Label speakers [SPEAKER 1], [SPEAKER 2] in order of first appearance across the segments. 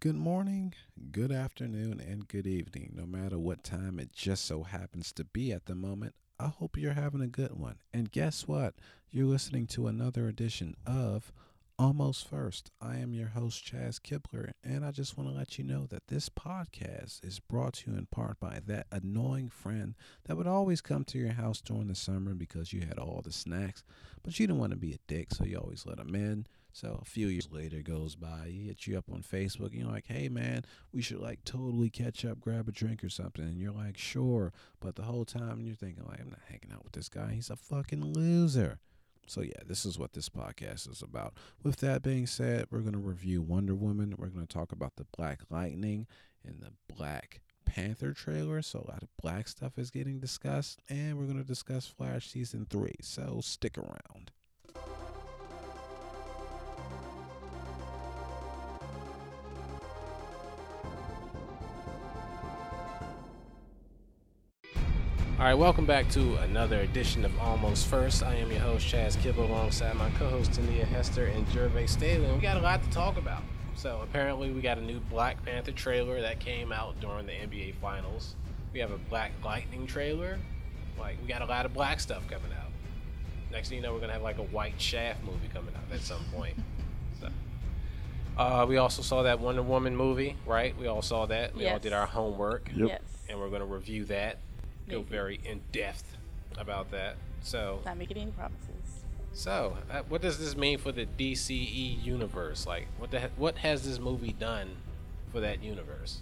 [SPEAKER 1] Good morning, good afternoon, and good evening, no matter what time it just so happens to be at the moment. I hope you're having a good one. And guess what? You're listening to another edition of Almost First. I am your host, Chaz Kibler, and I just want to let you know that this podcast is brought to you in part by that annoying friend that would always come to your house during the summer because you had all the snacks, but you didn't want to be a dick, so you always let him in. So a few years later goes by, he hits you up on Facebook, and you're like, hey man, we should like totally catch up, grab a drink or something. And you're like, sure. But the whole time you're thinking, like, I'm not hanging out with this guy. He's a fucking loser. So yeah, this is what this podcast is about. With that being said, we're gonna review Wonder Woman. We're gonna talk about the Black Lightning and the Black Panther trailer. So a lot of black stuff is getting discussed, and we're gonna discuss Flash season three. So stick around.
[SPEAKER 2] All right, welcome back to another edition of Almost First. I am your host, Chaz Kibble, alongside my co host, Tania Hester and Gervais Staley. And we got a lot to talk about. So, apparently, we got a new Black Panther trailer that came out during the NBA Finals. We have a Black Lightning trailer. Like, we got a lot of black stuff coming out. Next thing you know, we're going to have like a White Shaft movie coming out at some point. so, uh, we also saw that Wonder Woman movie, right? We all saw that. We all
[SPEAKER 3] Yes.
[SPEAKER 2] did our homework.
[SPEAKER 3] Yes.
[SPEAKER 2] And we're going to review that go
[SPEAKER 3] Maybe.
[SPEAKER 2] very in depth about that. So,
[SPEAKER 3] Not making any promises.
[SPEAKER 2] so uh, what does this mean for the DCE universe? Like, what the he- what has this movie done for that universe?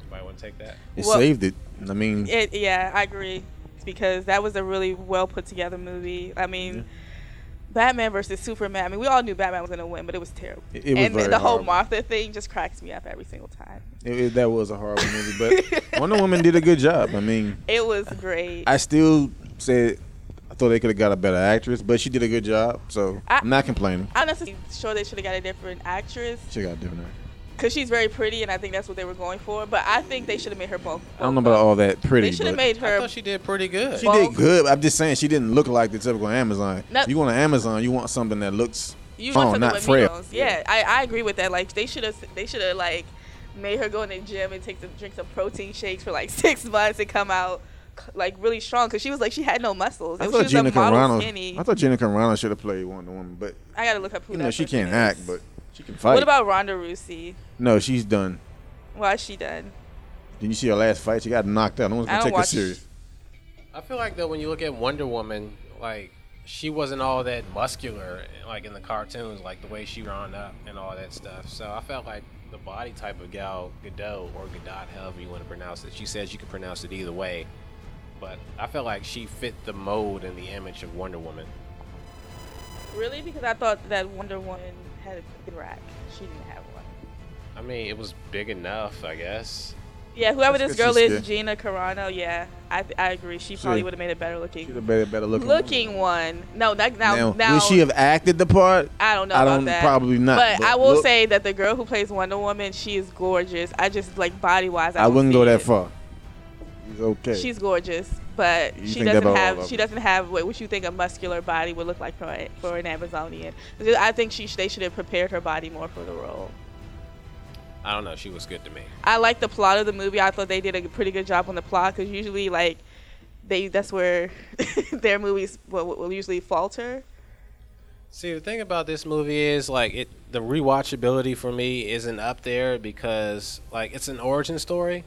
[SPEAKER 2] Anybody want to take that?
[SPEAKER 4] It
[SPEAKER 3] Well-
[SPEAKER 4] saved it. I mean,
[SPEAKER 3] It, yeah, I agree because that was a really well put together movie. I mean, Batman versus Superman. I mean, we all knew Batman was gonna win, but it was terrible.
[SPEAKER 4] It- it was
[SPEAKER 3] and
[SPEAKER 4] very
[SPEAKER 3] the whole
[SPEAKER 4] horrible.
[SPEAKER 3] Martha thing just cracks me up every single time.
[SPEAKER 4] it- it- that was a horrible movie, but Wonder Woman did a good job. I mean,
[SPEAKER 3] It was great.
[SPEAKER 4] I still said I thought they could have got a better actress, but she did a good job, so
[SPEAKER 3] I-
[SPEAKER 4] I, am not complaining.
[SPEAKER 3] I'm not sure they should have got a different actress
[SPEAKER 4] She got a different. actress.
[SPEAKER 3] because she's very pretty, and I think that's what they were going for. But I think they should have made her both.
[SPEAKER 4] I don't know about all that pretty.
[SPEAKER 3] They should have
[SPEAKER 4] but
[SPEAKER 3] made
[SPEAKER 2] I
[SPEAKER 3] her.
[SPEAKER 2] thought she did pretty good.
[SPEAKER 4] She did good. I'm just saying she didn't look like the typical Amazon.
[SPEAKER 3] No.
[SPEAKER 4] You want an Amazon, you want something that looks.
[SPEAKER 3] You
[SPEAKER 4] Oh,
[SPEAKER 3] want something
[SPEAKER 4] not
[SPEAKER 3] with
[SPEAKER 4] frail.
[SPEAKER 3] meals. Yeah, I, I agree with that. Like they should have they should have like made her go in the gym and take some drink some protein shakes for like six months and come out like really strong because she was like she had no muscles.
[SPEAKER 4] I
[SPEAKER 3] If she
[SPEAKER 4] thought
[SPEAKER 3] was
[SPEAKER 4] Gina
[SPEAKER 3] a model
[SPEAKER 4] Carano.
[SPEAKER 3] skinny.
[SPEAKER 4] I
[SPEAKER 3] I,
[SPEAKER 4] thought Gina Carano should have played Wonder Woman, but
[SPEAKER 3] gotta look up who
[SPEAKER 4] you
[SPEAKER 3] that
[SPEAKER 4] know she
[SPEAKER 3] person
[SPEAKER 4] can't
[SPEAKER 3] is.
[SPEAKER 4] act, but she can fight.
[SPEAKER 3] What about Ronda Rousey?
[SPEAKER 4] no? She's done.
[SPEAKER 3] Why is she done?
[SPEAKER 4] Did you see her last fight? She got knocked out. No one's
[SPEAKER 3] I don't
[SPEAKER 4] gonna take her
[SPEAKER 3] watch.
[SPEAKER 4] serious.
[SPEAKER 2] I feel like though when you look at Wonder Woman, like she wasn't all that muscular like in the cartoons, like the way she ran up and all that stuff. So I felt like the body type of Gal Gadot or Gadot, however you want to pronounce it. She says you can pronounce it either way, but I felt like she fit the mold and the image of Wonder Woman.
[SPEAKER 3] Really? Because I thought that Wonder Woman had a fucking rack. She didn't have one.
[SPEAKER 2] I mean, it was big enough, I guess.
[SPEAKER 3] Yeah, whoever
[SPEAKER 4] That's
[SPEAKER 3] this
[SPEAKER 4] 'cause
[SPEAKER 3] girl
[SPEAKER 4] she's
[SPEAKER 3] is, Gina Carano. Yeah, I I agree. She probably would have made a better looking
[SPEAKER 4] She's a better, better looking. woman.
[SPEAKER 3] looking one. No, that now
[SPEAKER 4] Now,
[SPEAKER 3] now,
[SPEAKER 4] would she have acted the part?
[SPEAKER 3] I don't know.
[SPEAKER 4] I
[SPEAKER 3] about
[SPEAKER 4] don't-
[SPEAKER 3] that.
[SPEAKER 4] probably not,
[SPEAKER 3] But,
[SPEAKER 4] but
[SPEAKER 3] I will
[SPEAKER 4] look-
[SPEAKER 3] say that the girl who plays Wonder Woman, she is gorgeous. I just like body wise, I,
[SPEAKER 4] I
[SPEAKER 3] don't
[SPEAKER 4] wouldn't
[SPEAKER 3] see
[SPEAKER 4] go that
[SPEAKER 3] it.
[SPEAKER 4] far. She's okay.
[SPEAKER 3] She's gorgeous, but
[SPEAKER 4] You
[SPEAKER 3] she
[SPEAKER 4] think that
[SPEAKER 3] doesn't
[SPEAKER 4] about all
[SPEAKER 3] have
[SPEAKER 4] of
[SPEAKER 3] she
[SPEAKER 4] them?
[SPEAKER 3] doesn't have what, what you think a muscular body would look like for a, for an Amazonian. I think she sh- they should have prepared her body more for the role.
[SPEAKER 2] I don't know. She was good to me.
[SPEAKER 3] I like the plot of the movie. I thought they did a pretty good job on the plot because usually like they that's where their movies will, will usually falter.
[SPEAKER 2] See, the thing about this movie is like it the rewatchability for me isn't up there because like it's an origin story.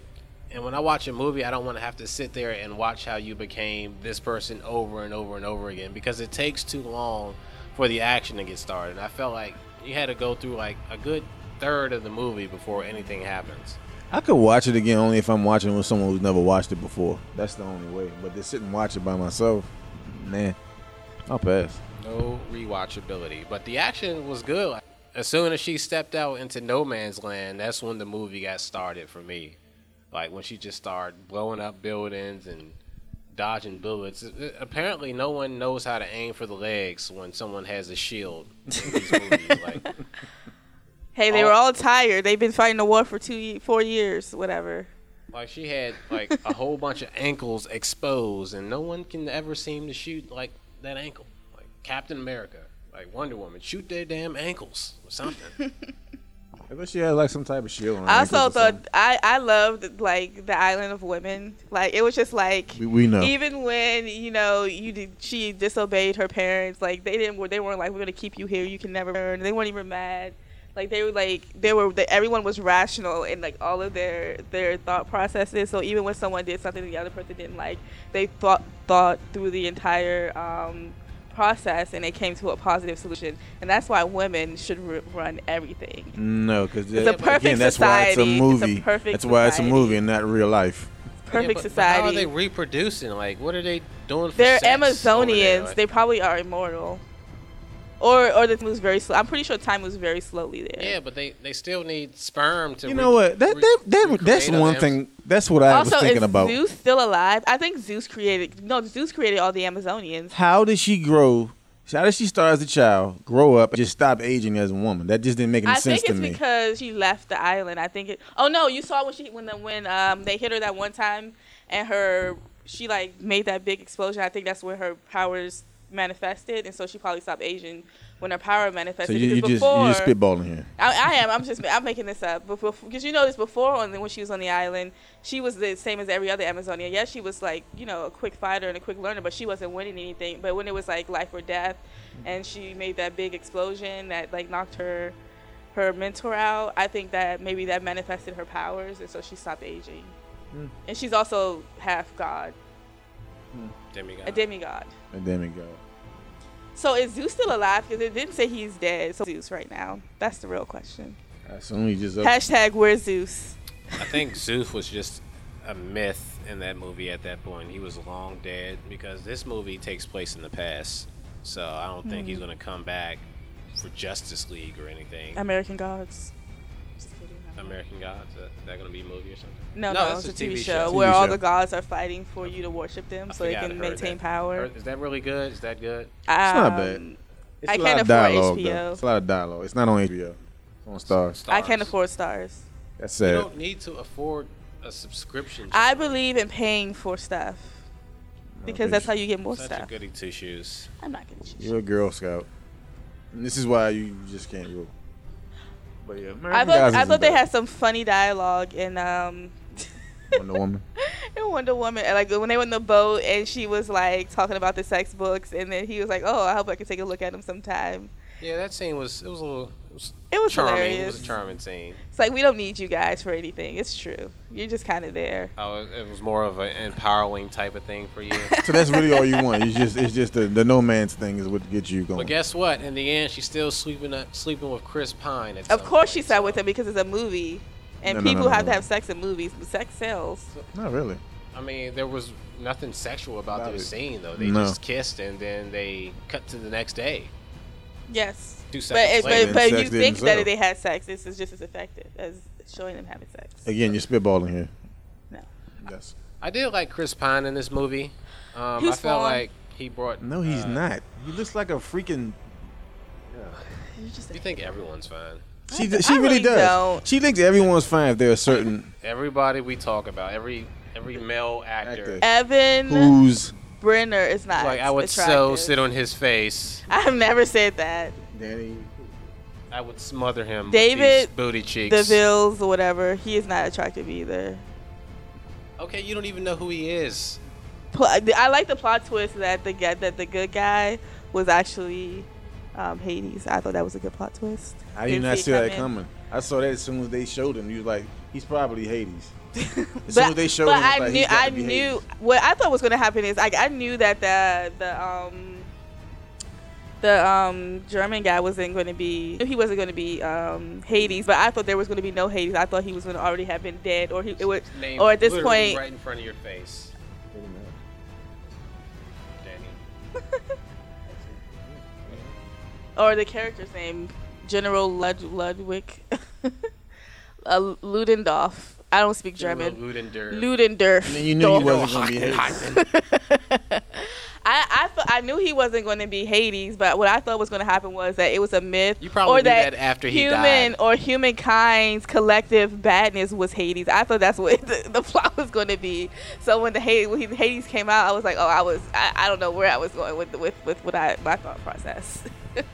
[SPEAKER 2] And when I watch a movie, I don't want to have to sit there and watch how you became this person over and over and over again because it takes too long for the action to get started. And I felt like you had to go through like a good third of the movie before anything happens.
[SPEAKER 4] I could watch it again only if I'm watching with someone who's never watched it before. That's the only way. But to sit and watch it by myself, man, I'll pass.
[SPEAKER 2] No rewatchability, but the action was good. Like, As soon as she stepped out into no man's land, that's when the movie got started for me. Like when she just started blowing up buildings and dodging bullets. It- it- Apparently, no one knows how to aim for the legs when someone has a shield. In these movies. Like,
[SPEAKER 3] Hey, they
[SPEAKER 2] All-
[SPEAKER 3] were all tired. They've been fighting the war for two ye- four years, whatever.
[SPEAKER 2] like she had like a whole bunch of ankles exposed, and no one can ever seem to shoot like that ankle. Like Captain America, like Wonder Woman, shoot their damn ankles or something.
[SPEAKER 4] I thought she had like some type of shield on. her
[SPEAKER 3] I
[SPEAKER 4] ankles
[SPEAKER 3] also
[SPEAKER 4] or something.
[SPEAKER 3] thought I I loved like the Island of Women. Like it was just like
[SPEAKER 4] we, we know.
[SPEAKER 3] even when you know you did, she disobeyed her parents. Like they didn't they weren't like we're gonna keep you here. You can never learn. They weren't even mad. Like they were like they were they, everyone was rational in like all of their their thought processes. So even when someone did something the other person didn't like, they thought thought through the entire um, process and they came to a positive solution. And that's why women should r- run everything.
[SPEAKER 4] no, because
[SPEAKER 3] a perfect
[SPEAKER 4] again, that's why it's
[SPEAKER 3] society.
[SPEAKER 4] a
[SPEAKER 3] It's a
[SPEAKER 4] movie.
[SPEAKER 3] perfect
[SPEAKER 4] that's why it's a
[SPEAKER 3] society.
[SPEAKER 4] movie and not real life.
[SPEAKER 3] Perfect
[SPEAKER 2] but- but
[SPEAKER 3] society.
[SPEAKER 2] how are they reproducing? Like, what are they doing? For
[SPEAKER 3] They're
[SPEAKER 2] sex over there?
[SPEAKER 3] Amazonians.
[SPEAKER 2] Like,
[SPEAKER 3] They probably are immortal. Or or this moves very slow. I'm pretty sure time moves very slowly there.
[SPEAKER 2] yeah, but they, they still need sperm to.
[SPEAKER 4] You know what? That that, that that's one thing. That's what I
[SPEAKER 3] also,
[SPEAKER 4] was thinking
[SPEAKER 3] is
[SPEAKER 4] about.
[SPEAKER 3] Zeus still alive? I think Zeus created. No, Zeus created all the Amazonians.
[SPEAKER 4] How did she grow? How did she start as a child, grow up, and just stop aging as a woman? That just didn't make any
[SPEAKER 3] I
[SPEAKER 4] sense
[SPEAKER 3] think
[SPEAKER 4] to
[SPEAKER 3] it's
[SPEAKER 4] me.
[SPEAKER 3] because she left the island. I think it. Oh no, you saw when she when the, when um they hit her that one time and her she like made that big explosion. I think that's where her powers manifested, and so she probably stopped aging when her power
[SPEAKER 4] So
[SPEAKER 3] manifested.
[SPEAKER 4] you, you
[SPEAKER 3] because
[SPEAKER 4] just you
[SPEAKER 3] before,
[SPEAKER 4] just spitballing here.
[SPEAKER 3] I, I am. I'm just. I'm making this up, but because you know this before, on the- when she was on the island, she was the same as every other Amazonian. Yes, she was like you know a quick fighter and a quick learner, but she wasn't winning anything. But when it was like life or death, and she made that big explosion that like knocked her her mentor out, I think that maybe that manifested her powers, and so she stopped aging. And she's also half god, a demigod.
[SPEAKER 4] And then we go.
[SPEAKER 3] So is Zeus still alive? Because it didn't say he's dead. So Zeus right now. That's the real question.
[SPEAKER 4] I soon we just up.
[SPEAKER 3] Hashtag where's Zeus?
[SPEAKER 2] I think Zeus was just a myth in that movie at that point. He was long dead because this movie takes place in the past, so I don't think
[SPEAKER 3] Hmm.
[SPEAKER 2] he's gonna come back for Justice League or anything.
[SPEAKER 3] American Gods.
[SPEAKER 2] American Gods, uh, is that gonna be a movie or something?
[SPEAKER 3] No,
[SPEAKER 2] No,
[SPEAKER 3] no,
[SPEAKER 2] that's
[SPEAKER 3] it's
[SPEAKER 2] a
[SPEAKER 3] a TV,
[SPEAKER 2] TV
[SPEAKER 3] show,
[SPEAKER 2] show.
[SPEAKER 3] where
[SPEAKER 4] TV
[SPEAKER 3] all
[SPEAKER 4] show.
[SPEAKER 3] the gods are fighting for you to worship them
[SPEAKER 2] I
[SPEAKER 3] so they
[SPEAKER 2] forgot I
[SPEAKER 3] can
[SPEAKER 2] heard
[SPEAKER 3] maintain
[SPEAKER 2] that.
[SPEAKER 3] power.
[SPEAKER 2] Heard- Is that really good? Is that good?
[SPEAKER 4] not bad.
[SPEAKER 3] Um,
[SPEAKER 4] It's
[SPEAKER 3] I
[SPEAKER 4] a lot
[SPEAKER 3] can't
[SPEAKER 4] of
[SPEAKER 3] afford
[SPEAKER 4] dialogue,
[SPEAKER 3] HBO.
[SPEAKER 4] Though. It's a lot of dialogue. It's not on HBO. It's on Stars.
[SPEAKER 3] I can't
[SPEAKER 2] Stars.
[SPEAKER 3] afford stars.
[SPEAKER 4] That's
[SPEAKER 2] You
[SPEAKER 4] sad.
[SPEAKER 2] don't need to afford a subscription.
[SPEAKER 3] I
[SPEAKER 2] John.
[SPEAKER 3] believe in paying for stuff because
[SPEAKER 4] Okay.
[SPEAKER 3] that's how you get more
[SPEAKER 2] Such a
[SPEAKER 3] stuff.
[SPEAKER 2] goody two shoes.
[SPEAKER 3] I'm not gonna. Choose.
[SPEAKER 4] You're a Girl Scout. And this is why you just can't rule. But yeah, American
[SPEAKER 3] I thought
[SPEAKER 4] Gods
[SPEAKER 3] I
[SPEAKER 4] isn't
[SPEAKER 3] thought they
[SPEAKER 4] bad.
[SPEAKER 3] had some funny dialogue in um
[SPEAKER 4] Wonder Woman.
[SPEAKER 3] in Wonder Woman and, like when they were in the boat and she was like talking about the sex books and then he was like, oh, I hope I can take a look at them sometime.
[SPEAKER 2] Yeah, that scene was it was a little it was
[SPEAKER 3] It was
[SPEAKER 2] charming.
[SPEAKER 3] hilarious.
[SPEAKER 2] It was a charming scene.
[SPEAKER 3] It's like we don't need you guys for anything. It's true. You're just kind of there.
[SPEAKER 2] I was, it was more of an empowering type of thing for you.
[SPEAKER 4] So that's really all you want. It's just it's just the, the no man's thing is what gets you going.
[SPEAKER 2] but guess what? In the end, she's still sleeping up, sleeping with Chris Pine. At
[SPEAKER 3] Of
[SPEAKER 2] some
[SPEAKER 3] course, she
[SPEAKER 2] point,
[SPEAKER 3] sat
[SPEAKER 2] so-
[SPEAKER 3] with him because it's a movie, and
[SPEAKER 4] No, no, no,
[SPEAKER 3] people
[SPEAKER 4] no,
[SPEAKER 3] have to
[SPEAKER 4] no, no.
[SPEAKER 3] have sex in movies. Sex sells.
[SPEAKER 4] Not really.
[SPEAKER 2] I mean, there was nothing sexual about
[SPEAKER 4] About
[SPEAKER 2] their
[SPEAKER 4] it.
[SPEAKER 2] scene though. They
[SPEAKER 4] No.
[SPEAKER 2] just kissed and then they cut to the next day.
[SPEAKER 3] Yes,
[SPEAKER 2] Two
[SPEAKER 3] but it,
[SPEAKER 2] seconds
[SPEAKER 3] but,
[SPEAKER 2] later.
[SPEAKER 3] but
[SPEAKER 4] Sex
[SPEAKER 3] you
[SPEAKER 4] didn't
[SPEAKER 3] think that
[SPEAKER 4] sell.
[SPEAKER 3] if they had sex, this is just as effective as showing them having sex.
[SPEAKER 4] Again, you're spitballing here.
[SPEAKER 3] No.
[SPEAKER 4] Yes.
[SPEAKER 2] I did like Chris Pine in this movie. Um,
[SPEAKER 3] He's
[SPEAKER 2] I felt
[SPEAKER 3] fine.
[SPEAKER 2] like he brought.
[SPEAKER 4] No, he's
[SPEAKER 2] uh,
[SPEAKER 4] not. He looks like a freaking.
[SPEAKER 3] You just
[SPEAKER 2] You think everyone's fine?
[SPEAKER 4] She
[SPEAKER 3] d-
[SPEAKER 4] she
[SPEAKER 3] I
[SPEAKER 4] really
[SPEAKER 3] really
[SPEAKER 4] does.
[SPEAKER 3] don't.
[SPEAKER 4] She thinks everyone's fine if they're a certain
[SPEAKER 2] Everybody we talk about, every every male actor,
[SPEAKER 4] Actor.
[SPEAKER 3] Evan
[SPEAKER 4] who's.
[SPEAKER 3] Brenner is not.
[SPEAKER 2] like I would so
[SPEAKER 3] attractive.
[SPEAKER 2] sit on his face.
[SPEAKER 3] I've never said that.
[SPEAKER 4] Danny.
[SPEAKER 2] I would smother him. with
[SPEAKER 3] David
[SPEAKER 2] these booty cheeks.
[SPEAKER 3] The Bills or whatever, he is not attractive either.
[SPEAKER 2] Okay, you don't even know who he is.
[SPEAKER 3] Pl- I like the plot twist that the guy, that the good guy was actually um, Hades. I thought that was a good plot twist.
[SPEAKER 4] I did
[SPEAKER 3] Didn't
[SPEAKER 4] not
[SPEAKER 3] see it
[SPEAKER 4] see that
[SPEAKER 3] coming.
[SPEAKER 4] coming. I saw that as soon as they showed him. He was like, he's probably Hades. As
[SPEAKER 3] but,
[SPEAKER 4] soon as they showed
[SPEAKER 3] but
[SPEAKER 4] him, it's
[SPEAKER 3] I
[SPEAKER 4] like,
[SPEAKER 3] knew,
[SPEAKER 4] he's gotta
[SPEAKER 3] I
[SPEAKER 4] be
[SPEAKER 3] knew
[SPEAKER 4] Hades.
[SPEAKER 3] what I thought was going to happen is like I knew that the the um the um German guy wasn't going to be he wasn't going to be um Hades, but I thought there was going to be no Hades. I thought he was going to already have been dead, or he it would,
[SPEAKER 2] Name
[SPEAKER 3] or at this
[SPEAKER 2] literally
[SPEAKER 3] point,
[SPEAKER 2] right in front of your face, Danny.
[SPEAKER 3] or the character's name, General Lud- Ludwig uh, Ludendorff. I don't speak German.
[SPEAKER 2] Ludendorff.
[SPEAKER 3] Ludendorff.
[SPEAKER 4] And then you knew he wasn't going to be
[SPEAKER 2] Hot-
[SPEAKER 4] Hades.
[SPEAKER 2] hot-
[SPEAKER 3] I I, thought I knew he wasn't going to be Hades, but what I thought was going to happen was that it was a myth,
[SPEAKER 2] You probably
[SPEAKER 3] or
[SPEAKER 2] knew
[SPEAKER 3] that,
[SPEAKER 2] that after he
[SPEAKER 3] human
[SPEAKER 2] died.
[SPEAKER 3] or humankind's collective badness was Hades. I thought that's what the, the plot was going to be. So when the Hades, when he- Hades came out, I was like, oh, I was I, I don't know where I was going with with with what I my thought process.
[SPEAKER 4] It's-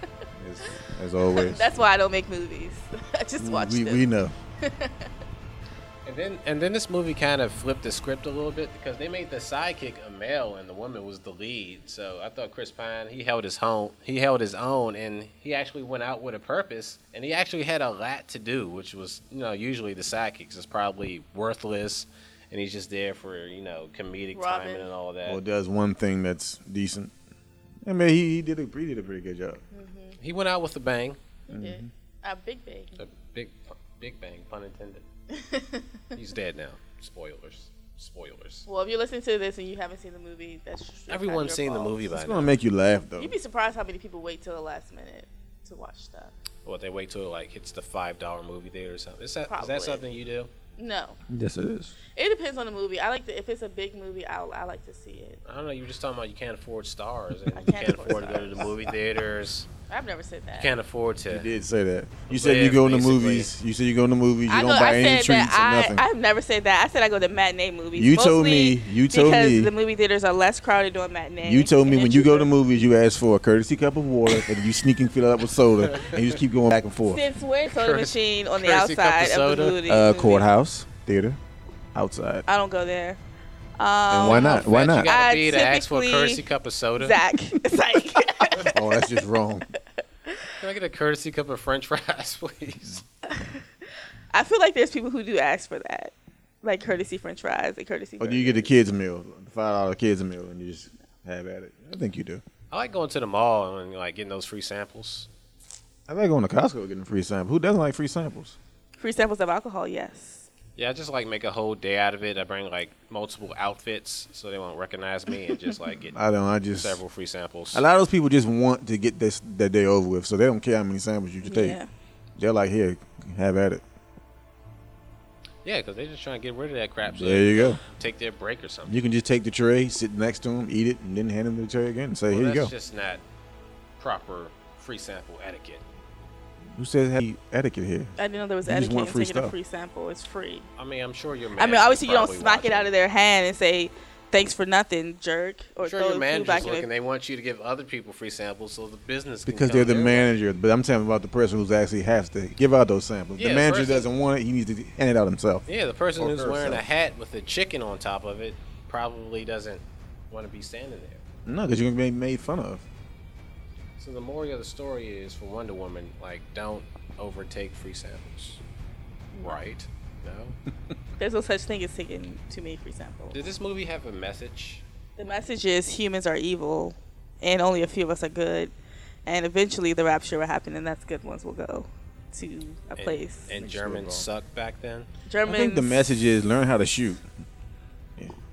[SPEAKER 4] as always.
[SPEAKER 3] That's why I don't make movies. I just watch
[SPEAKER 4] we,
[SPEAKER 3] them.
[SPEAKER 4] we know.
[SPEAKER 2] And then and then this movie kind of flipped the script a little bit because they made the sidekick a male and the woman was the lead. So I thought Chris Pine he held his home he held his own and he actually went out with a purpose and he actually had a lot to do, which was you know usually the sidekicks is probably worthless and he's just there for you know comedic
[SPEAKER 3] Robin.
[SPEAKER 2] timing and all that.
[SPEAKER 4] Well, does one thing that's decent. I mean, he, he did a he did a pretty good job.
[SPEAKER 2] he went out with a bang,
[SPEAKER 3] Yeah. A big bang.
[SPEAKER 2] a big big bang pun intended. He's dead now. Spoilers, spoilers.
[SPEAKER 3] well, if you're listening to this and you haven't seen the movie, that's that's not
[SPEAKER 2] Everyone's
[SPEAKER 3] your
[SPEAKER 2] seen the
[SPEAKER 3] fault.
[SPEAKER 2] movie by
[SPEAKER 4] It's
[SPEAKER 2] now.
[SPEAKER 4] gonna make you laugh though.
[SPEAKER 3] You'd be surprised how many people wait till the last minute to watch stuff.
[SPEAKER 2] Well, they wait till it like hits the five dollar movie theater or something. Is that, is
[SPEAKER 3] Probably.
[SPEAKER 2] that something you do?
[SPEAKER 3] No,
[SPEAKER 1] Yes, it is.
[SPEAKER 3] it depends on the movie. I like to, if it's a big movie, I I like to see it.
[SPEAKER 2] I don't know. You were just talking about you can't afford stars, and
[SPEAKER 3] I
[SPEAKER 2] you
[SPEAKER 3] can't
[SPEAKER 2] can't
[SPEAKER 3] afford
[SPEAKER 2] afford to go to the
[SPEAKER 3] stars.
[SPEAKER 2] movie theaters.
[SPEAKER 3] I've never said that.
[SPEAKER 2] You can't afford to.
[SPEAKER 4] You did say that. You said
[SPEAKER 2] Yeah,
[SPEAKER 4] you go in the
[SPEAKER 2] basically.
[SPEAKER 4] movies. You said you go in the movies. You
[SPEAKER 3] I,
[SPEAKER 4] don't
[SPEAKER 3] go,
[SPEAKER 4] buy
[SPEAKER 3] I
[SPEAKER 4] any
[SPEAKER 3] said
[SPEAKER 4] treats or
[SPEAKER 3] that
[SPEAKER 4] nothing.
[SPEAKER 3] I, I've never said that. I said I go to matinee movies.
[SPEAKER 4] You told me-
[SPEAKER 3] mostly
[SPEAKER 4] you told
[SPEAKER 3] because
[SPEAKER 4] me-
[SPEAKER 3] the movie theaters are less crowded during matinee.
[SPEAKER 4] you told me
[SPEAKER 3] and
[SPEAKER 4] when
[SPEAKER 3] it's
[SPEAKER 4] you go to
[SPEAKER 3] cheaper.
[SPEAKER 4] movies, you ask for a courtesy cup of water, and you sneak and fill it up with soda, and you just keep going back and forth.
[SPEAKER 3] Since when soda
[SPEAKER 2] Curse-
[SPEAKER 3] machine on the
[SPEAKER 2] curse you cup of
[SPEAKER 3] outside of the
[SPEAKER 2] soda?
[SPEAKER 3] movie?
[SPEAKER 4] Uh,
[SPEAKER 3] movie?
[SPEAKER 4] courthouse theater, outside.
[SPEAKER 3] I don't go there. Um,
[SPEAKER 4] And why not? Why
[SPEAKER 2] You
[SPEAKER 4] not?
[SPEAKER 2] gotta
[SPEAKER 3] I
[SPEAKER 2] be to ask for a
[SPEAKER 3] Uh, typically-
[SPEAKER 2] courtesy cup of soda.
[SPEAKER 3] Zach, Zach.
[SPEAKER 4] Oh, that's just wrong.
[SPEAKER 2] Can I get a courtesy cup of French fries, please?
[SPEAKER 3] I feel like there's people who do ask for that, like courtesy French fries and courtesy.
[SPEAKER 4] Or Oh, do you get a kids meal, five dollar kids meal, and you just have at it? I think you do.
[SPEAKER 2] I like going to the mall and like getting those free samples.
[SPEAKER 4] I like going to Costco and getting free samples. Who doesn't like free samples?
[SPEAKER 3] free samples of alcohol? Yes.
[SPEAKER 2] Yeah, I just like make a whole day out of it. I bring like multiple outfits so they won't recognize me and just like get
[SPEAKER 4] I don't. I just
[SPEAKER 2] several free samples.
[SPEAKER 4] a lot of those people just want to get this that day over with, so they don't care how many samples you take.
[SPEAKER 3] Yeah.
[SPEAKER 4] They're like, here, have at it.
[SPEAKER 2] Yeah, because they're just trying to get rid of that crap. So
[SPEAKER 4] There you go.
[SPEAKER 2] take their break or something.
[SPEAKER 4] You can just take the tray, sit next to them, eat it, and then hand them the tray again and say,
[SPEAKER 2] Well,
[SPEAKER 4] here you
[SPEAKER 2] that's
[SPEAKER 4] go.
[SPEAKER 2] just not proper free sample etiquette.
[SPEAKER 4] Who says have etiquette here?
[SPEAKER 3] I didn't know there was
[SPEAKER 4] You just
[SPEAKER 3] etiquette
[SPEAKER 4] want
[SPEAKER 3] in
[SPEAKER 4] free
[SPEAKER 3] taking a
[SPEAKER 4] stuff.
[SPEAKER 3] free sample. It's free.
[SPEAKER 2] I mean, I'm sure your
[SPEAKER 3] I mean,
[SPEAKER 2] manager's
[SPEAKER 3] obviously you don't
[SPEAKER 2] probably
[SPEAKER 3] smack it
[SPEAKER 2] watching.
[SPEAKER 3] out of their hand and say thanks for nothing, jerk, or
[SPEAKER 2] I'm sure
[SPEAKER 3] throw
[SPEAKER 2] your
[SPEAKER 3] the food back
[SPEAKER 2] manager's
[SPEAKER 3] in
[SPEAKER 2] looking.
[SPEAKER 3] it.
[SPEAKER 2] They want you to give other people free samples so the business can
[SPEAKER 4] Because
[SPEAKER 2] come
[SPEAKER 4] they're the
[SPEAKER 2] their way.
[SPEAKER 4] manager, but I'm talking about the person who's actually has to give out those samples.
[SPEAKER 2] Yeah,
[SPEAKER 4] the
[SPEAKER 2] the
[SPEAKER 4] manager
[SPEAKER 2] person-
[SPEAKER 4] doesn't want it; he needs to hand it out himself.
[SPEAKER 2] Yeah, the person
[SPEAKER 4] Or
[SPEAKER 2] who's wearing a
[SPEAKER 4] herself.
[SPEAKER 2] hat with a chicken on top of it probably doesn't want to be standing there.
[SPEAKER 4] No, because you're gonna be made fun of.
[SPEAKER 2] So the moral of the story is for Wonder Woman, like, don't overtake free samples. Right? No.
[SPEAKER 3] There's no such thing as taking too many free samples.
[SPEAKER 2] Did this movie have a message?
[SPEAKER 3] The message is humans are evil, and only a few of us are good, and eventually the rapture will happen, and that's good ones will go to a
[SPEAKER 2] And-
[SPEAKER 3] place.
[SPEAKER 2] And,
[SPEAKER 4] Makes you
[SPEAKER 2] Germans
[SPEAKER 4] wrong.
[SPEAKER 2] sucked back then.
[SPEAKER 3] Germans.
[SPEAKER 4] I think the message is learn how to shoot.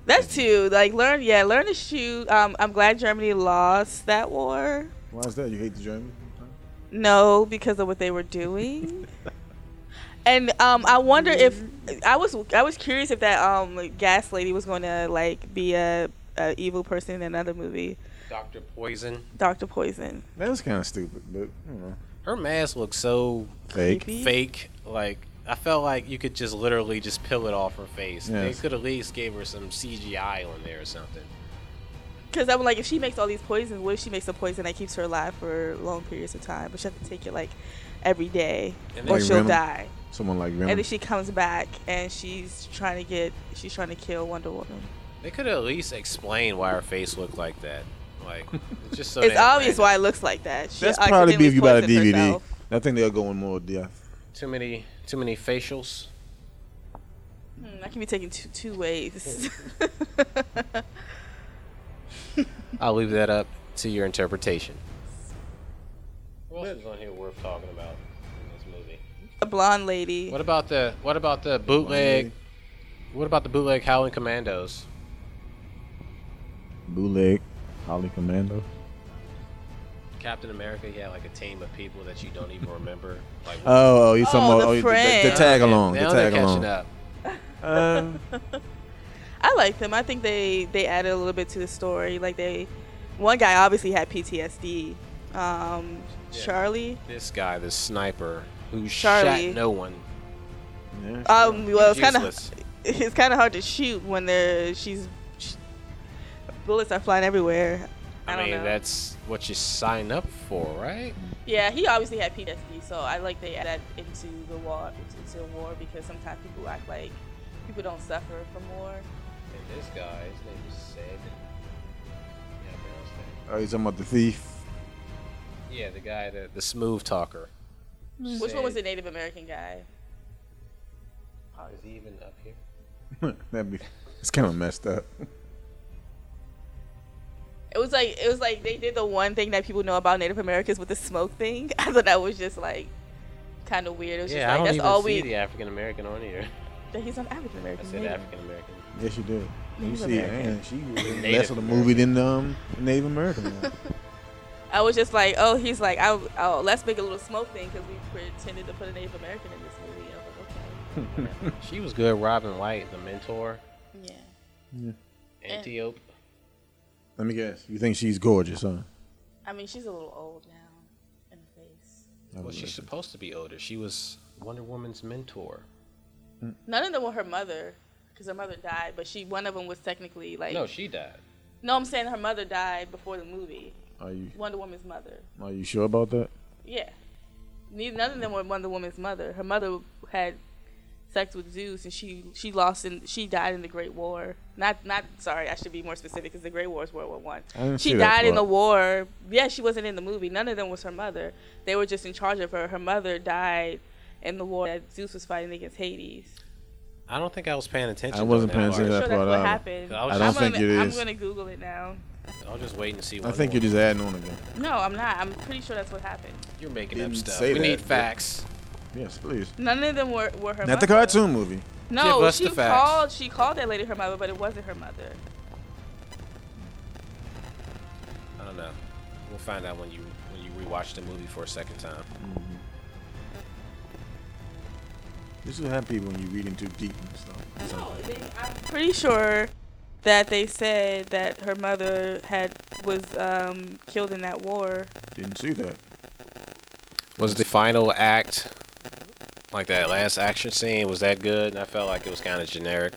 [SPEAKER 3] That's too like learn. Yeah, learn to shoot. Um, I'm glad Germany lost that war.
[SPEAKER 4] Why is that? You hate the Germans?
[SPEAKER 3] No, because of what they were doing. and um, I wonder if I was I was curious if that um gas lady was going to like be a, a evil person in another movie,
[SPEAKER 2] Doctor Poison.
[SPEAKER 3] Doctor Poison.
[SPEAKER 4] That was kind of stupid, but you know,
[SPEAKER 2] Her mask looks so
[SPEAKER 4] fake.
[SPEAKER 3] Creepy.
[SPEAKER 2] fake. Like I felt like you could just literally just peel it off her face.
[SPEAKER 4] Yes.
[SPEAKER 2] They could at least gave her some CGI on there or something.
[SPEAKER 3] Because I'm like, if she makes all these poisons, what if she makes a poison that keeps her alive for long periods of time? But she has to take it like every day,
[SPEAKER 2] And
[SPEAKER 3] or
[SPEAKER 4] then-
[SPEAKER 3] she'll
[SPEAKER 4] Venom.
[SPEAKER 3] die.
[SPEAKER 4] Someone like
[SPEAKER 3] And
[SPEAKER 4] Venom.
[SPEAKER 3] then she comes back, and she's trying to get, she's trying to kill Wonder Woman.
[SPEAKER 2] They could at least explain why her face looked like that. Like it's just so.
[SPEAKER 3] it's
[SPEAKER 2] damn
[SPEAKER 3] obvious
[SPEAKER 2] random.
[SPEAKER 3] why it looks like that. She
[SPEAKER 4] That's probably be if you buy the
[SPEAKER 3] accidentally
[SPEAKER 4] DVD.
[SPEAKER 3] poisoned herself.
[SPEAKER 4] I think they'll go in more uh, depth.
[SPEAKER 2] Too many, too many facials.
[SPEAKER 3] Hmm, I can be taken two, two ways.
[SPEAKER 2] I'll leave that up to your interpretation. What else is on here worth talking about in this movie?
[SPEAKER 3] a blonde lady.
[SPEAKER 2] What about the what about the bootleg? What about the bootleg Howling Commandos?
[SPEAKER 4] Bootleg, Holly Commando.
[SPEAKER 2] Captain America, he had like a team of people that you don't even remember. Like
[SPEAKER 4] Oh, oh, you're talking
[SPEAKER 3] Oh,
[SPEAKER 4] about
[SPEAKER 3] the
[SPEAKER 4] oh, the, the,
[SPEAKER 3] friend.
[SPEAKER 4] the tag along. The
[SPEAKER 2] Now they're
[SPEAKER 4] tag
[SPEAKER 2] catching
[SPEAKER 4] along.
[SPEAKER 2] up.
[SPEAKER 4] Um,
[SPEAKER 3] I like them. I think they they added a little bit to the story. Like they, one guy obviously had PTSD. Um,
[SPEAKER 2] Yeah.
[SPEAKER 3] Charlie.
[SPEAKER 2] This guy, this sniper, who
[SPEAKER 3] Charlie.
[SPEAKER 2] shot no one.
[SPEAKER 4] yeah,
[SPEAKER 3] Um, well, it's
[SPEAKER 2] He's
[SPEAKER 3] kind of
[SPEAKER 2] useless.
[SPEAKER 3] it's kind of hard to shoot when they're she's sh bullets are flying everywhere. I,
[SPEAKER 2] I,
[SPEAKER 3] don't
[SPEAKER 2] mean,
[SPEAKER 3] know.
[SPEAKER 2] that's what you sign up for, right?
[SPEAKER 3] Yeah, he obviously had PTSD, so I like they add that into the war, into the war, because sometimes people act like people don't suffer from war.
[SPEAKER 2] And this guy, his name is Sid. Yeah, I pronounced that.
[SPEAKER 4] Oh, you talking about the thief?
[SPEAKER 2] Yeah, the guy, the, the smooth talker.
[SPEAKER 3] Which one was
[SPEAKER 2] Sid.
[SPEAKER 3] the Native American guy?
[SPEAKER 2] Is he even up here?
[SPEAKER 4] That'd be. It's kind of messed up.
[SPEAKER 3] It was like it was like they did the one thing that people know about Native Americans with the smoke thing. I thought that was just like kind of weird. It was
[SPEAKER 2] yeah, I
[SPEAKER 3] just
[SPEAKER 2] don't
[SPEAKER 3] like that's
[SPEAKER 2] even
[SPEAKER 3] all
[SPEAKER 2] see
[SPEAKER 3] we.
[SPEAKER 2] the African American on here.
[SPEAKER 3] that He's an African
[SPEAKER 2] I
[SPEAKER 3] American.
[SPEAKER 2] said
[SPEAKER 3] Native-
[SPEAKER 2] African American.
[SPEAKER 4] Yes, you did. You
[SPEAKER 3] Native
[SPEAKER 4] see,
[SPEAKER 3] American.
[SPEAKER 4] man, she was
[SPEAKER 2] Native
[SPEAKER 4] less of the movie than um Native American. one.
[SPEAKER 3] I was just like, oh, he's like, I, oh, let's make a little smoke thing because we pretended to put a Native American in this movie. I was like, okay. whatever.
[SPEAKER 2] She was good. Robin White, the mentor,
[SPEAKER 3] yeah. Eh.
[SPEAKER 2] Antiope.
[SPEAKER 4] Let me guess. You think she's gorgeous, huh?
[SPEAKER 3] I mean, she's a little old now in the face.
[SPEAKER 2] Well, she's supposed to be older. She was Wonder Woman's mentor.
[SPEAKER 3] None of them were her mother because her mother died, but she one of them was technically like.
[SPEAKER 2] No,
[SPEAKER 3] No,
[SPEAKER 2] she died.
[SPEAKER 3] I'm saying her mother died before the movie.
[SPEAKER 4] Are you
[SPEAKER 3] Wonder Woman's mother.
[SPEAKER 4] are you sure about that?
[SPEAKER 3] Yeah. Neither none of them were Wonder Woman's mother. Her mother had sex with Zeus, and she she lost in she died in the Great War. Not not sorry, I should be more specific because the Great War is World War One.
[SPEAKER 4] I didn't
[SPEAKER 3] She
[SPEAKER 4] see that
[SPEAKER 3] died in
[SPEAKER 4] part.
[SPEAKER 3] the war. Yeah, she wasn't in the movie. None of them was her mother. They were just in charge of her. Her mother died in the war that Zeus was fighting against Hades.
[SPEAKER 2] I don't think I was paying attention.
[SPEAKER 4] I wasn't
[SPEAKER 2] during that
[SPEAKER 4] paying
[SPEAKER 2] part.
[SPEAKER 4] attention.
[SPEAKER 3] sure that's
[SPEAKER 4] part
[SPEAKER 3] what
[SPEAKER 4] out.
[SPEAKER 3] happened.
[SPEAKER 2] I was
[SPEAKER 3] I'm
[SPEAKER 2] just-
[SPEAKER 4] I don't
[SPEAKER 3] gonna,
[SPEAKER 4] think it
[SPEAKER 3] I'm
[SPEAKER 4] is.
[SPEAKER 3] gonna Google it now.
[SPEAKER 2] I'll just wait and see.
[SPEAKER 4] I
[SPEAKER 2] Wonder
[SPEAKER 4] think you're
[SPEAKER 2] Woman-
[SPEAKER 4] just adding on again.
[SPEAKER 3] No, I'm not. I'm pretty sure that's what happened.
[SPEAKER 2] you're making up
[SPEAKER 4] didn't
[SPEAKER 2] stuff.
[SPEAKER 4] say
[SPEAKER 2] We
[SPEAKER 4] that,
[SPEAKER 2] need
[SPEAKER 4] but-
[SPEAKER 2] facts.
[SPEAKER 4] Yes, please.
[SPEAKER 3] None of them were, were her
[SPEAKER 4] Not
[SPEAKER 3] mother.
[SPEAKER 4] the cartoon movie.
[SPEAKER 3] No,
[SPEAKER 2] Give us
[SPEAKER 3] she
[SPEAKER 2] the facts.
[SPEAKER 3] called. She called that lady her mother, but it wasn't her mother.
[SPEAKER 2] I don't know. We'll find out when you when you rewatch the movie for a second time.
[SPEAKER 4] This will happen when you read into deep and stuff.
[SPEAKER 3] No, they, I'm pretty sure that they said that her mother had was um, killed in that war.
[SPEAKER 4] Didn't see that.
[SPEAKER 2] Was the final act like that last action scene? Was that good? And I felt like it was kind of generic.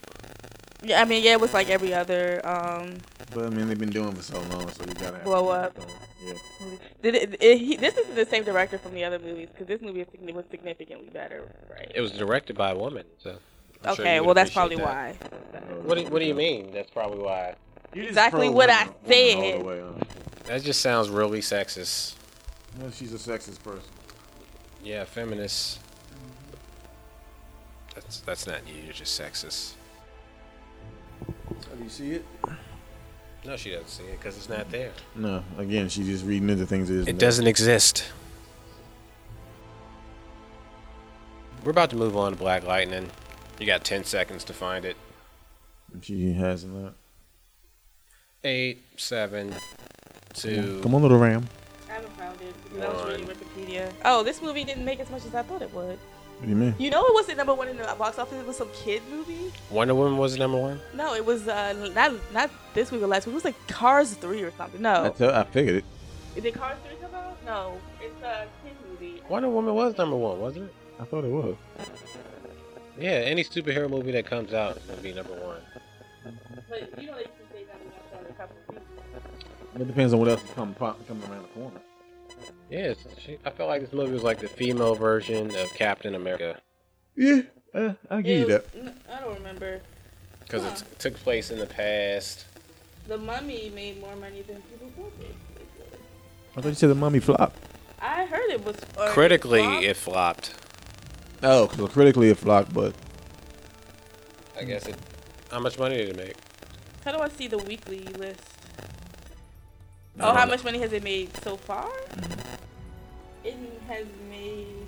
[SPEAKER 3] Yeah, I mean, yeah, it was like every other. Um,
[SPEAKER 4] But I mean, they've been doing it for so long, so you gotta
[SPEAKER 3] Blow up.
[SPEAKER 4] Yeah.
[SPEAKER 3] did it, it, he, this is the same director from the other movies because this movie is signi- was significantly better, right?
[SPEAKER 2] It was directed by a woman, so. I'm sure
[SPEAKER 3] okay,
[SPEAKER 2] you would
[SPEAKER 3] well that's probably
[SPEAKER 2] appreciate that.
[SPEAKER 3] why.
[SPEAKER 2] What do, what do you mean? That's probably why.
[SPEAKER 4] You just
[SPEAKER 3] Exactly
[SPEAKER 4] pro
[SPEAKER 3] what I
[SPEAKER 4] women all the
[SPEAKER 3] said.
[SPEAKER 4] way on.
[SPEAKER 2] That just sounds really sexist.
[SPEAKER 4] No, she's a sexist person.
[SPEAKER 2] Yeah, feminists. That's that's not you. You're just sexist.
[SPEAKER 4] Oh, do you see it?
[SPEAKER 2] No, she doesn't see it because it's not there.
[SPEAKER 4] No. Again, she's just reading into things. That isn't
[SPEAKER 2] It
[SPEAKER 4] there.
[SPEAKER 2] doesn't exist. We're about to move on to Black Lightning. You got 10 seconds to find it.
[SPEAKER 4] She hasn't. that.
[SPEAKER 2] Eight, seven, two.
[SPEAKER 4] Come on, little ram.
[SPEAKER 3] I haven't found it because I was reading
[SPEAKER 2] One.
[SPEAKER 3] Wikipedia. Oh, this movie didn't make as much as I thought it would.
[SPEAKER 4] What do you mean?
[SPEAKER 3] You know, it wasn't number one in the box office. It was some kid movie.
[SPEAKER 2] Wonder Woman was number one.
[SPEAKER 3] No, it was uh, not not this week or last week. It was like Cars Three or something.
[SPEAKER 4] I
[SPEAKER 3] No,
[SPEAKER 4] tell. I figured it.
[SPEAKER 3] did Cars Three come out? No, it's a kid movie.
[SPEAKER 2] Wonder Woman was number one, wasn't it?
[SPEAKER 4] I thought it was.
[SPEAKER 2] Yeah, any superhero movie that comes out is going to be number one.
[SPEAKER 3] But you know, they used to say that we got started a couple of weeks.
[SPEAKER 4] It depends on what else is coming pop, coming around the corner.
[SPEAKER 2] Yeah, it's- she, I felt like this movie was like the female version of Captain America
[SPEAKER 4] Yeah, uh, I give you
[SPEAKER 3] It
[SPEAKER 4] that.
[SPEAKER 3] was- n- I don't remember.
[SPEAKER 2] because it t- took place in the past.
[SPEAKER 3] The Mummy made more money than people thought it would.
[SPEAKER 4] I thought you said the mummy flop.
[SPEAKER 3] I heard it was or it
[SPEAKER 2] Critically,
[SPEAKER 3] flopped.
[SPEAKER 2] it flopped.
[SPEAKER 4] Oh, so critically it flopped, but
[SPEAKER 2] I guess it. How much money did it make?
[SPEAKER 3] How do I see the weekly list? Oh, how much money has it made so far? It has made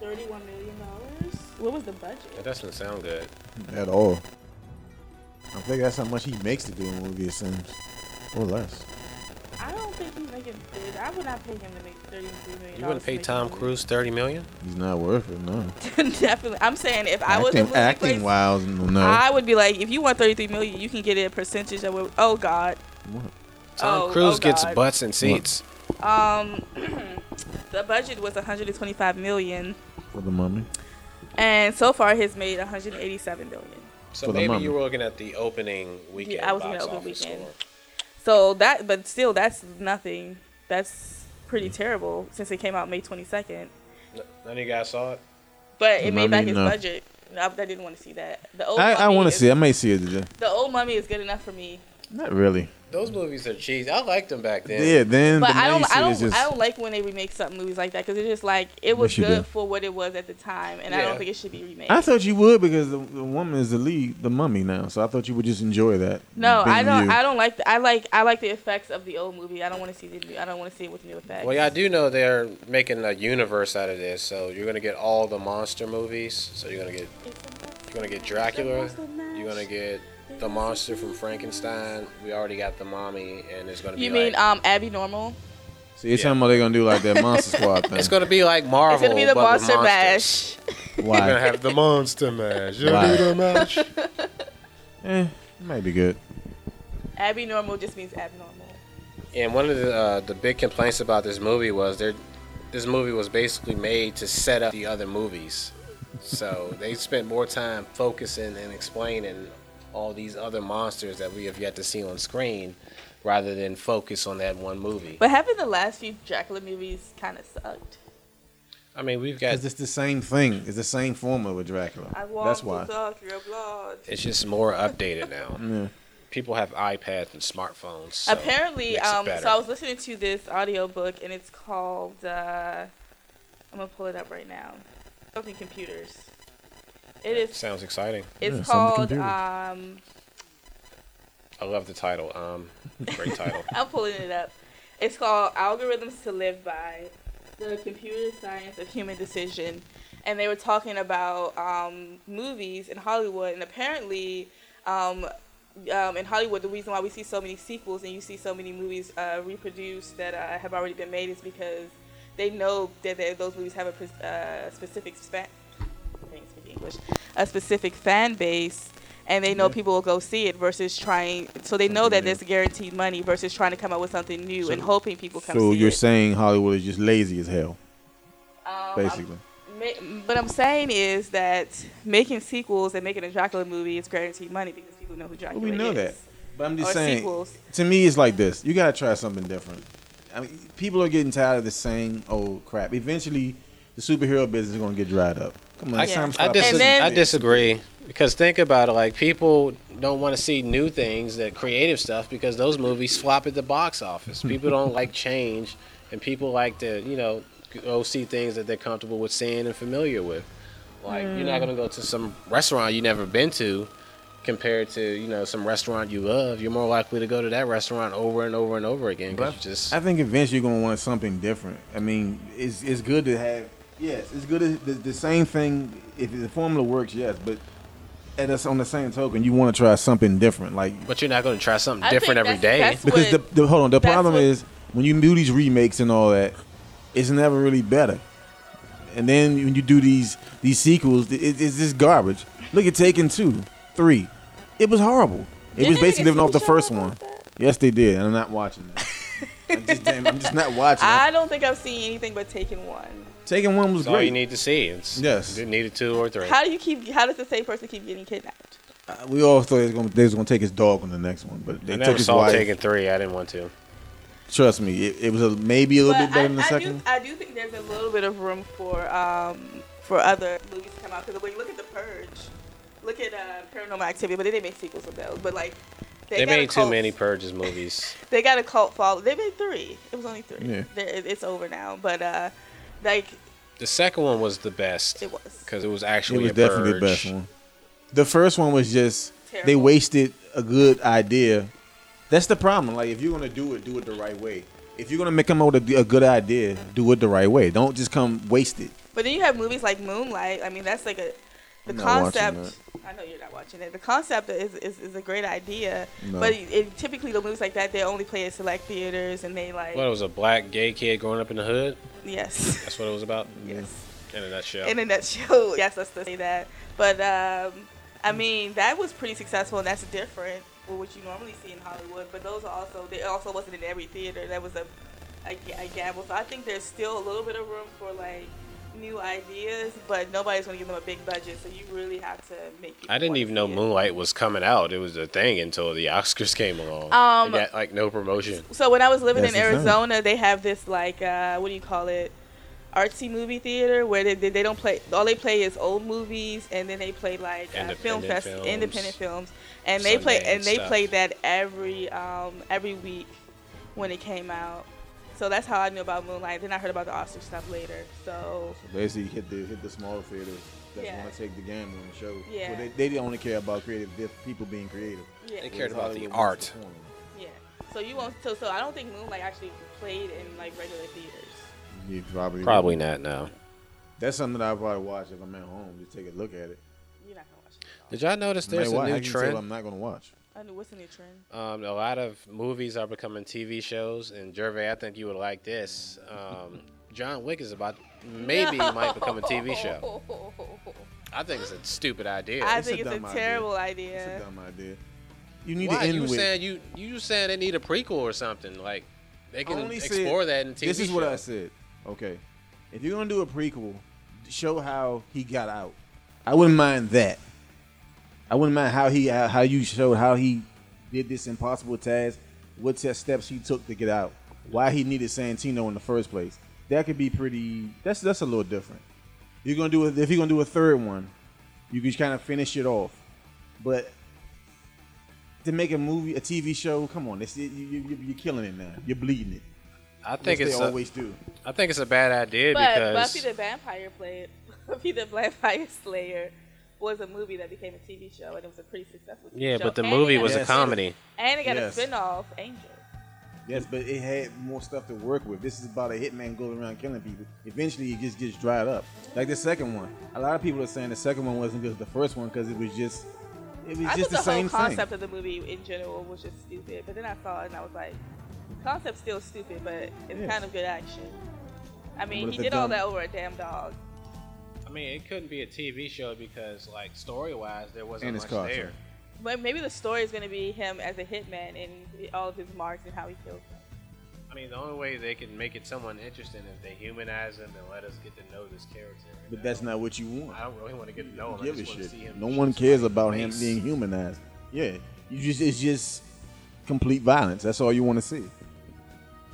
[SPEAKER 3] thirty-one million dollars. What was the
[SPEAKER 2] That
[SPEAKER 3] budget?
[SPEAKER 2] doesn't sound good.
[SPEAKER 4] at all. I think that's how much he makes to do a movie, it seems, or less.
[SPEAKER 3] I don't think he's making. Big. I would not pay him to make thirty-three million.
[SPEAKER 2] You wouldn't pay Tom Cruise thirty million?
[SPEAKER 4] He's not worth it, no.
[SPEAKER 3] Definitely. I'm saying if I was a
[SPEAKER 4] acting,
[SPEAKER 3] movie place,
[SPEAKER 4] acting wise, no.
[SPEAKER 3] I would be like, if you want thirty-three million, you can get a percentage of. What, oh God.
[SPEAKER 4] What?
[SPEAKER 2] Tom
[SPEAKER 3] oh,
[SPEAKER 2] Cruise
[SPEAKER 3] oh,
[SPEAKER 2] gets
[SPEAKER 3] God.
[SPEAKER 2] butts and seats.
[SPEAKER 3] Um, the budget was 125 million,
[SPEAKER 4] For the mummy,
[SPEAKER 3] and so far he's made 187 million.
[SPEAKER 2] So
[SPEAKER 4] For the
[SPEAKER 2] maybe
[SPEAKER 4] mummy.
[SPEAKER 2] you were looking at the opening weekend.
[SPEAKER 3] I was
[SPEAKER 2] box
[SPEAKER 3] looking at opening
[SPEAKER 2] office
[SPEAKER 3] weekend.
[SPEAKER 2] score.
[SPEAKER 3] So that, but still, that's nothing. that's
[SPEAKER 4] Mm.
[SPEAKER 3] pretty terrible since it came out May 22nd.
[SPEAKER 2] None of you guys saw it.
[SPEAKER 3] But it
[SPEAKER 4] Mm, I
[SPEAKER 3] made back
[SPEAKER 4] mean,
[SPEAKER 3] its
[SPEAKER 4] no.
[SPEAKER 3] budget. No, I, I didn't want to see that. The old
[SPEAKER 4] I, I
[SPEAKER 3] Mummy
[SPEAKER 4] want to
[SPEAKER 3] is-
[SPEAKER 4] see. it. I may see it today.
[SPEAKER 3] The old mummy is good enough for me.
[SPEAKER 4] Not really.
[SPEAKER 2] Those movies are cheesy. I liked them back
[SPEAKER 4] Yeah.
[SPEAKER 2] then.
[SPEAKER 4] then
[SPEAKER 3] But
[SPEAKER 4] the
[SPEAKER 3] I
[SPEAKER 4] main
[SPEAKER 3] don't, I
[SPEAKER 4] series
[SPEAKER 3] don't,
[SPEAKER 4] just,
[SPEAKER 3] I don't like when they remake something movies like that because it's just like it was
[SPEAKER 4] Yes, you
[SPEAKER 3] good
[SPEAKER 4] do.
[SPEAKER 3] for what it was at the time, and I
[SPEAKER 2] Yeah.
[SPEAKER 3] don't think it should be remade.
[SPEAKER 4] I thought you would because the, the woman is the lead, the mummy now. So I thought you would just enjoy that.
[SPEAKER 3] no, I
[SPEAKER 4] being
[SPEAKER 3] don't.
[SPEAKER 4] you.
[SPEAKER 3] I don't like. The, I like. I like the effects of the old movie. I don't want to see the. new I don't want to see it with new effects.
[SPEAKER 2] Well, yeah, I do know they're making a universe out of this, so you're gonna get all the monster movies. So you're gonna get you're gonna get Dracula. You're gonna get the monster from Frankenstein. We already got the mommy, and it's gonna be
[SPEAKER 3] You mean
[SPEAKER 2] like,
[SPEAKER 3] um Abby Normal?
[SPEAKER 4] See, you're
[SPEAKER 2] Yeah.
[SPEAKER 4] talking about they're gonna do like that Monster Squad thing.
[SPEAKER 2] it's gonna be like Marvel.
[SPEAKER 3] it's gonna be the
[SPEAKER 2] but with
[SPEAKER 3] Monster
[SPEAKER 2] monsters.
[SPEAKER 3] Bash.
[SPEAKER 2] You're gonna
[SPEAKER 4] Why?
[SPEAKER 2] have the monster mash. You're
[SPEAKER 4] Why?
[SPEAKER 2] gonna do the mash.
[SPEAKER 4] eh, it might be good.
[SPEAKER 3] Abby Normal just means abnormal.
[SPEAKER 2] And one of the uh, the big complaints about this movie was there, this movie was basically made to set up the other movies, so they spent more time focusing and explaining all these other monsters that we have yet to see on screen, rather than focus on that one movie.
[SPEAKER 3] But having the last few Dracula movies kind of sucked.
[SPEAKER 2] I mean, we've got
[SPEAKER 4] Because it's the same thing. It's the same formula with Dracula.
[SPEAKER 3] I want
[SPEAKER 4] That's why.
[SPEAKER 3] to suck your blood.
[SPEAKER 2] it's just more updated now.
[SPEAKER 4] Yeah.
[SPEAKER 2] People have iPads and smartphones. so uh,
[SPEAKER 3] Apparently,
[SPEAKER 2] makes it
[SPEAKER 3] um,
[SPEAKER 2] better.
[SPEAKER 3] so I was listening to this audiobook and it's called, uh, I'm gonna pull it up right now. Something computers. It is,
[SPEAKER 2] sounds exciting.
[SPEAKER 3] it's
[SPEAKER 4] Yeah, something
[SPEAKER 3] called,
[SPEAKER 4] computers.
[SPEAKER 3] um,
[SPEAKER 2] I love the title. Um, great title.
[SPEAKER 3] I'm pulling it up. It's called Algorithms to Live By The Computer Science of Human Decision. And they were talking about um, movies in Hollywood, and apparently, um, um, in Hollywood, the reason why we see so many sequels and you see so many movies uh, reproduced that uh, have already been made is because they know that they, those movies have a pres- uh, specific span. I can't speak English. A specific fan base, and they know people will go see it versus trying. So they know that
[SPEAKER 4] Something new.
[SPEAKER 3] there's guaranteed money versus trying to come up with something new and
[SPEAKER 4] So-
[SPEAKER 3] hoping people come
[SPEAKER 4] So
[SPEAKER 3] see
[SPEAKER 4] you're
[SPEAKER 3] it.
[SPEAKER 4] saying Hollywood is just lazy as hell,
[SPEAKER 3] Um,
[SPEAKER 4] basically.
[SPEAKER 3] Ma- What I'm saying is that making sequels and making a Dracula movie is guaranteed money because people know who Dracula
[SPEAKER 4] we know
[SPEAKER 3] is.
[SPEAKER 4] that. But I'm just
[SPEAKER 3] or
[SPEAKER 4] saying.
[SPEAKER 3] sequels.
[SPEAKER 4] To me, it's like this: you gotta try something different. I mean, people are getting tired of the same old crap. Eventually, the superhero business is gonna get dried up. Come on,
[SPEAKER 2] I,
[SPEAKER 4] it's time to
[SPEAKER 2] I,
[SPEAKER 4] stop
[SPEAKER 2] dis-
[SPEAKER 3] And then-
[SPEAKER 2] I disagree because think about it. Like people don't want to see new things, that creative stuff, because those movies flop at the box office. People don't like change, and people like to you know go see things that they're comfortable with seeing and familiar with. Like you're not
[SPEAKER 3] Hmm.
[SPEAKER 2] gonna go to some restaurant you never been to. Compared to you know some restaurant you love, you're more likely to go to that restaurant over and over and over again. 'cause you just
[SPEAKER 4] I think eventually you're gonna want something different. I mean, it's it's good to have. Yes, it's good. To, the, the same thing. If the formula works, yes, but at us on the same token, you want to try something different. Like
[SPEAKER 2] but you're not gonna try something
[SPEAKER 3] I think
[SPEAKER 2] different every
[SPEAKER 3] that's-
[SPEAKER 2] day.
[SPEAKER 3] that's
[SPEAKER 4] because the,
[SPEAKER 3] What-
[SPEAKER 4] the hold on, the
[SPEAKER 3] that's
[SPEAKER 4] problem
[SPEAKER 3] what-
[SPEAKER 4] is when you do these remakes and all that, it's never really better. And then when you do these these sequels, it, it's just garbage. Look at Taken Two, Three, it was horrible. It
[SPEAKER 3] Didn't
[SPEAKER 4] was
[SPEAKER 3] they make a
[SPEAKER 4] basically living off the
[SPEAKER 3] TV show
[SPEAKER 4] first
[SPEAKER 3] about
[SPEAKER 4] one. Yes, they did, and I'm not watching that. I'm just, damn, I'm just not watching. it.
[SPEAKER 3] I don't think I've seen anything but Taken One.
[SPEAKER 4] Taking one was
[SPEAKER 2] That's all
[SPEAKER 4] great.
[SPEAKER 2] you need to see. It's,
[SPEAKER 4] Yes.
[SPEAKER 2] you needed two or three.
[SPEAKER 3] How do you keep? How does the same person keep getting kidnapped?
[SPEAKER 4] Uh, we all thought they was, gonna, they was gonna take his dog on the next one, but they
[SPEAKER 2] I
[SPEAKER 4] took
[SPEAKER 2] never
[SPEAKER 4] his
[SPEAKER 2] saw
[SPEAKER 4] wife.
[SPEAKER 2] Taken Three. I didn't want to.
[SPEAKER 4] Trust me, it, it was a, maybe a little bit better than the
[SPEAKER 3] I,
[SPEAKER 4] second.
[SPEAKER 3] I do, I do think there's a little bit of room for um for other movies to come out because when you look at The Purge, look at uh, Paranormal Activity, but they didn't make sequels of those. But like,
[SPEAKER 2] They,
[SPEAKER 3] got a
[SPEAKER 2] made too
[SPEAKER 3] cult-
[SPEAKER 2] many Purges movies.
[SPEAKER 3] They got a cult follow. They made three. It was only three.
[SPEAKER 4] Yeah.
[SPEAKER 3] They're- it- It's over now, but uh, like
[SPEAKER 2] The second one was the best
[SPEAKER 3] it was.
[SPEAKER 2] because it was
[SPEAKER 4] It
[SPEAKER 2] actually
[SPEAKER 4] was
[SPEAKER 2] a
[SPEAKER 4] definitely the
[SPEAKER 2] purge.
[SPEAKER 4] best one. The first one was just they
[SPEAKER 3] Terrible.
[SPEAKER 4] wasted a good idea. That's the problem. Like if you're gonna do it, do it the right way. If you're gonna make come up with a, a good idea, do it the right way. Don't just come waste it.
[SPEAKER 3] But then you have movies like Moonlight. I mean, that's like a the
[SPEAKER 4] I'm not watching
[SPEAKER 3] concept. I know you're not watching it. The concept is is, is a great idea,
[SPEAKER 4] No.
[SPEAKER 3] but it, it- typically the movies like that they only play at select theaters and they like
[SPEAKER 2] What it was a black gay kid growing up in the hood.
[SPEAKER 3] yes,
[SPEAKER 2] That's what it was about.
[SPEAKER 3] yes.
[SPEAKER 2] In a nutshell.
[SPEAKER 3] In a nutshell, yes, let's just say that. But um, I mean, that was pretty successful, and that's different with what you normally see in Hollywood. But those are also they also wasn't in every theater. That was a a, ga- a gamble. So I think there's still a little bit of room for like new ideas, but nobody's going to give them a big budget, so you really have to make. people
[SPEAKER 2] I didn't
[SPEAKER 3] want
[SPEAKER 2] even
[SPEAKER 3] to
[SPEAKER 2] know
[SPEAKER 3] see it.
[SPEAKER 2] Moonlight was coming out. It was a thing until the Oscars came along.
[SPEAKER 3] Um,
[SPEAKER 2] it got like no promotion.
[SPEAKER 3] So when I was living
[SPEAKER 4] That's
[SPEAKER 3] in
[SPEAKER 4] the thing.
[SPEAKER 3] Arizona, they have this like uh, what do you call it? Artsy movie theater where they, they, they don't play all they play is old movies and then they play like uh, film
[SPEAKER 2] Independent
[SPEAKER 3] fest
[SPEAKER 2] films.
[SPEAKER 3] independent films and they play
[SPEAKER 2] Sundance
[SPEAKER 3] and they
[SPEAKER 2] stuff.
[SPEAKER 3] played that every um, every week when it came out so that's how I knew about Moonlight then I heard about the Oscar stuff later so
[SPEAKER 4] Basically, you hit the hit the smaller theaters that
[SPEAKER 3] Yeah.
[SPEAKER 4] want to take the gamble and show.
[SPEAKER 3] Yeah.
[SPEAKER 4] Well, they, they only care about creative the people being creative.
[SPEAKER 3] yeah
[SPEAKER 2] They cared
[SPEAKER 4] Whereas
[SPEAKER 2] about the
[SPEAKER 4] Hollywood
[SPEAKER 2] art.
[SPEAKER 4] wants to perform.
[SPEAKER 3] yeah so you won't so so I don't think Moonlight actually played in like regular theaters
[SPEAKER 4] You probably
[SPEAKER 2] Probably not now.
[SPEAKER 4] That's something that I probably watch if I'm at home. Just take a look at it.
[SPEAKER 3] you're not gonna watch it
[SPEAKER 2] Did y'all notice
[SPEAKER 4] No matter
[SPEAKER 2] there's
[SPEAKER 4] what,
[SPEAKER 2] a
[SPEAKER 4] how
[SPEAKER 2] new
[SPEAKER 4] can you tell
[SPEAKER 2] trend?
[SPEAKER 4] I'm not going to
[SPEAKER 3] at
[SPEAKER 4] watch.
[SPEAKER 3] all. I knew what's the new trend
[SPEAKER 2] Um, a lot of movies are becoming TV shows, and Gervais, I think you would like this. Um, John Wick is about maybe might become a TV show.
[SPEAKER 3] show.
[SPEAKER 2] I think it's a stupid idea.
[SPEAKER 3] I
[SPEAKER 4] it's a
[SPEAKER 3] think it's a
[SPEAKER 4] dumb idea.
[SPEAKER 3] terrible
[SPEAKER 4] It's
[SPEAKER 3] idea.
[SPEAKER 4] a dumb idea. You need
[SPEAKER 2] Why
[SPEAKER 4] to end
[SPEAKER 2] you
[SPEAKER 4] with.
[SPEAKER 2] saying you you saying they need a prequel or something? Like they can
[SPEAKER 4] Only said-
[SPEAKER 2] explore that in TV.
[SPEAKER 4] this is what
[SPEAKER 2] show.
[SPEAKER 4] I said. Okay, if you're gonna do a prequel, show how he got out. I wouldn't mind that. I wouldn't mind how he how how you showed how he did this impossible task, what te- steps he took to get out, why he needed Santino in the first place. That could be pretty. That's that's a little different. You're gonna do a, if you're gonna do a third one, you can kind of finish it off, but. To make a movie, a TV show, come on, this, you, you, you're killing it now. You're bleeding it.
[SPEAKER 2] I think
[SPEAKER 4] Which
[SPEAKER 2] it's
[SPEAKER 4] they
[SPEAKER 2] a-
[SPEAKER 4] always do.
[SPEAKER 2] I think it's a bad idea
[SPEAKER 3] But
[SPEAKER 2] because
[SPEAKER 3] Buffy the Vampire Player, Buffy the Vampire Slayer, was a movie that became a TV show, and it was a pretty successful. TV
[SPEAKER 2] yeah,
[SPEAKER 3] show.
[SPEAKER 2] but the
[SPEAKER 3] And it
[SPEAKER 2] movie
[SPEAKER 3] got
[SPEAKER 2] was a
[SPEAKER 4] Yes.
[SPEAKER 2] comedy.
[SPEAKER 3] and it got
[SPEAKER 4] Yes.
[SPEAKER 3] a spinoff, Angel.
[SPEAKER 4] Yes, but it had more stuff to work with. This is about a hitman going around killing people. Eventually, it just gets dried up. Like the second one, a lot of people are saying the second one wasn't good as the first one because it was just it was
[SPEAKER 3] I
[SPEAKER 4] just
[SPEAKER 3] thought
[SPEAKER 4] the,
[SPEAKER 3] the,
[SPEAKER 4] same
[SPEAKER 3] whole concept
[SPEAKER 4] thing.
[SPEAKER 3] of the movie in general was just stupid, but then I saw it and I was like, concept's still stupid, but it's
[SPEAKER 4] Yes.
[SPEAKER 3] kind of good action. I mean,
[SPEAKER 4] What
[SPEAKER 3] he
[SPEAKER 4] if it
[SPEAKER 3] did all
[SPEAKER 4] done-
[SPEAKER 3] that over a damn dog.
[SPEAKER 2] I mean, it couldn't be a TV show because like story wise, there wasn't
[SPEAKER 4] And it's
[SPEAKER 2] much
[SPEAKER 4] cartoon.
[SPEAKER 2] there.
[SPEAKER 3] But maybe the story is going to be him as a hitman and all of his marks and how he kills them.
[SPEAKER 2] I mean, the only way they can make it someone interesting is they humanize him and let us get to know this character. And
[SPEAKER 4] But
[SPEAKER 2] I
[SPEAKER 4] that's
[SPEAKER 2] don't-
[SPEAKER 4] not what you want.
[SPEAKER 2] I don't really want to get to know him. I
[SPEAKER 4] Give a
[SPEAKER 2] just want to
[SPEAKER 4] shit.
[SPEAKER 2] see him.
[SPEAKER 4] No
[SPEAKER 2] shoot
[SPEAKER 4] one cares
[SPEAKER 2] somebody
[SPEAKER 4] about
[SPEAKER 2] in
[SPEAKER 4] him
[SPEAKER 2] the
[SPEAKER 4] being
[SPEAKER 2] face.
[SPEAKER 4] humanized. Yeah, you just it's just complete violence. That's all you want to see.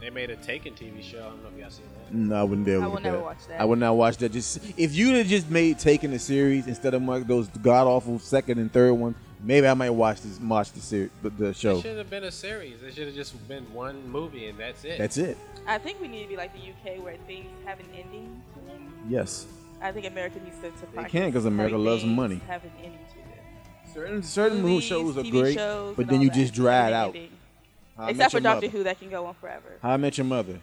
[SPEAKER 2] They made a Taken TV show. I don't know if y'all seen that.
[SPEAKER 4] No, I wouldn't be able
[SPEAKER 3] I
[SPEAKER 4] to
[SPEAKER 3] would
[SPEAKER 4] look
[SPEAKER 3] never
[SPEAKER 4] at it.
[SPEAKER 3] watch that.
[SPEAKER 4] I would not watch that. Just if you'd have just made taking the series instead of like those god awful second and third one, maybe I might watch this watch the series, the
[SPEAKER 2] It
[SPEAKER 4] show.
[SPEAKER 2] should have been a series. It should have just been one movie and that's it.
[SPEAKER 4] That's it.
[SPEAKER 3] I think we need to be like the UK where things have an ending to them.
[SPEAKER 4] Yes,
[SPEAKER 3] I think America needs to, to practice
[SPEAKER 4] can, 'cause America
[SPEAKER 3] how
[SPEAKER 4] loves
[SPEAKER 3] things
[SPEAKER 4] money.
[SPEAKER 3] Have an ending to them.
[SPEAKER 4] certain certain movie
[SPEAKER 3] Movies,
[SPEAKER 4] shows are
[SPEAKER 3] TV
[SPEAKER 4] great,
[SPEAKER 3] shows,
[SPEAKER 4] but
[SPEAKER 3] and
[SPEAKER 4] then
[SPEAKER 3] all
[SPEAKER 4] you
[SPEAKER 3] that
[SPEAKER 4] just
[SPEAKER 3] have
[SPEAKER 4] dry it
[SPEAKER 3] an
[SPEAKER 4] out.
[SPEAKER 3] ending.
[SPEAKER 4] How I Met
[SPEAKER 3] Except for
[SPEAKER 4] Your
[SPEAKER 3] Doctor
[SPEAKER 4] Mother.
[SPEAKER 3] Who, that can go on forever.
[SPEAKER 4] How I Met Your Mother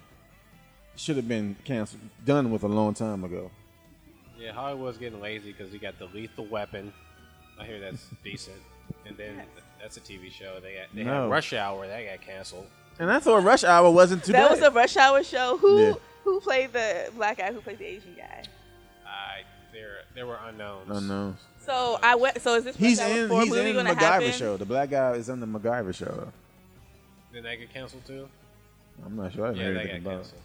[SPEAKER 4] should have been canceled, done with a long time ago.
[SPEAKER 2] Yeah, Hollywood's getting lazy because you got the Lethal Weapon. I hear that's decent. And then
[SPEAKER 3] Yes.
[SPEAKER 2] that's a TV show. They got, they
[SPEAKER 4] No.
[SPEAKER 2] had Rush Hour that got canceled.
[SPEAKER 4] And I thought Rush Hour wasn't too
[SPEAKER 3] that
[SPEAKER 4] bad.
[SPEAKER 3] was a Rush Hour show. Who
[SPEAKER 4] Yeah.
[SPEAKER 3] who played the black guy? Who played the Asian guy?
[SPEAKER 2] I there there were unknowns.
[SPEAKER 4] I know.
[SPEAKER 3] So I went. So is this Rush
[SPEAKER 4] He's
[SPEAKER 3] Hour
[SPEAKER 4] in.
[SPEAKER 3] four
[SPEAKER 4] He's
[SPEAKER 3] movie
[SPEAKER 4] in the
[SPEAKER 3] gonna
[SPEAKER 4] MacGyver
[SPEAKER 3] happen?
[SPEAKER 4] show. The black guy is in the MacGyver show.
[SPEAKER 2] Then that got canceled too.
[SPEAKER 4] I'm not sure. I haven't
[SPEAKER 2] Yeah,
[SPEAKER 4] heard
[SPEAKER 2] that
[SPEAKER 4] anything
[SPEAKER 2] got
[SPEAKER 4] about. it.
[SPEAKER 2] canceled.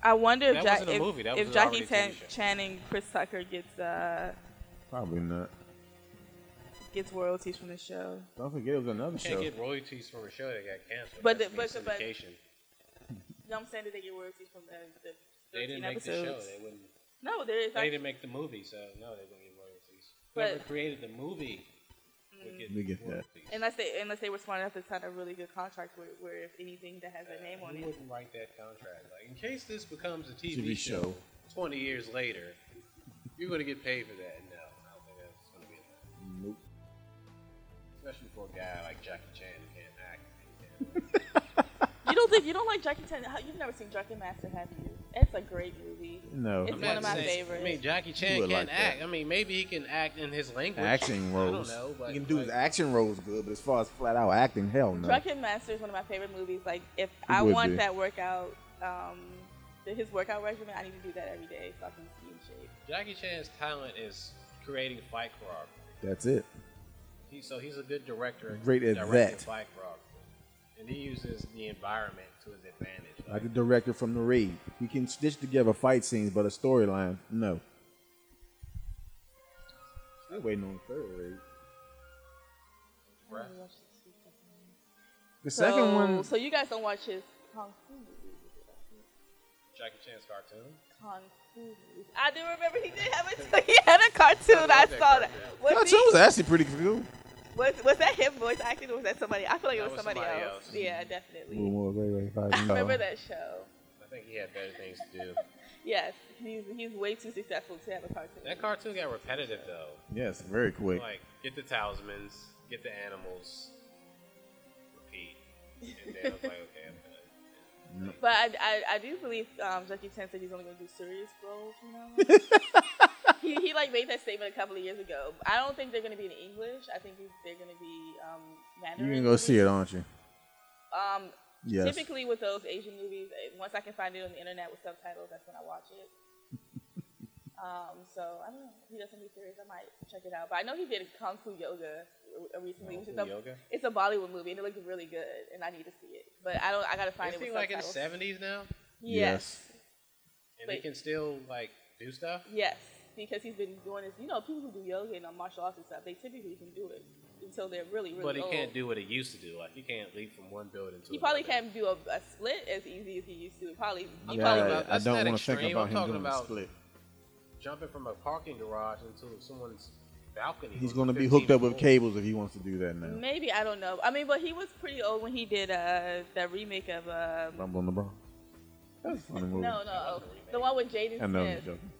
[SPEAKER 3] I wonder if
[SPEAKER 2] That
[SPEAKER 3] Ja-
[SPEAKER 2] wasn't a
[SPEAKER 3] if,
[SPEAKER 2] movie, that
[SPEAKER 3] if
[SPEAKER 2] was already
[SPEAKER 3] Jackie
[SPEAKER 2] a
[SPEAKER 3] Chan,
[SPEAKER 2] TV show.
[SPEAKER 3] Channing, Chris Tucker gets uh,
[SPEAKER 4] Probably not.
[SPEAKER 3] gets royalties from the show.
[SPEAKER 4] Don't forget it was another
[SPEAKER 2] Can't
[SPEAKER 4] show.
[SPEAKER 2] get royalties from a show that got canceled.
[SPEAKER 3] But
[SPEAKER 2] That's
[SPEAKER 3] the- but
[SPEAKER 2] been
[SPEAKER 3] the- but-
[SPEAKER 2] syndication.
[SPEAKER 3] No, I'm saying that they get royalties from the, the
[SPEAKER 2] they didn't
[SPEAKER 3] 13
[SPEAKER 2] make the show.
[SPEAKER 3] episodes.
[SPEAKER 2] They wouldn't.
[SPEAKER 3] No, there is.
[SPEAKER 2] They
[SPEAKER 3] actually-
[SPEAKER 2] didn't make the movie, so no, they don't get royalties.
[SPEAKER 3] But- Mm.
[SPEAKER 2] Whoever created the movie would get,
[SPEAKER 4] We get that.
[SPEAKER 2] royalties.
[SPEAKER 3] Unless they unless they were smart enough to sign a really good contract where, where if anything that has their name on
[SPEAKER 2] Who
[SPEAKER 3] it.
[SPEAKER 2] wouldn't write that contract? Like, in case this becomes a TV,
[SPEAKER 4] TV
[SPEAKER 2] show,
[SPEAKER 4] show.
[SPEAKER 2] 20 years later, you're going to get paid for that. No, I don't think that's going to be enough.
[SPEAKER 4] Nope.
[SPEAKER 2] Especially for a guy like Jackie Chan who can't act.
[SPEAKER 3] You don't think you don't like Jackie Chan? How- You've never seen Drunken Master, have you? It's a great movie.
[SPEAKER 4] No.
[SPEAKER 3] It's
[SPEAKER 2] I'm
[SPEAKER 3] one
[SPEAKER 2] not
[SPEAKER 3] of my
[SPEAKER 2] saying-
[SPEAKER 3] favorites.
[SPEAKER 2] I mean, Jackie
[SPEAKER 4] You
[SPEAKER 2] Chan
[SPEAKER 4] would
[SPEAKER 2] can't
[SPEAKER 4] like that.
[SPEAKER 2] act. I mean, maybe he can act in his language.
[SPEAKER 4] Acting roles.
[SPEAKER 2] I don't know, but
[SPEAKER 4] he can do his
[SPEAKER 2] like,
[SPEAKER 4] action roles good, but as far as flat out acting, hell no.
[SPEAKER 3] Drunken Master is one of my favorite movies. Like if I
[SPEAKER 4] would
[SPEAKER 3] want
[SPEAKER 4] be.
[SPEAKER 3] that workout, um, the- his workout regimen, I need to do that every day so I can be in shape.
[SPEAKER 2] Jackie Chan's talent is creating fight choreography.
[SPEAKER 4] That's it.
[SPEAKER 2] He, so he's a good director. at
[SPEAKER 4] Great at
[SPEAKER 2] directing
[SPEAKER 4] that.
[SPEAKER 2] Fight choreography. And he uses the environment to his advantage.
[SPEAKER 4] like the director from The Raid. You can stitch together fight scenes, but a storyline, no. I'm waiting on the third Raid. The second
[SPEAKER 3] so,
[SPEAKER 4] one,
[SPEAKER 3] So you guys don't watch his kung fu movies.
[SPEAKER 2] Jackie Chan's cartoon.
[SPEAKER 3] Kung fu movies. I do remember he did have a he had a cartoon. I, saw that. Was
[SPEAKER 4] that
[SPEAKER 3] he-
[SPEAKER 4] was actually pretty cool.
[SPEAKER 3] Was, was that him voice acting or was that somebody? I feel like it
[SPEAKER 2] That
[SPEAKER 3] was,
[SPEAKER 2] was
[SPEAKER 3] somebody,
[SPEAKER 2] somebody
[SPEAKER 3] else.
[SPEAKER 2] else.
[SPEAKER 3] Yeah, definitely.
[SPEAKER 4] more, wait, wait, five,
[SPEAKER 3] I remember that show.
[SPEAKER 2] I think he had better things to do.
[SPEAKER 3] Yes, he's he's way too successful to have a cartoon.
[SPEAKER 2] That cartoon got repetitive though.
[SPEAKER 4] Yes, very quick.
[SPEAKER 2] Like get the talismans, get the animals, repeat, and then I was like, okay, I'm done.
[SPEAKER 3] But I, I, I do believe um, Jackie Chan said he's only going to do serious roles from now on. he, he like made that statement a couple of years ago. I don't think they're going to be in English. I think they're going to be um, Mandarin.
[SPEAKER 4] You're gonna go see it, aren't you?
[SPEAKER 3] Um,
[SPEAKER 4] Yes.
[SPEAKER 3] Typically with those Asian movies, eh, once I can find it on the internet with subtitles, that's when I watch it. um, so I don't know. If he does something serious, I might check it out. But I know he did Kung Fu Yoga uh,
[SPEAKER 2] Kung
[SPEAKER 3] recently, which is
[SPEAKER 2] Fu
[SPEAKER 3] a,
[SPEAKER 2] Yoga?
[SPEAKER 3] it's a Bollywood movie and it looked really good, and I need to see it. But I don't. I gotta find
[SPEAKER 2] Is he
[SPEAKER 3] it with
[SPEAKER 2] like in the seventies
[SPEAKER 3] subtitles.
[SPEAKER 2] now?
[SPEAKER 3] Yes.
[SPEAKER 2] And he
[SPEAKER 3] Wait.
[SPEAKER 2] can still like do stuff?
[SPEAKER 3] Yes, because he's been doing this. You know, people who do yoga and uh, martial arts and stuff, they typically can do it until they're really, really
[SPEAKER 2] But he
[SPEAKER 3] old.
[SPEAKER 2] can't do what he used to do. Like he can't leap from one building to
[SPEAKER 3] He probably
[SPEAKER 2] another.
[SPEAKER 3] can't do a, a split as easy as he used to. Probably, he
[SPEAKER 4] Yeah,
[SPEAKER 3] probably
[SPEAKER 2] about-
[SPEAKER 4] I,
[SPEAKER 2] that's
[SPEAKER 4] don't
[SPEAKER 2] not
[SPEAKER 4] want to
[SPEAKER 2] extreme.
[SPEAKER 4] think about
[SPEAKER 2] I'm
[SPEAKER 4] him
[SPEAKER 2] talking
[SPEAKER 4] doing a
[SPEAKER 2] about-
[SPEAKER 4] split.
[SPEAKER 2] jumping from a parking garage into someone's balcony.
[SPEAKER 4] He's
[SPEAKER 2] going to
[SPEAKER 4] be hooked up with cables if he wants to do that now.
[SPEAKER 3] maybe I don't know. I mean, but he was pretty old when he did uh, that remake of um,
[SPEAKER 4] Rumble in the Bronx. That's a funny movie.
[SPEAKER 3] no, no, oh, the one with Jaden
[SPEAKER 4] I know you're
[SPEAKER 3] Smith,
[SPEAKER 4] joking.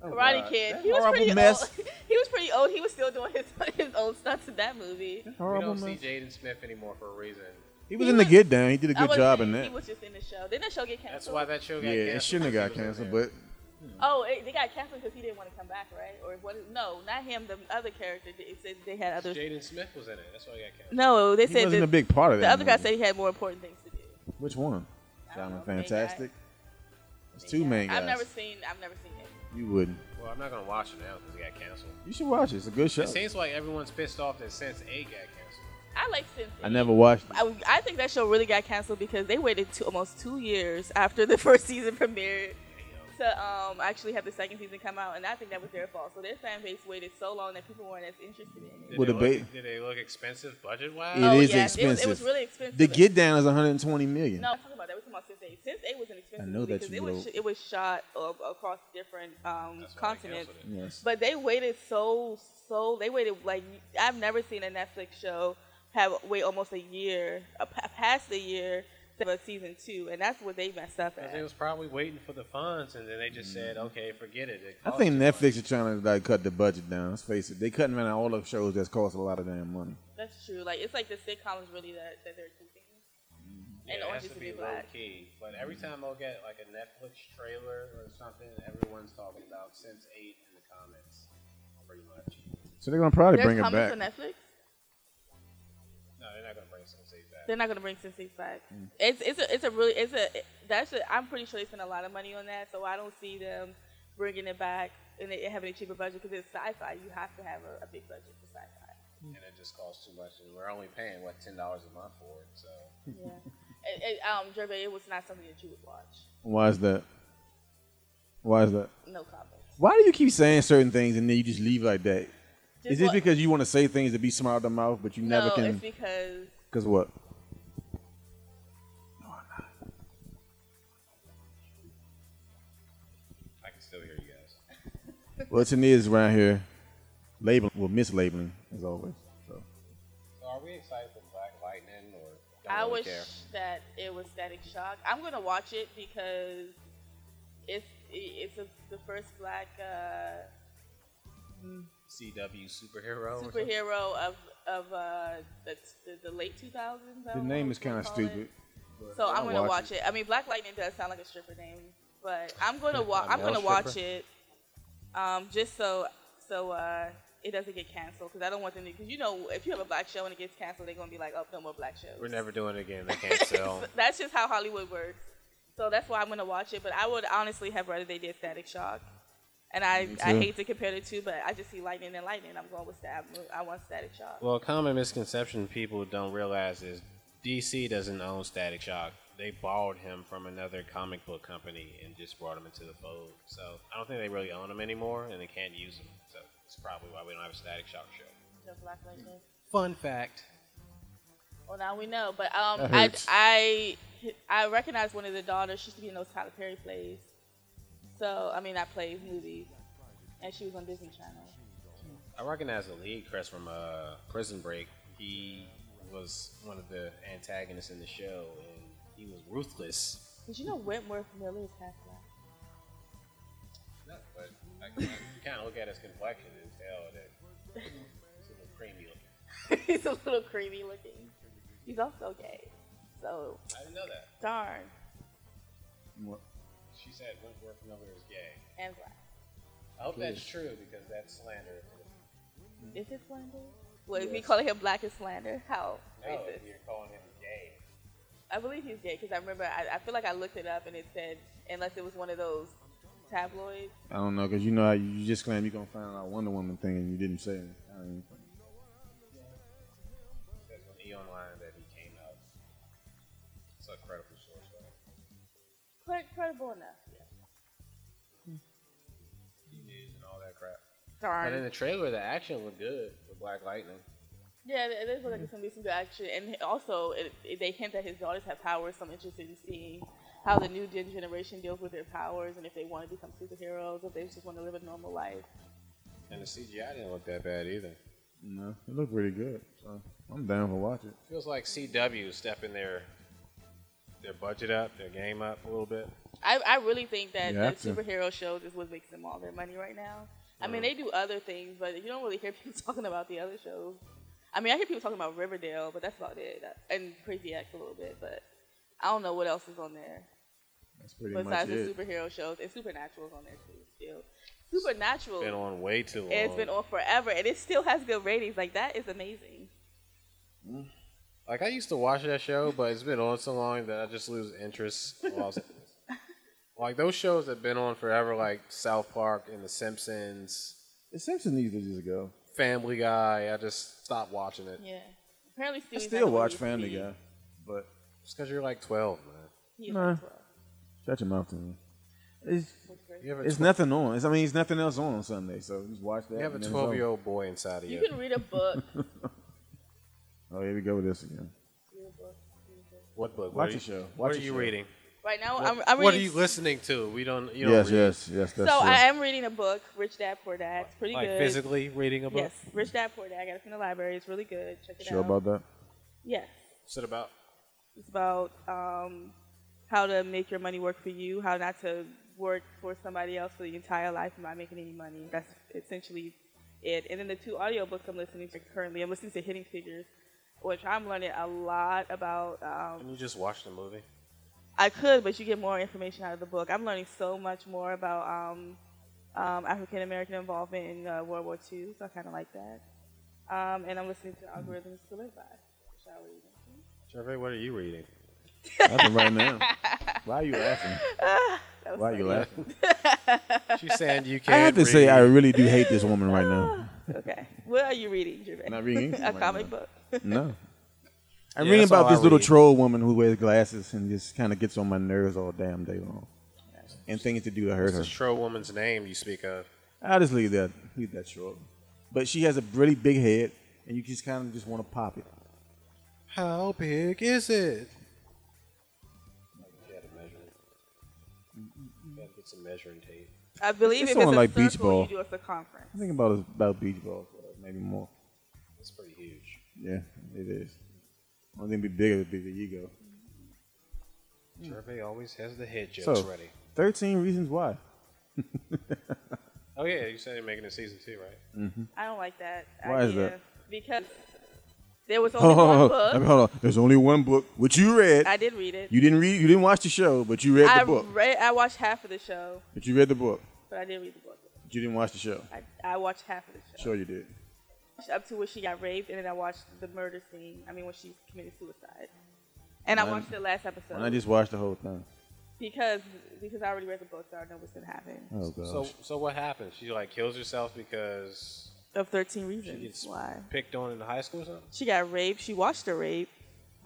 [SPEAKER 2] Oh,
[SPEAKER 3] Karate Kid.
[SPEAKER 4] That
[SPEAKER 3] He was
[SPEAKER 4] horrible
[SPEAKER 3] pretty
[SPEAKER 4] mess.
[SPEAKER 3] old. he was pretty old. He was still doing his his old stunts in that movie.
[SPEAKER 2] We
[SPEAKER 4] Horrible
[SPEAKER 2] don't see
[SPEAKER 4] mess.
[SPEAKER 2] Jaden Smith anymore for a reason.
[SPEAKER 4] He was
[SPEAKER 3] He
[SPEAKER 4] in the
[SPEAKER 3] was-
[SPEAKER 4] Get Down. He did a
[SPEAKER 3] I
[SPEAKER 4] good
[SPEAKER 3] was
[SPEAKER 4] job
[SPEAKER 3] saying
[SPEAKER 4] in
[SPEAKER 3] He
[SPEAKER 4] that.
[SPEAKER 3] was just in the show. Didn't that show get canceled?
[SPEAKER 2] That's why that show got
[SPEAKER 4] Yeah,
[SPEAKER 2] canceled.
[SPEAKER 4] it shouldn't have got
[SPEAKER 2] He was in
[SPEAKER 4] canceled,
[SPEAKER 2] there.
[SPEAKER 4] but
[SPEAKER 3] Oh, it, they got canceled because he didn't want to come back, right? Or what? No, not him. The other character. They- It said they had other.
[SPEAKER 2] Jaden Smith was in it. That's why he got canceled.
[SPEAKER 3] No, they
[SPEAKER 4] he
[SPEAKER 3] said
[SPEAKER 4] wasn't
[SPEAKER 3] the,
[SPEAKER 4] a big part of
[SPEAKER 3] the
[SPEAKER 4] that.
[SPEAKER 3] other guy
[SPEAKER 4] movie.
[SPEAKER 3] said he had more important things to do.
[SPEAKER 4] Which one?
[SPEAKER 3] I don't
[SPEAKER 4] Diamond
[SPEAKER 3] know, main guy.
[SPEAKER 4] Fantastic. It's two main guys.
[SPEAKER 3] I've never seen. I've never seen it.
[SPEAKER 4] You wouldn't.
[SPEAKER 2] Well, I'm not going to watch it now because he got canceled.
[SPEAKER 4] You should watch it. It's a good show.
[SPEAKER 2] It seems like everyone's pissed off that Sense 8 got canceled.
[SPEAKER 3] I like Sin City.
[SPEAKER 4] I never watched it.
[SPEAKER 3] I, I think that show really got canceled because they waited two, almost two years after the first season premiered to um, actually have the second season come out, and I think that was their fault. So their fan base waited so long that people weren't as interested in it.
[SPEAKER 2] Did
[SPEAKER 4] With
[SPEAKER 2] they
[SPEAKER 4] a
[SPEAKER 2] look-
[SPEAKER 4] ba-
[SPEAKER 2] Did they look expensive budget
[SPEAKER 4] It
[SPEAKER 2] wise?
[SPEAKER 3] oh,
[SPEAKER 4] is
[SPEAKER 3] yes, It was, it was
[SPEAKER 4] expensive.
[SPEAKER 3] really expensive.
[SPEAKER 4] The Get Down is 120 million.
[SPEAKER 3] No, I'm talking about that. We're talking about Sense Eight. Sense Eight was an expensive
[SPEAKER 4] I know
[SPEAKER 3] movie
[SPEAKER 4] that
[SPEAKER 3] because
[SPEAKER 4] you
[SPEAKER 3] it was
[SPEAKER 4] wrote-
[SPEAKER 3] it was shot uh, across different um, continents.
[SPEAKER 4] Yes.
[SPEAKER 3] But they waited so so they waited like I've never seen a Netflix show have wait almost a year, a, pa- past a year of a season two, and that's what they messed up
[SPEAKER 2] Because they
[SPEAKER 3] at.
[SPEAKER 2] was probably waiting for the funds, and then they just said, okay, forget it. it
[SPEAKER 4] Mm-hmm. I
[SPEAKER 2] cost
[SPEAKER 4] think
[SPEAKER 2] too much.
[SPEAKER 4] Netflix is trying to like cut the budget down. Let's face it, they cutting down all the shows that's cost a lot of damn money.
[SPEAKER 3] That's true. Like it's like the sitcoms really that, that they're keeping.
[SPEAKER 2] Mm-hmm. Yeah,
[SPEAKER 3] and
[SPEAKER 2] it
[SPEAKER 3] Orange
[SPEAKER 2] has to
[SPEAKER 3] is the
[SPEAKER 2] be
[SPEAKER 3] New
[SPEAKER 2] low
[SPEAKER 3] Black.
[SPEAKER 2] key. But every
[SPEAKER 4] Mm-hmm.
[SPEAKER 2] time I'll get like a Netflix trailer or something, everyone's talking about Sense 8 in the comments, pretty much.
[SPEAKER 4] So they're gonna probably
[SPEAKER 3] They're
[SPEAKER 4] bring it
[SPEAKER 3] coming to
[SPEAKER 4] back.
[SPEAKER 3] Netflix.
[SPEAKER 2] No, they're not going to bring Sense 8 back.
[SPEAKER 3] They're not gonna bring Sin City back.
[SPEAKER 4] Mm.
[SPEAKER 3] It's it's a it's a really it's a that's a, I'm pretty sure they spent a lot of money on that, so I don't see them bringing it back and it having a cheaper budget because it's sci-fi. You have to have a, a big budget for sci-fi.
[SPEAKER 4] Mm-hmm.
[SPEAKER 2] and it just costs too much, and we're only paying what ten dollars a month for it. So
[SPEAKER 3] Yeah. it, it, um, Jerbe, it was not something that you would watch.
[SPEAKER 4] Why is that? Why is that?
[SPEAKER 3] No comments.
[SPEAKER 4] Why do you keep saying certain things and then you just leave like that?
[SPEAKER 3] Just
[SPEAKER 4] is this
[SPEAKER 3] what-
[SPEAKER 4] because you want to say things to be smart out the mouth, but you never
[SPEAKER 3] no,
[SPEAKER 4] can?
[SPEAKER 3] it's because
[SPEAKER 4] Because what?
[SPEAKER 2] I can still hear you guys.
[SPEAKER 4] Well, Tania is around here labeling, well, mislabeling as always. So
[SPEAKER 2] So are we excited for Black Lightning or? Don't
[SPEAKER 3] I
[SPEAKER 2] really
[SPEAKER 3] wish
[SPEAKER 2] care?
[SPEAKER 3] that it was Static Shock. I'm gonna watch it because it's it's a, the first black. Uh,
[SPEAKER 2] CW superhero. or something?
[SPEAKER 3] superhero of of uh, the, the the late 2000s. I
[SPEAKER 4] the
[SPEAKER 3] don't
[SPEAKER 4] name
[SPEAKER 3] know
[SPEAKER 4] is
[SPEAKER 3] what you
[SPEAKER 4] kind of
[SPEAKER 3] call it.
[SPEAKER 4] stupid.
[SPEAKER 3] So I'm
[SPEAKER 4] I'll
[SPEAKER 3] gonna
[SPEAKER 4] watch
[SPEAKER 3] watch it. I mean, Black Lightning does sound like a stripper name, but I'm gonna wa- I'm
[SPEAKER 4] male
[SPEAKER 3] gonna watch
[SPEAKER 4] stripper?
[SPEAKER 3] it, um, just so so uh, it doesn't get canceled because I don't want them to. Because you know, if you have a black show and it gets canceled, they're gonna be like, oh, no more black shows.
[SPEAKER 2] We're never doing it again. They can't sell.
[SPEAKER 3] that's just how Hollywood works. So that's why I'm gonna watch it. But I would honestly have rather they did Static Shock. And I, I
[SPEAKER 4] too.
[SPEAKER 3] hate to compare the two, but I just see lightning and lightning. I'm going with stab. I want static shock.
[SPEAKER 2] well, a common misconception people don't realize is DC doesn't own Static Shock. they borrowed him from another comic book company and just brought him into the fold. So I don't think they really own him anymore, and they can't use him. So it's probably why we don't have a Static Shock show.
[SPEAKER 3] The Black Lightning.
[SPEAKER 2] Fun fact.
[SPEAKER 3] Well, now we know. But um,
[SPEAKER 4] That
[SPEAKER 3] I,
[SPEAKER 4] hurts.
[SPEAKER 3] I I recognize one of the daughters. She used to be in those Tyler Perry plays. So I mean, I plays movies, and she was on Disney Channel.
[SPEAKER 2] I recognize the lead Chris from uh, Prison Break. He was one of the antagonists in the show, and he was ruthless.
[SPEAKER 3] Did you know Wentworth Miller is half black?
[SPEAKER 2] But I, I, you kind of look at his complexion and tell that he's a little creamy. looking.
[SPEAKER 3] He's a little creamy looking. He's also gay. So
[SPEAKER 2] I didn't know that.
[SPEAKER 3] darn
[SPEAKER 2] She said Wentworth Miller is gay.
[SPEAKER 3] and black.
[SPEAKER 2] I hope that's true because that's slander.
[SPEAKER 4] Hmm.
[SPEAKER 3] Is it slander? Well, if we call him black is slander, how
[SPEAKER 2] No,
[SPEAKER 3] racist.
[SPEAKER 2] if Oh, you're calling him gay.
[SPEAKER 3] I believe he's gay because I remember I, I feel like I looked it up and it said unless it was one of those tabloids.
[SPEAKER 4] I don't know, cause you know how you just claim you gonna find out Wonder Woman thing and you didn't say it. I mean,
[SPEAKER 2] That's on E Online that he came out. It's a credible source. Right?
[SPEAKER 3] Cre- Credible enough.
[SPEAKER 2] E News and all that crap. But in
[SPEAKER 3] Darn.
[SPEAKER 2] the trailer, the action looked good for Black Lightning.
[SPEAKER 3] Yeah, it it is like it's gonna be some good action, and also it, it, they hint that his daughters have powers. So I'm interested in seeing how the new gen- generation deals with their powers, and if they want to become superheroes, if they just want to live a normal life.
[SPEAKER 2] And the CGI didn't look that bad either.
[SPEAKER 4] no, it looked pretty good. So I'm down for watch it.
[SPEAKER 2] Feels like CW stepping their their budget up, their game up a little bit.
[SPEAKER 3] I, I really think that the
[SPEAKER 4] Yeah, that's a-
[SPEAKER 3] superhero shows is what makes them all their money right now. I mean, they do other things, but you don't really hear people talking about the other shows. I mean, I hear people talking about Riverdale, but that's about it, and Crazy Ex a little bit, but I don't know what else is on there
[SPEAKER 4] That's pretty
[SPEAKER 3] besides
[SPEAKER 4] much
[SPEAKER 3] the
[SPEAKER 4] it.
[SPEAKER 3] superhero shows. And Supernatural's on there too. Still, Supernatural,
[SPEAKER 2] Been on way too long.
[SPEAKER 3] it's been on forever, and it still has good ratings. Like that is amazing.
[SPEAKER 2] Like I used to watch that show, but it's been on so long that I just lose interest. while I- like those shows have been on forever, like South Park and The Simpsons,
[SPEAKER 4] The Simpsons needs to just go.
[SPEAKER 2] Family Guy. I just stopped watching it.
[SPEAKER 3] Yeah. Apparently,
[SPEAKER 4] I
[SPEAKER 3] Stewie's not
[SPEAKER 4] still
[SPEAKER 3] gonna
[SPEAKER 4] watch
[SPEAKER 3] leave
[SPEAKER 4] Family
[SPEAKER 3] Steve.
[SPEAKER 4] Guy, but
[SPEAKER 2] Just because you're like 12, man.
[SPEAKER 3] He's
[SPEAKER 4] Nah.
[SPEAKER 3] like 12.
[SPEAKER 4] shut your mouth to me. It's,
[SPEAKER 2] You have a,
[SPEAKER 4] it's nothing on. It's, I mean, it's nothing else on on Sunday, so just watch that.
[SPEAKER 2] you have a
[SPEAKER 4] and then it's
[SPEAKER 2] 12 year
[SPEAKER 4] over.
[SPEAKER 2] old boy inside of
[SPEAKER 3] You
[SPEAKER 2] you.
[SPEAKER 3] can read a book.
[SPEAKER 4] Oh, here we go with this again.
[SPEAKER 3] Read a book. Read a book.
[SPEAKER 2] what book?
[SPEAKER 4] Watch
[SPEAKER 2] what are
[SPEAKER 4] the
[SPEAKER 2] you,
[SPEAKER 4] show.
[SPEAKER 2] What
[SPEAKER 4] Watch
[SPEAKER 2] are
[SPEAKER 4] the
[SPEAKER 2] you
[SPEAKER 4] show.
[SPEAKER 2] reading?
[SPEAKER 3] Right now, I'm, I'm reading.
[SPEAKER 2] What are you listening to? We don't. You don't
[SPEAKER 4] yes,
[SPEAKER 2] read.
[SPEAKER 4] yes, yes. That's
[SPEAKER 3] so
[SPEAKER 4] true.
[SPEAKER 3] I am reading a book, Rich Dad Poor Dad. It's pretty
[SPEAKER 2] Like
[SPEAKER 3] good.
[SPEAKER 2] physically reading a book.
[SPEAKER 3] Yes, Rich Dad Poor Dad. I got it from the library. It's really good. Check it
[SPEAKER 4] sure
[SPEAKER 3] out.
[SPEAKER 4] about that.
[SPEAKER 3] yes,
[SPEAKER 2] What's it about?
[SPEAKER 3] it's about um, how to make your money work for you, how not to work for somebody else for the entire life and not making any money. That's essentially it. And then the two audiobooks I'm listening to currently, I'm listening to Hitting Figures, which I'm learning a lot about um,
[SPEAKER 2] Can you just watch the movie?
[SPEAKER 3] I could, but you get more information out of the book. I'm learning so much more about um, um, African American involvement in uh, World War II, so I kind of like that. Um, and I'm listening to Algorithms to Live By. which I read.
[SPEAKER 2] Survey, what are you reading?
[SPEAKER 4] Nothing right now. Why are you laughing?
[SPEAKER 3] That was
[SPEAKER 4] Why are you
[SPEAKER 3] funny.
[SPEAKER 4] laughing?
[SPEAKER 2] She's saying you can't.
[SPEAKER 4] I have to
[SPEAKER 2] read.
[SPEAKER 4] say, I really do hate this woman right now.
[SPEAKER 3] Okay. What are you reading, Gervais?
[SPEAKER 4] Not reading anything
[SPEAKER 3] a
[SPEAKER 4] right
[SPEAKER 3] comic
[SPEAKER 4] now.
[SPEAKER 3] book.
[SPEAKER 4] No. I'm
[SPEAKER 2] Yeah,
[SPEAKER 4] reading
[SPEAKER 2] that's all
[SPEAKER 4] about
[SPEAKER 2] I
[SPEAKER 4] this little
[SPEAKER 2] read.
[SPEAKER 4] troll woman who wears glasses and just kind of gets on my nerves all damn day long, and things to do to hurt
[SPEAKER 2] What's
[SPEAKER 4] her.
[SPEAKER 2] this troll woman's name you speak of?
[SPEAKER 4] I'll just leave that leave that short. But she has a really big head, and you just kind of just want to pop it.
[SPEAKER 2] How big is it? Get some measuring tape.
[SPEAKER 3] I believe
[SPEAKER 4] It's
[SPEAKER 3] if
[SPEAKER 4] on
[SPEAKER 3] it's a
[SPEAKER 4] like
[SPEAKER 3] circle,
[SPEAKER 4] Beach Ball.
[SPEAKER 3] you do a circumference.
[SPEAKER 4] I think about it- about beach balls, but maybe more.
[SPEAKER 2] It's pretty huge.
[SPEAKER 4] Yeah, it is. Only thing be bigger would be the ego.
[SPEAKER 2] Survey Mm. always has the head jokes
[SPEAKER 4] So-
[SPEAKER 2] ready.
[SPEAKER 4] Thirteen reasons why.
[SPEAKER 2] Oh yeah, you said you're making a season two, right?
[SPEAKER 3] I don't like that.
[SPEAKER 4] Why is
[SPEAKER 3] idea
[SPEAKER 4] that?
[SPEAKER 3] Because there was only
[SPEAKER 4] Hold on,
[SPEAKER 3] one
[SPEAKER 4] hold on,
[SPEAKER 3] book.
[SPEAKER 4] hold on. There's only one book which you read.
[SPEAKER 3] I did read it.
[SPEAKER 4] you didn't read. You didn't watch the show, but you read
[SPEAKER 3] I
[SPEAKER 4] the book.
[SPEAKER 3] read. I watched half of the show,
[SPEAKER 4] But you read the book.
[SPEAKER 3] but I did read the book.
[SPEAKER 4] But you didn't watch the show.
[SPEAKER 3] I, I watched half of the show.
[SPEAKER 4] Sure, you did.
[SPEAKER 3] up to where she got raped, and then I watched the murder scene. I mean, when she committed suicide, and I
[SPEAKER 4] Mine-
[SPEAKER 3] watched the last episode
[SPEAKER 4] And I just watched the whole thing.
[SPEAKER 3] because because I already read the book, so I know what's gonna happen.
[SPEAKER 4] Oh gosh.
[SPEAKER 2] So so what happens? She like kills herself because
[SPEAKER 3] Of thirteen
[SPEAKER 2] she
[SPEAKER 3] reasons
[SPEAKER 2] gets
[SPEAKER 3] why
[SPEAKER 2] picked on in high school or something?
[SPEAKER 3] she got raped. She watched the rape.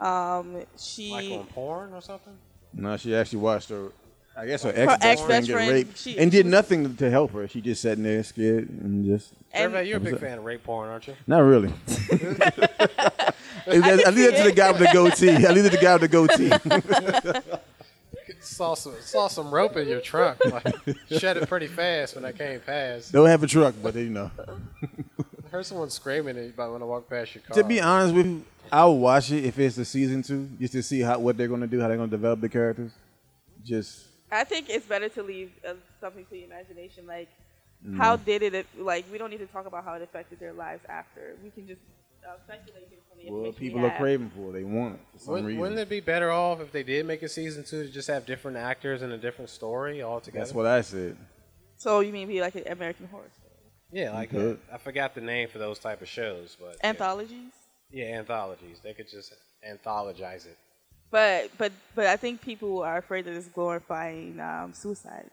[SPEAKER 3] Um, she
[SPEAKER 2] Like on porn or something?
[SPEAKER 4] No, she actually watched her. I guess her
[SPEAKER 3] Her
[SPEAKER 4] ex
[SPEAKER 3] ex-best
[SPEAKER 4] best friend get
[SPEAKER 3] friend,
[SPEAKER 4] raped
[SPEAKER 3] she-
[SPEAKER 4] and did nothing to help her. She just sat in there scared and just
[SPEAKER 3] and
[SPEAKER 2] Gervais, you're a
[SPEAKER 4] What was
[SPEAKER 2] big
[SPEAKER 4] that?
[SPEAKER 2] fan of rape porn, aren't you?
[SPEAKER 4] not really. I, leave that- I leave that to the guy with the goatee. I leave it to the guy with the goatee.
[SPEAKER 2] Saw some saw some rope in your trunk. Like, shut it pretty fast when I came past.
[SPEAKER 4] Don't have a truck, but you know.
[SPEAKER 2] I heard someone screaming at you about when I walked past your car.
[SPEAKER 4] To be honest with you, I'll watch it if it's the season two, just to see how what they're gonna do, how they're gonna develop the characters. Just
[SPEAKER 3] I think it's better to leave uh, something to your imagination. Like,
[SPEAKER 4] Mm.
[SPEAKER 3] how did it? Like, we don't need to talk about how it affected their lives after. We can just uh, speculate based on the
[SPEAKER 4] what
[SPEAKER 3] information we
[SPEAKER 4] people are
[SPEAKER 3] have.
[SPEAKER 4] craving for. They want it for some
[SPEAKER 2] Wouldn't,
[SPEAKER 4] reason.
[SPEAKER 2] wouldn't it be better off if they did make a season two to just have different actors and a different story altogether?
[SPEAKER 4] That's what I said.
[SPEAKER 3] So you mean be like an American Horror Story.
[SPEAKER 2] Yeah, like
[SPEAKER 4] could.
[SPEAKER 2] uh, I forgot the name for those type of shows, but
[SPEAKER 3] anthologies?
[SPEAKER 2] yeah, yeah, anthologies. They could just anthologize it.
[SPEAKER 3] But but but I think people are afraid that it's glorifying um, suicide.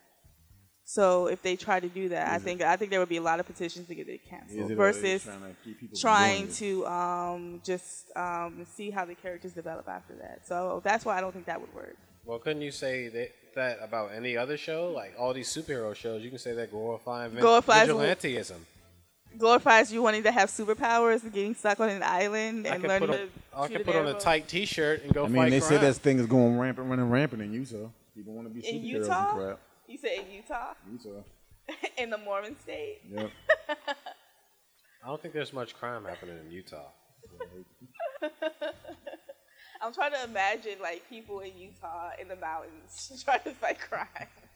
[SPEAKER 3] So if they try to do that, I think I think there would be a lot of petitions to get it
[SPEAKER 4] Is
[SPEAKER 3] canceled
[SPEAKER 4] it always
[SPEAKER 3] versus
[SPEAKER 4] trying to, keep people from
[SPEAKER 3] trying
[SPEAKER 4] doing it?
[SPEAKER 3] to um, just um, see how the characters develop after that. So that's why I don't think that would work.
[SPEAKER 2] Well, couldn't you say that, that about any other show? Like all these superhero shows, you can say that glorifying vin-
[SPEAKER 3] Glorifies who?
[SPEAKER 2] vigilantism.
[SPEAKER 3] Glorifies you wanting to have superpowers and getting stuck on an island
[SPEAKER 2] I
[SPEAKER 3] and
[SPEAKER 2] can
[SPEAKER 3] learning
[SPEAKER 2] put,
[SPEAKER 3] to
[SPEAKER 2] on, I
[SPEAKER 3] shoot
[SPEAKER 2] can put on a
[SPEAKER 3] arrow.
[SPEAKER 2] tight T-shirt and go
[SPEAKER 4] I mean,
[SPEAKER 2] fight
[SPEAKER 4] they say
[SPEAKER 2] crime.
[SPEAKER 4] that thing is going rampant, running rampant in Utah. People want to be
[SPEAKER 3] in
[SPEAKER 4] superheroes
[SPEAKER 3] Utah.
[SPEAKER 4] and crap.
[SPEAKER 3] You said in Utah,
[SPEAKER 4] Utah.
[SPEAKER 3] in the Mormon state.
[SPEAKER 4] Yeah.
[SPEAKER 2] I don't think there's much crime happening in Utah.
[SPEAKER 3] I'm trying to imagine like people in Utah in the mountains trying to fight crime.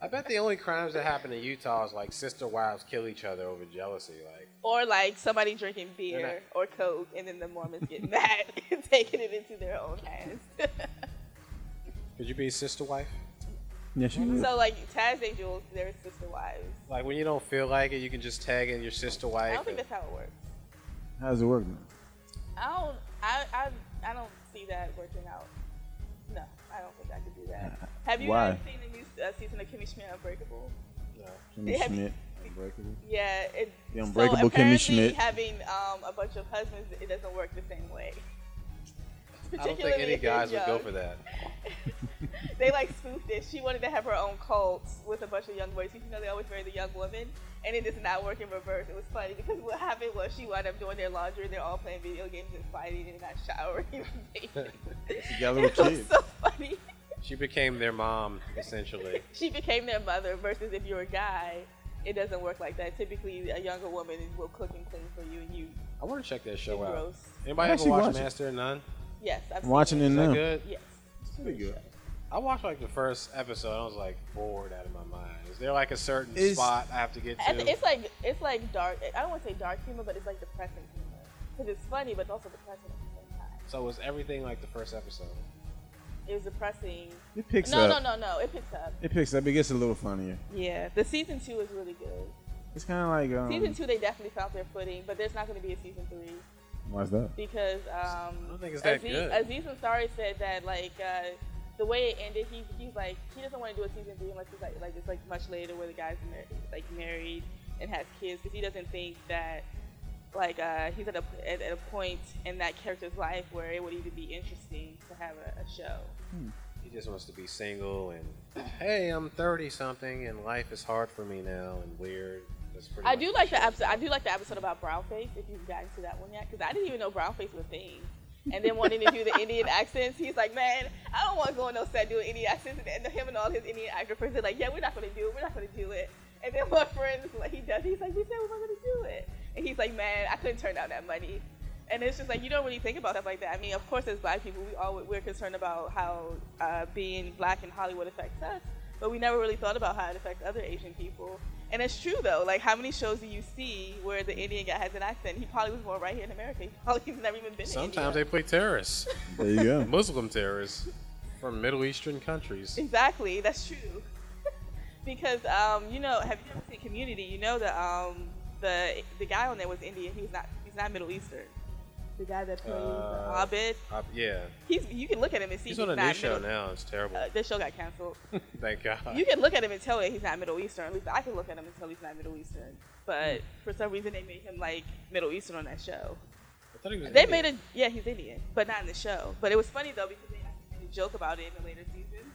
[SPEAKER 2] I bet the only crimes that happen in Utah is like sister wives kill each other over jealousy. Like
[SPEAKER 3] Or like somebody drinking beer or coke, and then the Mormons get mad, taking it into their own hands.
[SPEAKER 2] Could you be a sister wife?
[SPEAKER 4] Yes, you
[SPEAKER 3] so like Taz and Jules, they're sister wives.
[SPEAKER 2] Like when you don't feel like it, you can just tag in your sister wife.
[SPEAKER 3] I don't think
[SPEAKER 2] and-
[SPEAKER 3] that's how it works.
[SPEAKER 4] How does it work? Man?
[SPEAKER 3] I don't. I, I, I don't see that working out. No, I don't think I could do that. Have you
[SPEAKER 4] Uh, Why?
[SPEAKER 3] guys seen the new uh, season of Kimmy Schmidt Unbreakable?
[SPEAKER 2] No.
[SPEAKER 4] Kimmy
[SPEAKER 3] Yeah.
[SPEAKER 4] Schmidt, Unbreakable.
[SPEAKER 3] Yeah, it,
[SPEAKER 4] The Unbreakable Kimmy
[SPEAKER 3] so apparently
[SPEAKER 4] Schmidt.
[SPEAKER 3] Having um, a bunch of husbands, it doesn't work the same way.
[SPEAKER 2] I don't think any guys would go for that.
[SPEAKER 3] that. They like spoofed it. She wanted to have her own cult with a bunch of young boys. You know, they always marry the young woman, and it does not work in reverse. It was funny because what happened was she wound up doing their laundry, and they're all playing video games and fighting and not showering. and bathing.
[SPEAKER 4] She got a
[SPEAKER 3] it
[SPEAKER 4] little
[SPEAKER 3] was
[SPEAKER 4] kid.
[SPEAKER 3] so funny.
[SPEAKER 2] She became their mom, essentially.
[SPEAKER 3] she became their mother versus if you're a guy it doesn't work like that typically a younger woman will cook and clean for you and you
[SPEAKER 2] I want to check
[SPEAKER 4] Oh,
[SPEAKER 2] that show
[SPEAKER 3] get
[SPEAKER 2] out.
[SPEAKER 3] gross
[SPEAKER 2] Anybody
[SPEAKER 4] I
[SPEAKER 2] ever
[SPEAKER 4] actually
[SPEAKER 2] watch
[SPEAKER 4] watch it.
[SPEAKER 2] Master and None?
[SPEAKER 3] yes i've
[SPEAKER 4] I'm watching it
[SPEAKER 3] seen
[SPEAKER 2] Is that
[SPEAKER 4] now.
[SPEAKER 2] good?
[SPEAKER 3] yes
[SPEAKER 4] It's pretty good.
[SPEAKER 2] I watched like the first episode. I was like bored out of my mind. Is there like a certain
[SPEAKER 4] It's-
[SPEAKER 2] spot I have to get
[SPEAKER 3] And
[SPEAKER 2] to?
[SPEAKER 3] it's like it's like dark i don't want to say dark humor but it's like depressing humor because it's funny but it's also depressing at the same time
[SPEAKER 2] so was everything like the first episode?
[SPEAKER 3] it was depressing
[SPEAKER 4] It picks
[SPEAKER 3] no
[SPEAKER 4] up.
[SPEAKER 3] no no no it picks up
[SPEAKER 4] It picks up. It gets a little funnier.
[SPEAKER 3] yeah the season two is really good
[SPEAKER 4] It's kind of like um.
[SPEAKER 3] season two they definitely found their footing but there's not going to be a season three
[SPEAKER 4] Why's that?
[SPEAKER 3] because um,
[SPEAKER 2] don't think it's that
[SPEAKER 3] Aziz,
[SPEAKER 2] good.
[SPEAKER 3] Aziz Ansari said that like uh, the way it ended, he, he's like he doesn't want to do a season three unless it's like like it's like much later where the guy's mar- like married and has kids because he doesn't think that like uh, he's at a at, at a point in that character's life where it would even be interesting to have a, a show.
[SPEAKER 2] He just wants to be single and hey, I'm thirty something and life is hard for me now and weird. That's pretty.
[SPEAKER 3] I
[SPEAKER 2] much
[SPEAKER 3] do
[SPEAKER 2] the
[SPEAKER 3] like the
[SPEAKER 2] show.
[SPEAKER 3] episode. I do like the episode about brownface. If you've gotten to that one yet, because I didn't even know brownface was a thing. And then wanting to do the Indian accents, he's like, "Man, I don't want to go on no set doing Indian accents." And him and all his Indian actor friends are like, "Yeah, we're not going to do it. We're not going to do it." And then one friend is like, he does. it. He's like, "We said we weren't going to do it." And he's like, "Man, I couldn't turn down that money." And it's just like you don't really think about stuff like that. I mean, of course, as black people, we all we're concerned about how uh, being black in Hollywood affects us, but we never really thought about how it affects other Asian people. And it's true though. Like, how many shows do you see where the Indian guy has an accent? He probably was born right here in America. He probably has never even been.
[SPEAKER 2] Sometimes
[SPEAKER 3] to
[SPEAKER 2] they
[SPEAKER 3] India.
[SPEAKER 2] play terrorists,
[SPEAKER 4] There you go.
[SPEAKER 2] Muslim terrorists from Middle Eastern countries.
[SPEAKER 3] exactly that's true. because um, you know, have you ever seen Community? You know the um, the the guy on there was Indian. He was not. He's not Middle Eastern. The guy that plays
[SPEAKER 2] Uh,
[SPEAKER 3] the Hobbit.
[SPEAKER 2] Uh, yeah,
[SPEAKER 3] He's. You can look at him and see
[SPEAKER 2] he's on a
[SPEAKER 3] not
[SPEAKER 2] new show
[SPEAKER 3] Middle-
[SPEAKER 2] now. It's terrible.
[SPEAKER 3] Uh, this show got canceled.
[SPEAKER 2] Thank God.
[SPEAKER 3] You can look at him and tell that he's not Middle Eastern. At least I can look at him and tell he's not Middle Eastern. But for some reason, they made him like Middle Eastern on that show.
[SPEAKER 2] thought he was
[SPEAKER 3] They
[SPEAKER 2] Indian.
[SPEAKER 3] made a yeah, he's Indian, but not in the show. But it was funny though because they actually made a joke about it in the later season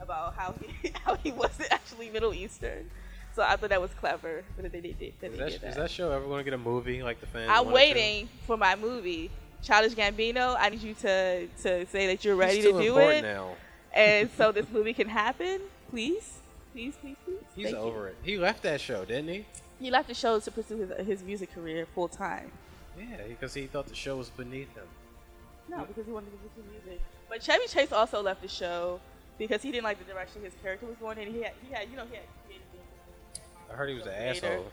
[SPEAKER 3] about how he how he wasn't actually Middle Eastern. So I thought that was clever that they did that.
[SPEAKER 2] Is
[SPEAKER 3] They
[SPEAKER 2] that,
[SPEAKER 3] did
[SPEAKER 2] is
[SPEAKER 3] that.
[SPEAKER 2] that show ever going to get a movie like the fans?
[SPEAKER 3] I'm
[SPEAKER 2] wanted to?
[SPEAKER 3] waiting for my movie, Childish Gambino. I need you to to say that you're ready
[SPEAKER 2] He's
[SPEAKER 3] to
[SPEAKER 2] too
[SPEAKER 3] do
[SPEAKER 2] important
[SPEAKER 3] it,
[SPEAKER 2] now.
[SPEAKER 3] and so this movie can happen. Please, please, please, please.
[SPEAKER 2] He's
[SPEAKER 3] Thank you.
[SPEAKER 2] over it. He left that show, didn't he?
[SPEAKER 3] He left the show to pursue his, his music career full time.
[SPEAKER 2] Yeah, because he thought the show was beneath him.
[SPEAKER 3] No, because he wanted to pursue music. But Chevy Chase also left the show because he didn't like the direction his character was going in. He had, he had, you know, he had creative
[SPEAKER 2] I heard he was an
[SPEAKER 3] Later.
[SPEAKER 2] asshole.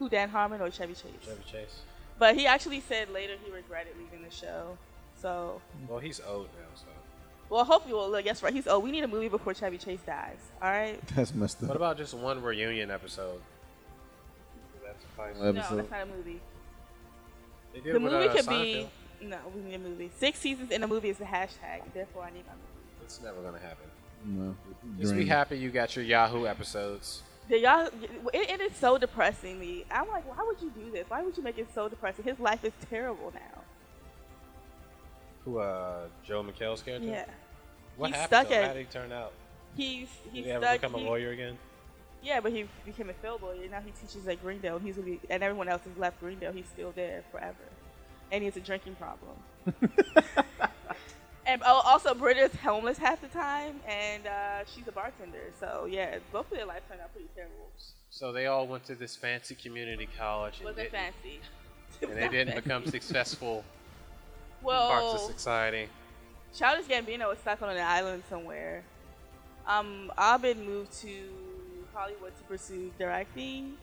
[SPEAKER 3] who Dan Harmon or Chevy Chase.
[SPEAKER 2] Chevy Chase.
[SPEAKER 3] But he actually said later he regretted leaving the show. So,
[SPEAKER 2] Well, he's old now, so.
[SPEAKER 3] well, hopefully, well, look, that's right. He's oh, we need a movie before Chevy Chase dies. All right.
[SPEAKER 4] That's messed
[SPEAKER 2] What
[SPEAKER 4] up.
[SPEAKER 2] about just one reunion episode? That's fine.
[SPEAKER 4] Well,
[SPEAKER 3] No,
[SPEAKER 4] Episode.
[SPEAKER 3] that's not a movie.
[SPEAKER 2] They did
[SPEAKER 3] The
[SPEAKER 2] with,
[SPEAKER 3] movie
[SPEAKER 2] uh,
[SPEAKER 3] could
[SPEAKER 2] Seinfeld.
[SPEAKER 3] be no, we need a movie. Six seasons in a movie is the hashtag. Therefore, I need my movie.
[SPEAKER 2] It's never gonna happen.
[SPEAKER 4] No.
[SPEAKER 2] Just be
[SPEAKER 4] Dream.
[SPEAKER 2] happy you got your Yahoo episodes.
[SPEAKER 3] Did y'all, it, it is so depressing me. I'm like, why would you do this? Why would you make it so depressing? His life is terrible now.
[SPEAKER 2] Who, uh, Joe McHale's character?
[SPEAKER 3] Yeah.
[SPEAKER 2] What
[SPEAKER 3] He's
[SPEAKER 2] happened?
[SPEAKER 3] stuck
[SPEAKER 2] to him?
[SPEAKER 3] at-
[SPEAKER 2] How did he turn out?
[SPEAKER 3] He's he's
[SPEAKER 2] did he ever
[SPEAKER 3] stuck.
[SPEAKER 2] become a
[SPEAKER 3] he-
[SPEAKER 2] lawyer again?
[SPEAKER 3] Yeah, but he became a billboy, and now he teaches at Greendale, and he's gonna be, and everyone else has left Greendale. He's still there forever, and he has a drinking problem. and oh, also, Britta's homeless half the time, and uh, she's a bartender. So yeah, both of their lives turned out pretty terrible.
[SPEAKER 2] So they all went to this fancy community college and,
[SPEAKER 3] Wasn't
[SPEAKER 2] didn't,
[SPEAKER 3] fancy.
[SPEAKER 2] and they didn't become successful parts
[SPEAKER 3] well.
[SPEAKER 2] of society.
[SPEAKER 3] Childish Gambino is stuck on an island somewhere. Um, Abed moved to Hollywood to pursue directing,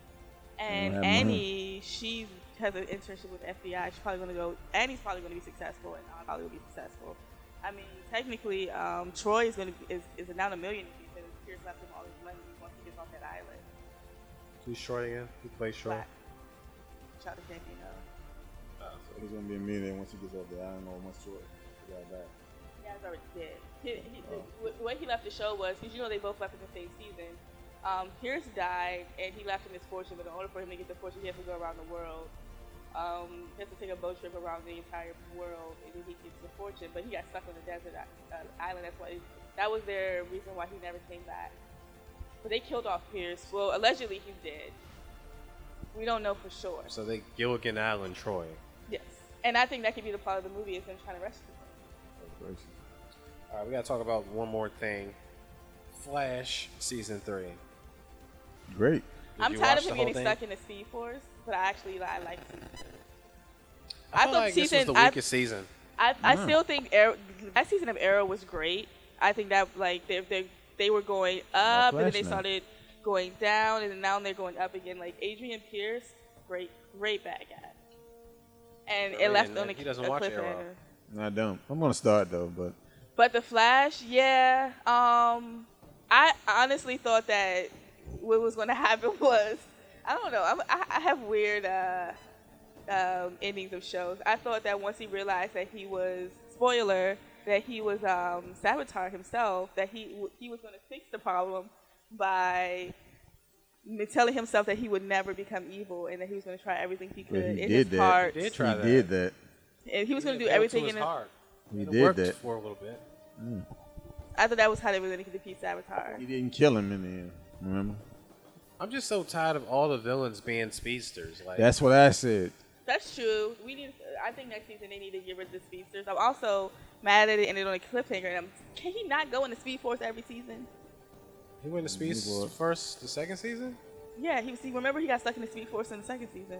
[SPEAKER 3] and
[SPEAKER 4] Oh, I have
[SPEAKER 3] Annie she has an internship with FBI. She's probably gonna go. Annie's probably gonna be successful, and Abed probably will be successful. I mean, technically, um, Troy is gonna be, is is now a millionaire because Pierce left him all his money once he gets off that island.
[SPEAKER 2] Who's Troy again? Who plays Troy?
[SPEAKER 3] Black. Childish Gambino.
[SPEAKER 4] He's gonna be a millionaire once he gets off the island or once short.
[SPEAKER 3] Yeah, I already did. He, he, the, the way he left the show was because you know they both left in the same season. Um, Pierce died and he left him his fortune, but in order for him to get the fortune, he has to go around the world. Um, he has to take a boat trip around the entire world, and then he gets the fortune. But he got stuck on the desert uh, island. That's why that was their reason why he never came back. But they killed off Pierce. Well, allegedly he's dead. We don't know for sure.
[SPEAKER 2] So they Gilligan Island Troy.
[SPEAKER 3] Yes, and I think that could be the plot of the movie is them trying to rescue him.
[SPEAKER 2] All right, we gotta talk about one more thing. Flash season three. Did
[SPEAKER 4] Great.
[SPEAKER 3] I'm
[SPEAKER 2] you
[SPEAKER 3] tired
[SPEAKER 2] watch
[SPEAKER 3] of
[SPEAKER 2] the
[SPEAKER 3] him
[SPEAKER 2] whole
[SPEAKER 3] getting
[SPEAKER 2] thing?
[SPEAKER 3] stuck in the speed force, but I actually I like. Season. four.
[SPEAKER 2] Oh, I,
[SPEAKER 3] I
[SPEAKER 2] feel
[SPEAKER 3] thought
[SPEAKER 2] like this was
[SPEAKER 3] season-
[SPEAKER 2] the
[SPEAKER 3] I-
[SPEAKER 2] weakest Mm. season.
[SPEAKER 3] I I still think Arrow, that season of Arrow was great. I think that like they they they were going up and then they
[SPEAKER 4] flashlight.
[SPEAKER 3] started going down and then now they're going up again. Like Adrian Pierce, great great bad guy, and
[SPEAKER 2] Right,
[SPEAKER 3] it left
[SPEAKER 2] and
[SPEAKER 3] on a,
[SPEAKER 2] he doesn't
[SPEAKER 3] a
[SPEAKER 2] watch
[SPEAKER 3] cliffhanger.
[SPEAKER 2] Arrow.
[SPEAKER 4] I don't. I'm gonna start though, but
[SPEAKER 3] But the Flash, yeah. Um, I honestly thought that what was going to happen was I don't know. I'm, I, I have weird uh, um, endings of shows. I thought that once he realized that he was spoiler that he was um, Saboteur himself, that he w- he was going to fix the problem by telling himself that he would never become evil and that he was going to try everything he could
[SPEAKER 4] but he
[SPEAKER 3] in
[SPEAKER 4] did
[SPEAKER 3] his
[SPEAKER 4] that.
[SPEAKER 3] heart,
[SPEAKER 2] He did try
[SPEAKER 4] he
[SPEAKER 2] that.
[SPEAKER 4] did that.
[SPEAKER 3] and he was going
[SPEAKER 2] He didn't
[SPEAKER 3] to do
[SPEAKER 2] go
[SPEAKER 3] everything
[SPEAKER 2] his
[SPEAKER 3] in his
[SPEAKER 2] heart.
[SPEAKER 4] He
[SPEAKER 2] It
[SPEAKER 4] did
[SPEAKER 2] worked
[SPEAKER 4] that.
[SPEAKER 2] for a little bit.
[SPEAKER 3] I thought that was how they were going to defeat Saboteur.
[SPEAKER 4] He didn't kill him in the end. Remember?
[SPEAKER 2] I'm just so tired of all the villains being speedsters. Like
[SPEAKER 4] That's what I said.
[SPEAKER 3] That's true. We need. I think next season they need to get rid of the speedsters. I'm also mad that it ended on a cliffhanger. And I'm, can he not go in the Speed Force every season?
[SPEAKER 2] he went to speed
[SPEAKER 4] He was.
[SPEAKER 2] first, the second season.
[SPEAKER 3] Yeah, he was. See, remember he got stuck in the Speed Force in the second season.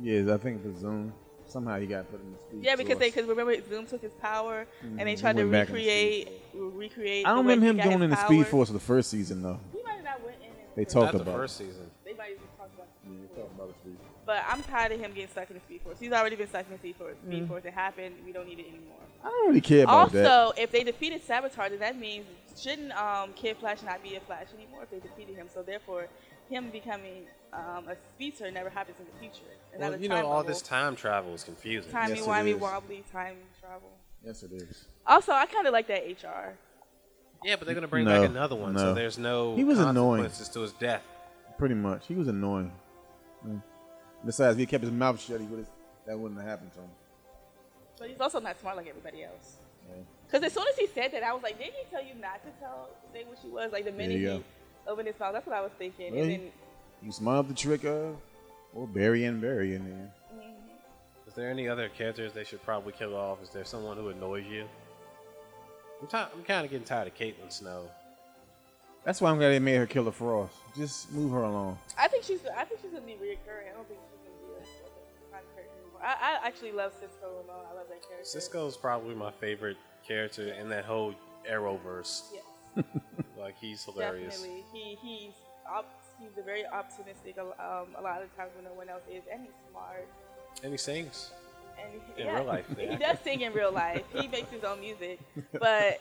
[SPEAKER 4] Yes, I think the Zoom. Somehow he got put in the speed.
[SPEAKER 3] Yeah, because they
[SPEAKER 4] force.
[SPEAKER 3] because remember Zoom took his power and they
[SPEAKER 4] Mhm,
[SPEAKER 3] tried
[SPEAKER 4] he
[SPEAKER 3] to
[SPEAKER 4] went back in the
[SPEAKER 3] recreate recreate.
[SPEAKER 4] I don't
[SPEAKER 3] the way
[SPEAKER 4] remember
[SPEAKER 3] he
[SPEAKER 4] him
[SPEAKER 3] got his
[SPEAKER 4] going in the Speed
[SPEAKER 3] power.
[SPEAKER 4] Force of the first season though.
[SPEAKER 3] He might have not went in. and-
[SPEAKER 4] They
[SPEAKER 2] Not
[SPEAKER 4] talked
[SPEAKER 2] the
[SPEAKER 4] about.
[SPEAKER 2] first season.
[SPEAKER 3] They might have just talked about. it.
[SPEAKER 4] Yeah, they talked about the Speed Force.
[SPEAKER 3] But I'm tired of him getting stuck in the Speed Force. He's already been stuck in the Speed Force. Speed
[SPEAKER 4] Mm.
[SPEAKER 3] Force. It happened. We don't need it anymore.
[SPEAKER 4] I don't really care about
[SPEAKER 3] Also,
[SPEAKER 4] that.
[SPEAKER 3] if they defeated Saboteur, then that means shouldn't um, Kid Flash not be a Flash anymore if they defeated him? So therefore, him becoming um, a speedster never happens in the future. It's not
[SPEAKER 2] Well,
[SPEAKER 3] a
[SPEAKER 2] you know, all
[SPEAKER 3] bubble.
[SPEAKER 2] this time travel is confusing.
[SPEAKER 3] timey
[SPEAKER 4] Yes, it
[SPEAKER 3] wimey
[SPEAKER 4] is.
[SPEAKER 3] wobbly time travel.
[SPEAKER 4] Yes, it is.
[SPEAKER 3] Also, I kind of like that HR.
[SPEAKER 2] Yeah, but they're gonna bring
[SPEAKER 4] No,
[SPEAKER 2] back another one, so
[SPEAKER 4] no.
[SPEAKER 2] there's no
[SPEAKER 4] He was annoying.
[SPEAKER 2] consequences to his death.
[SPEAKER 4] Pretty much, he was annoying. Mm. Besides, if he kept his mouth shut, he would that wouldn't have happened to him.
[SPEAKER 3] But he's also not smart like everybody else. Because as soon as he said that, I was like, didn't he tell you not to tell the thing what she was? Like the minute
[SPEAKER 4] you
[SPEAKER 3] he
[SPEAKER 4] go.
[SPEAKER 3] opened his mouth, that's what I was thinking.
[SPEAKER 4] Really?
[SPEAKER 3] And then,
[SPEAKER 4] You smile up the trick of, or Barry and Barry in there.
[SPEAKER 2] Is there any other characters they should probably kill off? Is there someone who annoys you? I'm, ti I'm kind of getting tired of Caitlin Snow.
[SPEAKER 4] That's why I'm glad they made her Killer Frost. Just move her along.
[SPEAKER 3] I think she's I think she's gonna be reoccurring. I don't think she's gonna be a, a side character anymore. I, I actually love Cisco Ramon. I love that character.
[SPEAKER 2] Cisco's probably my favorite character in that whole Arrowverse.
[SPEAKER 3] Yes,
[SPEAKER 2] Like he's hilarious.
[SPEAKER 3] definitely. He he's op- he's a very optimistic a- um, a lot of the times when no one else is, and he's smart.
[SPEAKER 2] And he sings.
[SPEAKER 3] And he,
[SPEAKER 2] In
[SPEAKER 3] yeah,
[SPEAKER 2] real life, yeah.
[SPEAKER 3] he does sing in real life. He makes his own music, but.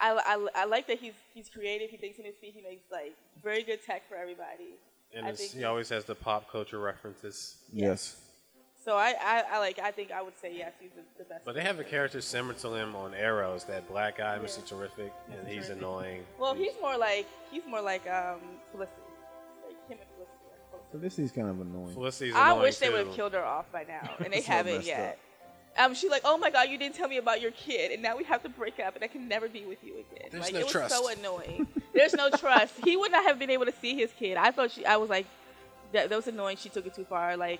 [SPEAKER 3] I, I, I like that he's he's creative. He thinks on his feet. He makes like very good tech for everybody.
[SPEAKER 2] And
[SPEAKER 3] I
[SPEAKER 2] it's,
[SPEAKER 3] think-
[SPEAKER 2] he always has the pop culture references.
[SPEAKER 4] Yes.
[SPEAKER 3] So I, I, I like I think I would say yes. He's the, the best.
[SPEAKER 2] But they have a character similar to him on Arrow. It's that black guy, Mr. Terrific, and he's
[SPEAKER 3] Terrific.
[SPEAKER 2] annoying.
[SPEAKER 3] Well, he's more like he's more like um Felicity. Like him and Felicity are close.
[SPEAKER 4] So this is kind of annoying.
[SPEAKER 2] Felicity's
[SPEAKER 3] I
[SPEAKER 2] annoying
[SPEAKER 3] wish they
[SPEAKER 2] too.
[SPEAKER 3] would have killed her off by now, and they
[SPEAKER 4] That's so
[SPEAKER 3] haven't
[SPEAKER 4] messed
[SPEAKER 3] yet. Um, she's like, "Oh my God, you didn't tell me about your kid, and now we have to break up, and I can never be with you again."
[SPEAKER 2] There's
[SPEAKER 3] like
[SPEAKER 2] no
[SPEAKER 3] it was
[SPEAKER 2] trust.
[SPEAKER 3] so annoying. There's no trust. He would not have been able to see his kid. I thought she. I was like, that, that was annoying. She took it too far. Like,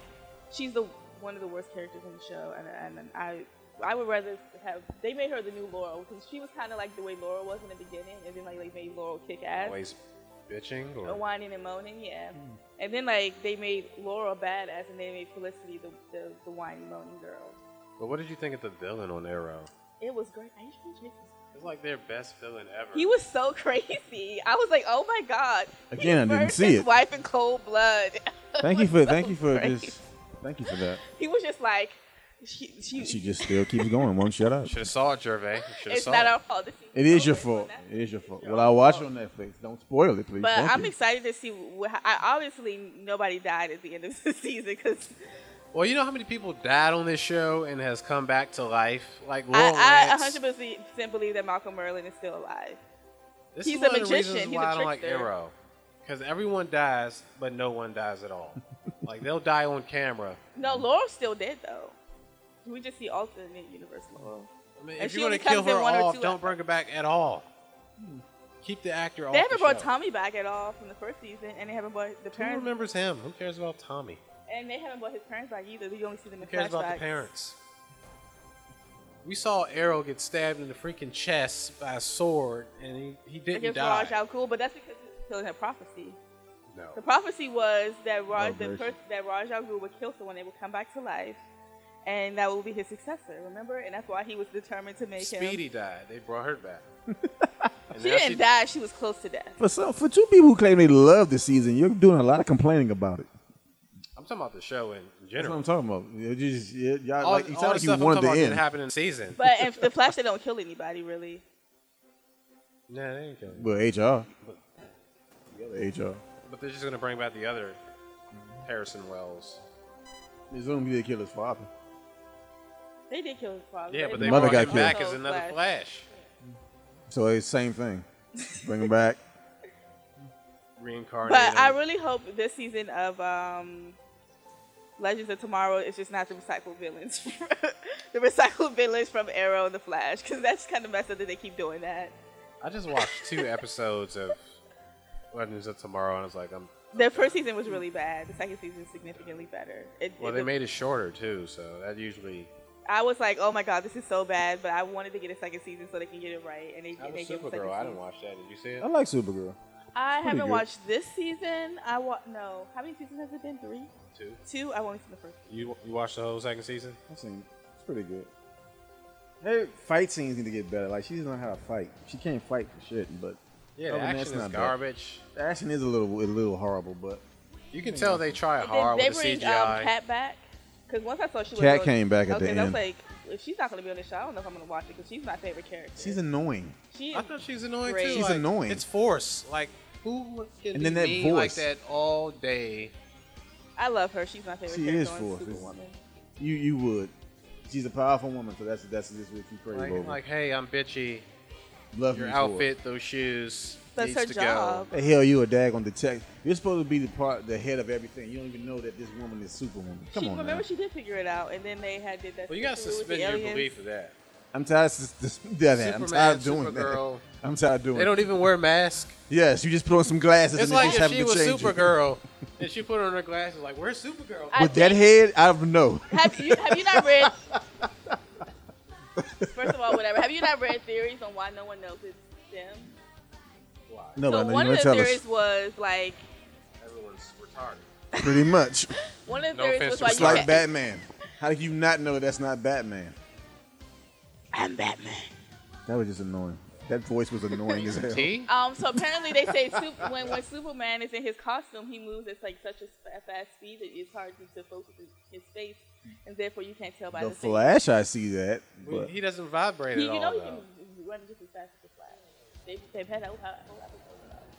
[SPEAKER 3] she's the one of the worst characters in the show, and and, and I. I would rather have they made her the new Laurel because she was kind of like the way Laurel was in the beginning, and then like they made Laurel kick ass
[SPEAKER 2] Always bitching or
[SPEAKER 3] and whining and moaning, yeah. And then like they made Laura badass, and they made Felicity the the, the whiny moaning girl.
[SPEAKER 2] But what did you think of the villain on Arrow?
[SPEAKER 3] It was great. I used to drink this.
[SPEAKER 2] It's like their best villain ever.
[SPEAKER 3] He was so crazy. I was like, oh my god. He
[SPEAKER 4] Again, I didn't
[SPEAKER 3] murdered
[SPEAKER 4] see
[SPEAKER 3] his
[SPEAKER 4] it.
[SPEAKER 3] Wife in cold blood.
[SPEAKER 4] Thank you for thank you for
[SPEAKER 3] Right.
[SPEAKER 4] this. Thank you for that.
[SPEAKER 3] He was just like, she, she,
[SPEAKER 4] She just still keeps going. Won't shut up.
[SPEAKER 2] Should have saw it, Gervais. Should have
[SPEAKER 3] It's
[SPEAKER 2] saw
[SPEAKER 3] not
[SPEAKER 2] it.
[SPEAKER 3] our fault. This
[SPEAKER 4] It is
[SPEAKER 3] over.
[SPEAKER 4] your
[SPEAKER 3] It's
[SPEAKER 4] fault.
[SPEAKER 3] on Netflix.
[SPEAKER 4] It is your fault.
[SPEAKER 3] It's
[SPEAKER 4] What I watch
[SPEAKER 3] fault.
[SPEAKER 4] on Netflix. Don't spoil it, please.
[SPEAKER 3] But
[SPEAKER 4] Thank
[SPEAKER 3] I'm
[SPEAKER 4] you.
[SPEAKER 3] excited to see. What, I obviously nobody died at the end of the season because
[SPEAKER 2] Well, you know how many people died on this show and has come back to life? Like Laurel
[SPEAKER 3] I, I
[SPEAKER 2] Lance.
[SPEAKER 3] 100% believe that Malcolm Merlin is still alive.
[SPEAKER 2] This
[SPEAKER 3] he's
[SPEAKER 2] is
[SPEAKER 3] a
[SPEAKER 2] one of the reasons
[SPEAKER 3] magician, he's
[SPEAKER 2] why
[SPEAKER 3] a
[SPEAKER 2] I I don't like
[SPEAKER 3] trickster.
[SPEAKER 2] Arrow. Because everyone dies, but no one dies at all. like, they'll die on camera.
[SPEAKER 3] No, Laurel's still dead though. We just see alternate universe Laurel.
[SPEAKER 2] I mean,
[SPEAKER 3] And
[SPEAKER 2] if
[SPEAKER 3] she
[SPEAKER 2] you're going
[SPEAKER 3] only
[SPEAKER 2] to kill
[SPEAKER 3] comes in
[SPEAKER 2] her
[SPEAKER 3] one or
[SPEAKER 2] off,
[SPEAKER 3] two
[SPEAKER 2] don't
[SPEAKER 3] episodes.
[SPEAKER 2] bring her back at all. Keep the actor off
[SPEAKER 3] They haven't
[SPEAKER 2] the
[SPEAKER 3] brought
[SPEAKER 2] show.
[SPEAKER 3] Tommy back at all from the first season, and they haven't brought the
[SPEAKER 2] Who
[SPEAKER 3] parents.
[SPEAKER 2] remembers him? Who cares about Tommy?
[SPEAKER 3] And they haven't brought his parents back either. We only see them
[SPEAKER 2] Who
[SPEAKER 3] in
[SPEAKER 2] cares about the
[SPEAKER 3] flashbacks.
[SPEAKER 2] parents? We saw Arrow get stabbed in the freaking chest by a sword, and he, he didn't
[SPEAKER 3] Against
[SPEAKER 2] die.
[SPEAKER 3] Raj Al Ghul, but that's because he's killing her prophecy.
[SPEAKER 2] No.
[SPEAKER 3] The prophecy was
[SPEAKER 2] Oh,
[SPEAKER 3] that Raj, the
[SPEAKER 4] gracious.
[SPEAKER 3] first, that Raj Al Ghul would kill someone, they would come back to life, and that would be his successor. Remember, and that's why he was determined to make him.
[SPEAKER 2] Speedy died. They brought her back. And
[SPEAKER 3] She
[SPEAKER 2] now
[SPEAKER 3] didn't die; she was close to death.
[SPEAKER 4] for some for two people who claim they love this season, you're doing a lot of complaining about it.
[SPEAKER 2] I'm talking about the show in
[SPEAKER 4] That's what
[SPEAKER 2] general.
[SPEAKER 4] I'm talking about. You just you y'all
[SPEAKER 2] all
[SPEAKER 4] like
[SPEAKER 2] all
[SPEAKER 4] you
[SPEAKER 2] the
[SPEAKER 4] sound like you
[SPEAKER 2] stuff I'm
[SPEAKER 4] wanted
[SPEAKER 2] talking
[SPEAKER 4] to
[SPEAKER 2] about didn't
[SPEAKER 4] end.
[SPEAKER 2] happen in the season.
[SPEAKER 3] But in the Flash, they don't kill anybody really.
[SPEAKER 2] nah, they ain't gonna.
[SPEAKER 4] Well, HR. The other HR.
[SPEAKER 2] But they're just gonna bring back the other Harrison Wells.
[SPEAKER 4] It's gonna be the killer's father.
[SPEAKER 3] They did kill his father. Oh,
[SPEAKER 2] Yeah, but they
[SPEAKER 4] Mother
[SPEAKER 2] brought
[SPEAKER 4] got
[SPEAKER 2] him
[SPEAKER 4] killed.
[SPEAKER 2] back as another Flash.
[SPEAKER 4] So it's same thing. Bring him back.
[SPEAKER 2] Reincarnated.
[SPEAKER 3] But I
[SPEAKER 2] him.
[SPEAKER 3] really hope this season of um, Legends of Tomorrow is just not the recycled villains, the recycled villains from Arrow and the Flash, because that's kind of messed up that they keep doing that.
[SPEAKER 2] I just watched two episodes of Legends of Tomorrow, and I was like, I'm.
[SPEAKER 3] The first season was really bad. The second season is significantly better. It,
[SPEAKER 2] Well,
[SPEAKER 3] it-
[SPEAKER 2] they made it shorter too, so that usually.
[SPEAKER 3] I was like, oh my god, this is so bad, but I wanted to get a second season so they can get it right, and they,
[SPEAKER 2] I
[SPEAKER 3] they
[SPEAKER 2] was
[SPEAKER 3] give a second
[SPEAKER 2] Supergirl. I
[SPEAKER 3] season.
[SPEAKER 2] didn't watch that. Did you see it?
[SPEAKER 4] I like Supergirl.
[SPEAKER 3] I
[SPEAKER 4] Pretty
[SPEAKER 3] haven't
[SPEAKER 4] good.
[SPEAKER 3] watched this season. I wa- no. How many seasons has it been? Three,
[SPEAKER 2] Two.
[SPEAKER 3] two. I've only seen the first.
[SPEAKER 2] You you watched the whole second season?
[SPEAKER 4] I've seen it. It's pretty good. Her fight scenes need to get better. Like she doesn't know how to fight. She can't fight for shit. But
[SPEAKER 2] Yeah, the
[SPEAKER 4] Other than that, it's
[SPEAKER 2] Oh, action is
[SPEAKER 4] not bad.
[SPEAKER 2] garbage.
[SPEAKER 4] the action is a little a little horrible. But
[SPEAKER 2] You can tell they try
[SPEAKER 3] Did
[SPEAKER 2] hard
[SPEAKER 3] they
[SPEAKER 2] with
[SPEAKER 3] bring
[SPEAKER 2] the CGI.
[SPEAKER 3] Um, Cat back? Because once I saw she was
[SPEAKER 4] Kat
[SPEAKER 3] on-
[SPEAKER 4] came back at
[SPEAKER 3] okay,
[SPEAKER 4] the
[SPEAKER 3] I was
[SPEAKER 4] end.
[SPEAKER 3] like, if she's not gonna be on this show, I don't know if I'm gonna watch it because she's my favorite character.
[SPEAKER 4] she's annoying.
[SPEAKER 3] she
[SPEAKER 2] I thought she was annoying
[SPEAKER 3] Great.
[SPEAKER 2] too.
[SPEAKER 4] She's
[SPEAKER 2] like,
[SPEAKER 4] annoying.
[SPEAKER 2] It's force. Like who can
[SPEAKER 4] And
[SPEAKER 2] be
[SPEAKER 4] then that
[SPEAKER 2] mean like
[SPEAKER 4] voice.
[SPEAKER 2] that all day?
[SPEAKER 3] I love her. She's my favorite
[SPEAKER 4] She
[SPEAKER 3] character.
[SPEAKER 4] is
[SPEAKER 3] on
[SPEAKER 4] forced.
[SPEAKER 3] Superwoman.
[SPEAKER 4] You you would. She's a powerful woman, so that's that's just what you crave
[SPEAKER 2] Like,
[SPEAKER 4] over.
[SPEAKER 2] like, hey, I'm bitchy.
[SPEAKER 4] Love
[SPEAKER 2] Your
[SPEAKER 4] me for it.
[SPEAKER 2] outfit, those shoes.
[SPEAKER 3] That's
[SPEAKER 5] needs
[SPEAKER 3] her
[SPEAKER 5] to
[SPEAKER 3] job.
[SPEAKER 4] The hell, you a daggone detective. You're supposed to be the part, the head of everything. You don't even know that this woman is Superwoman. Come
[SPEAKER 3] she,
[SPEAKER 4] on,
[SPEAKER 3] remember
[SPEAKER 4] now.
[SPEAKER 3] she did figure it out, and then they had did that.
[SPEAKER 2] Well, you gotta
[SPEAKER 3] thing with the
[SPEAKER 2] suspend your
[SPEAKER 3] aliens.
[SPEAKER 2] belief of that.
[SPEAKER 4] I'm tired of this, that. I'm tired of doing
[SPEAKER 5] Superman, Supergirl.
[SPEAKER 4] that. I'm tired of doing.
[SPEAKER 2] They don't even wear masks.
[SPEAKER 4] Yes, you just put on some glasses
[SPEAKER 2] It's
[SPEAKER 4] and they
[SPEAKER 2] like
[SPEAKER 4] just
[SPEAKER 2] if
[SPEAKER 4] happen
[SPEAKER 2] she
[SPEAKER 4] to
[SPEAKER 2] was
[SPEAKER 4] change you.
[SPEAKER 2] Supergirl and she put on her glasses, like, "Where's Supergirl?"
[SPEAKER 3] I
[SPEAKER 4] With that
[SPEAKER 3] think-
[SPEAKER 4] head, I don't know.
[SPEAKER 3] Have you have you not read? First of all, whatever. Have you not read theories on why no one knows it's them? so
[SPEAKER 4] No, but I know
[SPEAKER 3] one
[SPEAKER 4] you're
[SPEAKER 3] of
[SPEAKER 4] gonna
[SPEAKER 3] the
[SPEAKER 4] tell
[SPEAKER 3] theories
[SPEAKER 4] us.
[SPEAKER 3] was like
[SPEAKER 2] Everyone's retarded.
[SPEAKER 4] Pretty much,
[SPEAKER 3] one of the
[SPEAKER 2] No
[SPEAKER 3] theories
[SPEAKER 2] offense
[SPEAKER 3] was why
[SPEAKER 2] to
[SPEAKER 4] it's
[SPEAKER 3] you
[SPEAKER 4] like
[SPEAKER 3] had-
[SPEAKER 4] Batman. How do you not know that's not Batman?
[SPEAKER 3] I'm Batman.
[SPEAKER 4] That was just annoying. That voice was annoying as hell.
[SPEAKER 2] T.
[SPEAKER 3] Um, so apparently they say Sup- when when Superman is in his costume, he moves at like such a fa- fast speed that it's hard to focus his- his face, and therefore you can't tell by the,
[SPEAKER 4] The
[SPEAKER 3] face.
[SPEAKER 4] Flash, I see that,
[SPEAKER 2] Well,
[SPEAKER 4] but
[SPEAKER 2] He doesn't vibrate
[SPEAKER 3] He,
[SPEAKER 2] at
[SPEAKER 3] you
[SPEAKER 2] all.
[SPEAKER 3] know he
[SPEAKER 2] though.
[SPEAKER 3] can run just as fast as the Flash. They, they've had a whole lot of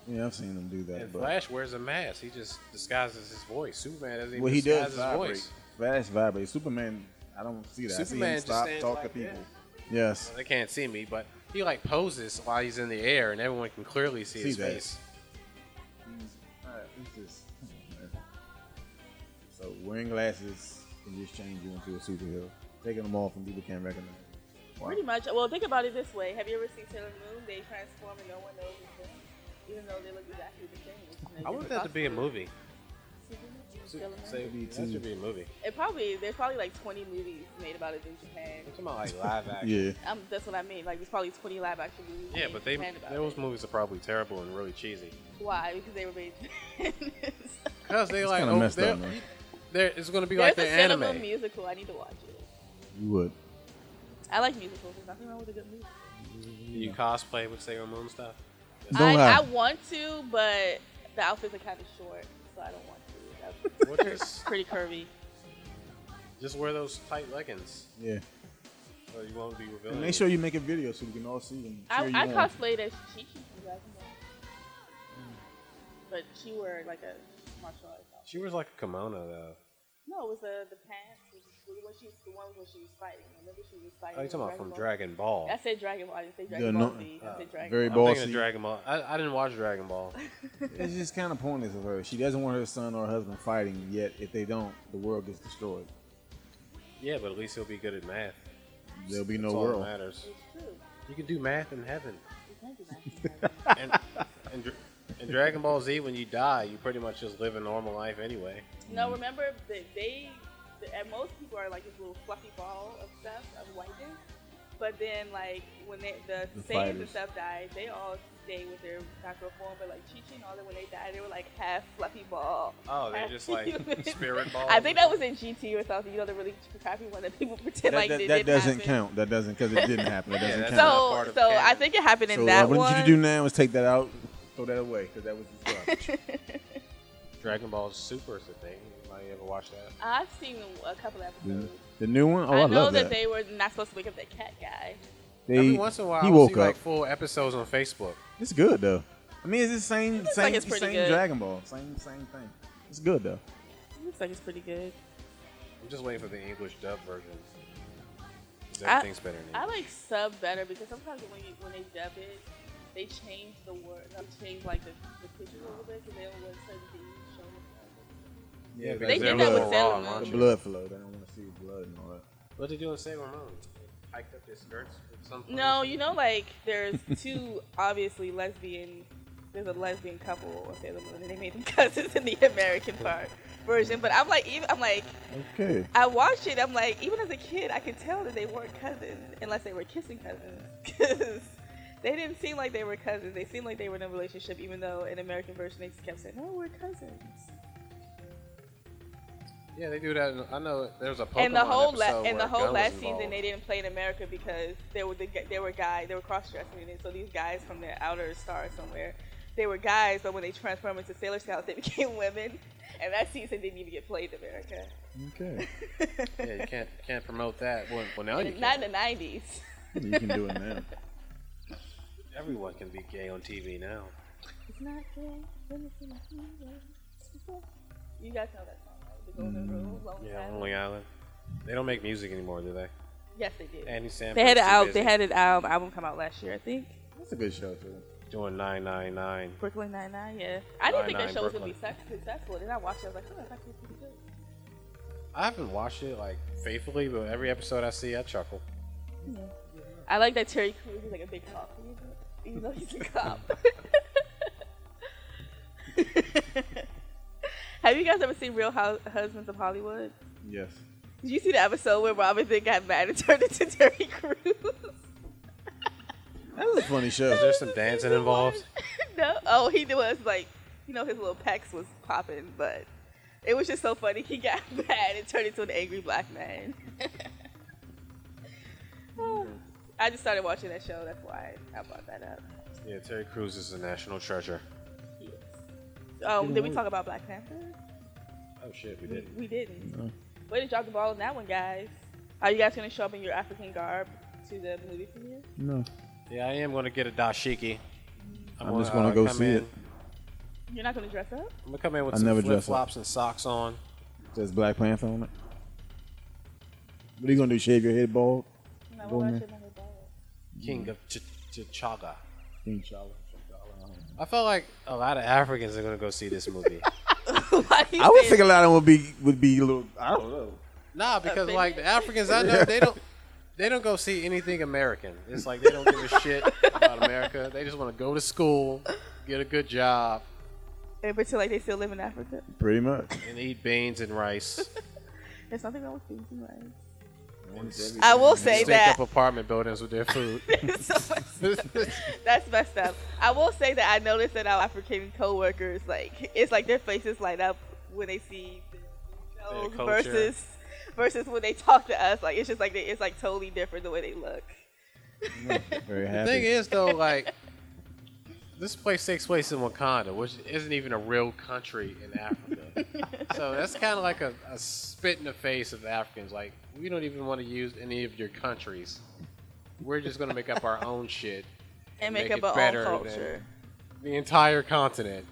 [SPEAKER 4] yeah, I've seen him do that.
[SPEAKER 2] And
[SPEAKER 4] but-
[SPEAKER 2] Flash wears a mask. He just disguises his voice. Superman doesn't even
[SPEAKER 4] Well, he does
[SPEAKER 2] disguise his
[SPEAKER 4] vibrate.
[SPEAKER 2] voice.
[SPEAKER 4] Flash vibrates. Superman, I don't see that.
[SPEAKER 2] Superman
[SPEAKER 4] I see him
[SPEAKER 2] just
[SPEAKER 4] stop,
[SPEAKER 2] stands
[SPEAKER 4] talk
[SPEAKER 2] like
[SPEAKER 4] to people.
[SPEAKER 2] that.
[SPEAKER 4] Yes.
[SPEAKER 2] They can't see me, but he like poses while he's in the air, and everyone can clearly see,
[SPEAKER 4] See
[SPEAKER 2] his
[SPEAKER 4] that.
[SPEAKER 2] face.
[SPEAKER 4] Alright, it's just- come on, man. So wearing glasses can just change you into a superhero. Taking them off and people can't recognize. you. Wow.
[SPEAKER 3] Pretty much. Well, think about it this way: Have you ever seen Sailor Moon? They transform and no one knows it's them, even though they look exactly the same. It's
[SPEAKER 2] I
[SPEAKER 3] not
[SPEAKER 2] want
[SPEAKER 3] even
[SPEAKER 2] that to be a
[SPEAKER 3] possible.
[SPEAKER 2] movie.
[SPEAKER 3] Sailor Moon?
[SPEAKER 2] Say, that should be a movie.
[SPEAKER 3] It probably there's probably like 20 movies made about it in Japan.
[SPEAKER 2] I'm talking about like live action.
[SPEAKER 4] Yeah.
[SPEAKER 3] Um, that's what I mean. Like there's probably 20 live action movies.
[SPEAKER 2] Yeah,
[SPEAKER 3] made
[SPEAKER 2] but
[SPEAKER 3] in
[SPEAKER 2] they
[SPEAKER 3] Japan about
[SPEAKER 2] those
[SPEAKER 3] it.
[SPEAKER 2] movies are probably terrible and really cheesy.
[SPEAKER 3] Why? Because they were made. in Japan.
[SPEAKER 2] Cause they like
[SPEAKER 4] kinda
[SPEAKER 2] oh,
[SPEAKER 4] messed
[SPEAKER 2] they're,
[SPEAKER 4] up, man.
[SPEAKER 2] they're- it's gonna be
[SPEAKER 3] there's
[SPEAKER 2] like the
[SPEAKER 3] a Sailor Moon
[SPEAKER 2] anime.
[SPEAKER 3] musical. I need to watch it.
[SPEAKER 4] You would.
[SPEAKER 3] I like musicals. There's nothing wrong with a good musical.
[SPEAKER 2] You cosplay with Sailor Moon stuff.
[SPEAKER 4] Don't
[SPEAKER 3] I,
[SPEAKER 4] lie.
[SPEAKER 3] I want to, but the outfits are kind of short, so I don't want to. That's
[SPEAKER 2] Well, just,
[SPEAKER 3] pretty curvy.
[SPEAKER 2] just wear those tight leggings,
[SPEAKER 4] yeah.
[SPEAKER 2] so you won't be revealing.
[SPEAKER 4] And make sure you make a video so we can all see them.
[SPEAKER 3] I,
[SPEAKER 4] Cheer you
[SPEAKER 3] I
[SPEAKER 4] on.
[SPEAKER 3] cosplayed as Chi Chi from Dragon Ball. But she wore like a martial arts outfit.
[SPEAKER 2] She wears like a kimono though.
[SPEAKER 3] No, it was the, the pants. It was when she was, the one when she was fighting. Remember she was fighting.
[SPEAKER 2] Are Oh, you
[SPEAKER 3] with
[SPEAKER 2] talking about from
[SPEAKER 3] Ball?
[SPEAKER 2] Dragon Ball?
[SPEAKER 3] I said Dragon Ball. I didn't say
[SPEAKER 4] Yeah,
[SPEAKER 3] Dragon Ball
[SPEAKER 4] no-
[SPEAKER 3] Z. I said Dragon
[SPEAKER 4] very
[SPEAKER 3] Ball.
[SPEAKER 2] I'm thinking
[SPEAKER 4] Ball Z.
[SPEAKER 2] of Dragon Ball. I, I didn't watch Dragon Ball.
[SPEAKER 4] It's just kind of pointless of her. She doesn't want her son or her husband fighting, yet if they don't, the world gets destroyed.
[SPEAKER 2] Yeah, but at least he'll be good at math.
[SPEAKER 4] There'll be no
[SPEAKER 2] That's all that
[SPEAKER 4] world.
[SPEAKER 2] matters.
[SPEAKER 3] It's true.
[SPEAKER 2] You can do math in heaven.
[SPEAKER 3] You can't do that.
[SPEAKER 2] And, and Dra- in Dragon Ball Z, when you die, you pretty much just live a normal life anyway.
[SPEAKER 3] No, remember that they, the, and most people are like this little fluffy ball of stuff of whiteness. But then, like when they, the,
[SPEAKER 4] The
[SPEAKER 3] Saiyans and
[SPEAKER 4] fighters.
[SPEAKER 3] stuff died, they all stay with their natural form. But like Chi Chi and all that, when they died, they were like half fluffy ball.
[SPEAKER 2] Oh, they're
[SPEAKER 3] half
[SPEAKER 2] just like
[SPEAKER 3] human.
[SPEAKER 2] spirit balls.
[SPEAKER 3] I think that was in GT or something. You know, the really crappy one that people pretend
[SPEAKER 4] That,
[SPEAKER 3] like
[SPEAKER 4] that,
[SPEAKER 3] it
[SPEAKER 4] that
[SPEAKER 3] didn't
[SPEAKER 4] doesn't
[SPEAKER 3] happen.
[SPEAKER 4] count. That doesn't because it didn't happen. It
[SPEAKER 2] Yeah,
[SPEAKER 4] doesn't
[SPEAKER 2] that's
[SPEAKER 4] count.
[SPEAKER 2] not
[SPEAKER 3] So,
[SPEAKER 2] part of
[SPEAKER 3] so I
[SPEAKER 2] canon.
[SPEAKER 3] think it happened in
[SPEAKER 4] So
[SPEAKER 3] that
[SPEAKER 4] uh, what
[SPEAKER 3] one.
[SPEAKER 4] you need to do now is take that out, throw that away, because that was just garbage.
[SPEAKER 2] Dragon Ball Super is a thing. Anybody ever watch that?
[SPEAKER 3] I've seen a couple episodes.
[SPEAKER 4] the new one. Oh, I,
[SPEAKER 3] I, know
[SPEAKER 4] love that.
[SPEAKER 3] they were not supposed to wake up that cat guy.
[SPEAKER 4] They-
[SPEAKER 2] Every once in a while,
[SPEAKER 4] he
[SPEAKER 2] I
[SPEAKER 4] woke
[SPEAKER 2] see
[SPEAKER 4] up.
[SPEAKER 2] like full episodes on Facebook.
[SPEAKER 4] it's good though. I mean, it's the same,
[SPEAKER 3] looks
[SPEAKER 4] same,
[SPEAKER 3] like it's pretty
[SPEAKER 4] same
[SPEAKER 3] good.
[SPEAKER 4] Dragon Ball, same, same thing. It's good though.
[SPEAKER 3] Looks like it's pretty good.
[SPEAKER 2] I'm just waiting for the English dub version. 'Cause
[SPEAKER 3] I-
[SPEAKER 2] Everything's better in
[SPEAKER 3] I
[SPEAKER 2] English.
[SPEAKER 3] like sub better because sometimes when you, when they dub it, they change the word, they change like the, the pictures a little bit because they don't want certain things shown.
[SPEAKER 2] Yeah,
[SPEAKER 4] they
[SPEAKER 2] because
[SPEAKER 3] did
[SPEAKER 2] they're
[SPEAKER 3] that
[SPEAKER 2] a
[SPEAKER 3] with
[SPEAKER 2] little
[SPEAKER 3] Sailor
[SPEAKER 2] raw and
[SPEAKER 3] Moon.
[SPEAKER 2] raunchy.
[SPEAKER 4] The blood flow. They don't want to see blood and all that.
[SPEAKER 2] What they do in Sailor Moon? Hiked up their skirts with some.
[SPEAKER 3] No, you know like there's two obviously lesbian. There's a lesbian couple on Sailor Moon, and they made them cousins in the American part version. But I'm like, even I'm like,
[SPEAKER 4] Okay.
[SPEAKER 3] I watched it. I'm like, even as a kid, I could tell that they weren't cousins unless they were kissing cousins, because they didn't seem like they were cousins. They seemed like they were in a relationship, even though in American version they just kept saying, "No, we're cousins."
[SPEAKER 2] Yeah, they do that. In, I know there was a Pokemon
[SPEAKER 3] and the whole
[SPEAKER 2] episode
[SPEAKER 3] la- and
[SPEAKER 2] where
[SPEAKER 3] the
[SPEAKER 2] a
[SPEAKER 3] whole
[SPEAKER 2] gun was
[SPEAKER 3] last
[SPEAKER 2] involved.
[SPEAKER 3] season they didn't play in America because there were the, gu- there were guys they were cross dressing and so these guys from the outer star somewhere they were guys but when they transformed into Sailor Scouts they became women and that season didn't even get played in America
[SPEAKER 4] Okay.
[SPEAKER 2] Yeah, you can't can't promote that. Well, well now you
[SPEAKER 3] And not
[SPEAKER 2] can.
[SPEAKER 3] in the 90s
[SPEAKER 4] you can do it now.
[SPEAKER 2] Everyone can be gay on TV now.
[SPEAKER 3] you guys know that song right? the Golden Rule Lonely
[SPEAKER 2] Yeah,
[SPEAKER 3] Island?
[SPEAKER 2] Lonely Island. They don't make music anymore, do they?
[SPEAKER 3] yes they did
[SPEAKER 2] Andy Samberg.
[SPEAKER 3] they had it out they had an album album come out last year I think
[SPEAKER 4] That's a good show. Too.
[SPEAKER 2] doing 999.
[SPEAKER 3] Brooklyn Nine Nine. Yeah, I didn't think that
[SPEAKER 2] Nine-Nine
[SPEAKER 3] show was gonna be
[SPEAKER 2] Brooklyn.
[SPEAKER 3] sex- successful. Then I watched it. I was like, oh, I thought it was pretty good.
[SPEAKER 2] I haven't watched it like faithfully, but every episode I see, I chuckle.
[SPEAKER 3] I like that Terry Crews is like a big cop. He's- Even though he's a cop. Have you guys ever seen Real Hou- Husbands of Hollywood?
[SPEAKER 2] Yes.
[SPEAKER 3] Did you see the episode where Robin Thicke got mad and turned into Terry Crews?
[SPEAKER 4] That was a funny
[SPEAKER 2] Is
[SPEAKER 4] show.
[SPEAKER 2] there some dancing involved?
[SPEAKER 3] no. Oh, he was like, you know, his little pecs was popping, but it was just so funny. He got mad and turned into an angry black man. Oh, I just started watching that show. That's why I brought that up.
[SPEAKER 2] Yeah, Terry Crews is a national treasure.
[SPEAKER 3] Um, did we talk about Black Panther?
[SPEAKER 2] Oh shit, we
[SPEAKER 3] We,
[SPEAKER 2] did.
[SPEAKER 3] we didn't. Way to drop the ball on that one, guys. Are you guys gonna show up in your African garb to the movie premiere?
[SPEAKER 4] No.
[SPEAKER 2] Yeah, I am gonna get a dashiki. uh,
[SPEAKER 4] I'm just gonna go
[SPEAKER 2] come
[SPEAKER 4] see
[SPEAKER 2] in-
[SPEAKER 4] it.
[SPEAKER 3] You're not gonna dress up?
[SPEAKER 2] I'm gonna come in with
[SPEAKER 4] I
[SPEAKER 2] some
[SPEAKER 4] never
[SPEAKER 2] flip
[SPEAKER 4] dress up.
[SPEAKER 2] flops and socks on.
[SPEAKER 4] Just Black Panther on it. What are you gonna do? Shave your head bald?
[SPEAKER 3] No,
[SPEAKER 4] Go
[SPEAKER 3] what
[SPEAKER 4] in
[SPEAKER 3] about
[SPEAKER 4] there.
[SPEAKER 3] your mother ball?
[SPEAKER 2] King of Ch- Chaga.
[SPEAKER 4] Inshallah.
[SPEAKER 2] I felt like a lot of Africans are gonna go see this movie.
[SPEAKER 3] Why you
[SPEAKER 4] I would
[SPEAKER 3] saying-
[SPEAKER 4] think a lot of them would be would be a little. I don't know.
[SPEAKER 2] nah, because
[SPEAKER 3] big-
[SPEAKER 2] like the Africans I know, they don't. They don't go see anything American. It's like they don't give a shit about America. They just want to go to school, get a good job,
[SPEAKER 3] and pretend like they still live in Africa.
[SPEAKER 4] Pretty much.
[SPEAKER 2] and eat beans and rice.
[SPEAKER 3] There's nothing wrong with being right. I will say
[SPEAKER 2] Stink
[SPEAKER 3] that
[SPEAKER 2] up apartment buildings with their food.
[SPEAKER 3] so messed up. that's messed up. I will say that I noticed that our African coworkers, like it's like their faces light up when they see the
[SPEAKER 2] Their
[SPEAKER 3] shows
[SPEAKER 2] culture.
[SPEAKER 3] versus versus when they talk to us. Like it's just like they, it's like totally different the way they look.
[SPEAKER 4] Very
[SPEAKER 2] The
[SPEAKER 4] happy.
[SPEAKER 2] thing is, though, like this place takes place in Wakanda, which isn't even a real country in Africa. so that's kind of like a, a spit in the face of Africans. Like we don't even want to use any of your countries. We're just gonna make up our own shit.
[SPEAKER 3] And make,
[SPEAKER 2] Make it
[SPEAKER 3] up
[SPEAKER 2] better
[SPEAKER 3] our own culture.
[SPEAKER 2] The entire continent.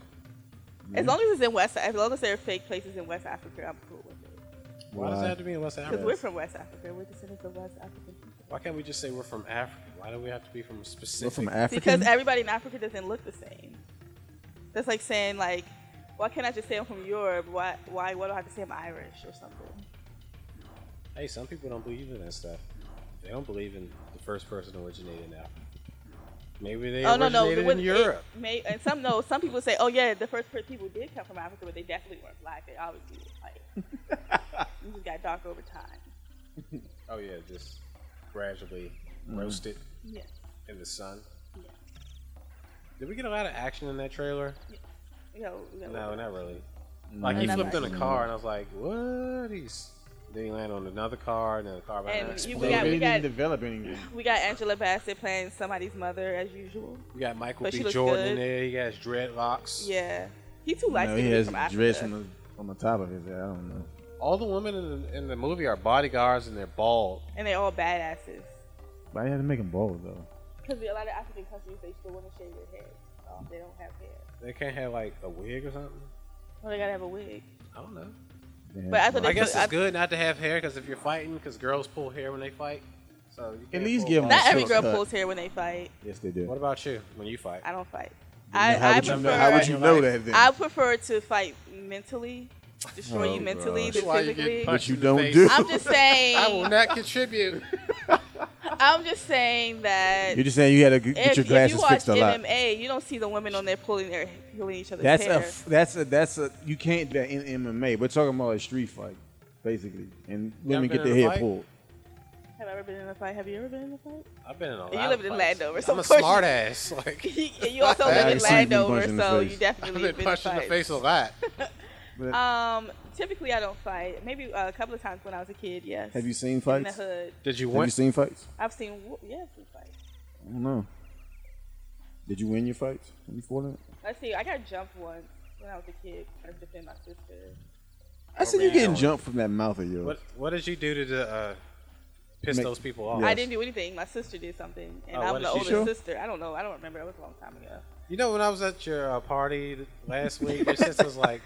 [SPEAKER 3] As long as it's in West, as long as there are fake places in West Africa, I'm cool with it.
[SPEAKER 2] Why does
[SPEAKER 4] Why?
[SPEAKER 2] that have to be in West
[SPEAKER 3] Because
[SPEAKER 2] Africa?
[SPEAKER 3] we're from West Africa. We're descendants of West African people.
[SPEAKER 2] Why can't we just say we're from Africa? Why do we have to be from a
[SPEAKER 4] We're
[SPEAKER 2] specific?
[SPEAKER 4] from Africa.
[SPEAKER 3] because everybody in Africa doesn't look the same. That's like saying like, why can't I just say I'm from Europe? Why why why do I have to say I'm Irish or something?
[SPEAKER 2] hey, some people don't believe in that stuff. They don't believe in the first person originated in Africa. Maybe they
[SPEAKER 3] oh no
[SPEAKER 2] originated
[SPEAKER 3] no,
[SPEAKER 2] in
[SPEAKER 3] when- it
[SPEAKER 2] Europe.
[SPEAKER 3] may, and some no, some people say, oh yeah, the first per- people did come from Africa, but they definitely weren't black. They obviously were white. we just got darker over time.
[SPEAKER 2] Oh yeah, just gradually
[SPEAKER 4] Mm.
[SPEAKER 2] roast it
[SPEAKER 3] Yeah.
[SPEAKER 2] in the sun.
[SPEAKER 3] Yeah.
[SPEAKER 2] Did we get a lot of action in that trailer?
[SPEAKER 3] You know, you know,
[SPEAKER 2] No, not really.
[SPEAKER 4] Mm.
[SPEAKER 2] Like he
[SPEAKER 3] Not
[SPEAKER 2] flipped on a
[SPEAKER 3] much.
[SPEAKER 2] car, and I was like, "What?" He's then he landed on another car, and then the car behind
[SPEAKER 3] And
[SPEAKER 2] that
[SPEAKER 3] you-
[SPEAKER 2] exploded.
[SPEAKER 3] we got- we got-
[SPEAKER 4] develop anything.
[SPEAKER 3] We got Angela Bassett playing somebody's mother as usual.
[SPEAKER 2] we got Michael
[SPEAKER 3] but she
[SPEAKER 2] B.
[SPEAKER 3] looks
[SPEAKER 2] Jordan in
[SPEAKER 3] good.
[SPEAKER 2] there. He has dreadlocks.
[SPEAKER 3] Yeah. He too likes
[SPEAKER 4] No,
[SPEAKER 3] to
[SPEAKER 4] he
[SPEAKER 3] be
[SPEAKER 4] has
[SPEAKER 3] from Africa.
[SPEAKER 4] dress on the on the top of his head. I don't know.
[SPEAKER 2] All the women in the, in the movie are bodyguards, and they're bald.
[SPEAKER 3] and they're all badasses.
[SPEAKER 4] Why you had to make him bald though?
[SPEAKER 3] Because a lot of African countries, they still want to shave their heads. Oh, they don't have hair.
[SPEAKER 2] They can't have like a wig or something.
[SPEAKER 3] Well, they gotta have a wig.
[SPEAKER 2] I don't know.
[SPEAKER 4] Damn.
[SPEAKER 3] But I thought
[SPEAKER 2] I
[SPEAKER 3] they
[SPEAKER 2] guess
[SPEAKER 3] put,
[SPEAKER 2] it's
[SPEAKER 3] I,
[SPEAKER 2] good not to have hair because if you're fighting, because girls pull hair when they fight. So you can't
[SPEAKER 4] least
[SPEAKER 2] pull
[SPEAKER 4] give 'em
[SPEAKER 2] bald
[SPEAKER 3] not every
[SPEAKER 4] Short
[SPEAKER 3] girl
[SPEAKER 4] cut.
[SPEAKER 3] pulls hair when they fight.
[SPEAKER 4] yes, they do.
[SPEAKER 2] What about you when you fight?
[SPEAKER 3] I don't fight. I,
[SPEAKER 4] how
[SPEAKER 3] I
[SPEAKER 4] would you
[SPEAKER 3] prefer,
[SPEAKER 4] know? How would you know that then?
[SPEAKER 3] I prefer to fight mentally, destroy
[SPEAKER 4] Oh,
[SPEAKER 3] you mentally
[SPEAKER 4] gosh.
[SPEAKER 3] than physically.
[SPEAKER 4] punched. you don't do.
[SPEAKER 3] I'm just saying.
[SPEAKER 2] I will not contribute.
[SPEAKER 3] I'm just saying that.
[SPEAKER 4] You're just saying you had to g-
[SPEAKER 3] if,
[SPEAKER 4] get your
[SPEAKER 3] if
[SPEAKER 4] glasses
[SPEAKER 3] you watch
[SPEAKER 4] fixed a lot.
[SPEAKER 3] MMA, you don't see the women on there pulling their pulling each other's
[SPEAKER 4] That's a
[SPEAKER 3] hair.
[SPEAKER 4] f- that's a that's a you can't do that in MMA. We're talking about a street fight, basically, and women
[SPEAKER 2] been in
[SPEAKER 4] get their
[SPEAKER 2] a
[SPEAKER 4] head
[SPEAKER 2] fight?
[SPEAKER 4] pulled.
[SPEAKER 3] have I ever been in a fight? Have you ever been in a fight?
[SPEAKER 2] I've been in a lot.
[SPEAKER 3] You
[SPEAKER 2] of
[SPEAKER 3] lived in
[SPEAKER 2] fights.
[SPEAKER 3] Landover, so
[SPEAKER 2] I'm a
[SPEAKER 3] of course you-
[SPEAKER 2] smart ass. Like
[SPEAKER 3] you you also
[SPEAKER 2] I
[SPEAKER 3] live
[SPEAKER 2] can
[SPEAKER 3] in
[SPEAKER 4] see you being
[SPEAKER 3] Landover,
[SPEAKER 4] punched in the
[SPEAKER 3] so
[SPEAKER 4] face.
[SPEAKER 3] you definitely
[SPEAKER 2] I've been
[SPEAKER 3] been
[SPEAKER 2] punched in the
[SPEAKER 3] fights.
[SPEAKER 2] face a lot.
[SPEAKER 4] But
[SPEAKER 3] Um, typically I don't fight. Maybe uh, a couple of times when I was a kid, yes.
[SPEAKER 4] have you seen
[SPEAKER 3] in the
[SPEAKER 4] fights? Have
[SPEAKER 3] hood?
[SPEAKER 2] Did you
[SPEAKER 4] you
[SPEAKER 2] win?
[SPEAKER 4] seen fights?
[SPEAKER 3] I've seen wo- yeah, I've seen fights.
[SPEAKER 4] I don't know. Did you win your fights when you fought in it?
[SPEAKER 3] Let's see. I got jumped once when I was a kid trying to defend my sister.
[SPEAKER 4] I said
[SPEAKER 2] Oh,
[SPEAKER 4] you
[SPEAKER 2] man.
[SPEAKER 4] getting jumped from that mouth of yours.
[SPEAKER 2] What What did you do to the, uh, piss
[SPEAKER 4] Make-
[SPEAKER 2] those people off?
[SPEAKER 4] Yeah.
[SPEAKER 3] I didn't do anything. My sister did something, and
[SPEAKER 2] Oh, what
[SPEAKER 3] I'm
[SPEAKER 2] did
[SPEAKER 3] the
[SPEAKER 2] she
[SPEAKER 3] older
[SPEAKER 4] do?
[SPEAKER 3] sister. I don't know. I don't remember. It was a long time ago.
[SPEAKER 2] You know when I was at your uh, party th- last week, your sister was like,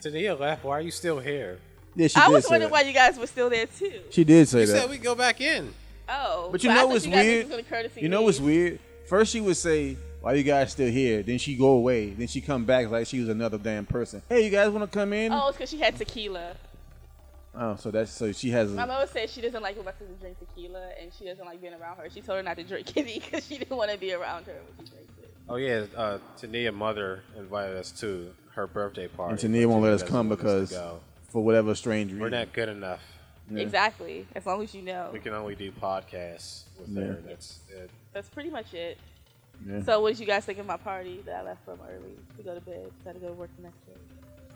[SPEAKER 2] "Tania left. Why are you still here?"
[SPEAKER 4] Yeah, she
[SPEAKER 3] I
[SPEAKER 4] did
[SPEAKER 3] was
[SPEAKER 4] say
[SPEAKER 3] wondering
[SPEAKER 4] that.
[SPEAKER 3] why you guys were still there too.
[SPEAKER 4] She did say
[SPEAKER 2] You
[SPEAKER 4] that.
[SPEAKER 2] said we go back in.
[SPEAKER 3] Oh,
[SPEAKER 4] But you
[SPEAKER 3] I
[SPEAKER 4] know
[SPEAKER 3] thought
[SPEAKER 4] what's
[SPEAKER 3] you guys were
[SPEAKER 4] weird?
[SPEAKER 3] just gonna courtesy
[SPEAKER 4] You know
[SPEAKER 3] leave.
[SPEAKER 4] what's weird? First she would say, Why you guys still here? Then she go away. Then she come back like she was another damn person. Hey, you guys want to come in?
[SPEAKER 3] Oh, it's because she had tequila.
[SPEAKER 4] Mm. Oh, so that's so she has.
[SPEAKER 3] My
[SPEAKER 4] A,
[SPEAKER 3] mother said she doesn't like when my sister drinks tequila, and she doesn't like being around her. She told her not to drink it because she didn't want to be around her when she drinks it.
[SPEAKER 2] Oh yeah, uh, Tania's mother invited us to her birthday party.
[SPEAKER 4] and Tania won't let us come
[SPEAKER 2] doesn't want us
[SPEAKER 4] because
[SPEAKER 2] to go.
[SPEAKER 4] for whatever strange
[SPEAKER 2] we're
[SPEAKER 4] reason.
[SPEAKER 2] not good enough.
[SPEAKER 4] Yeah.
[SPEAKER 3] Exactly. As long as you know,
[SPEAKER 2] We can only do podcasts with
[SPEAKER 4] Yeah.
[SPEAKER 2] her. That's it.
[SPEAKER 3] that's pretty much it.
[SPEAKER 4] Yeah.
[SPEAKER 3] So, what did you guys think of my party that I left from early to go to bed? Got to go to work the next day.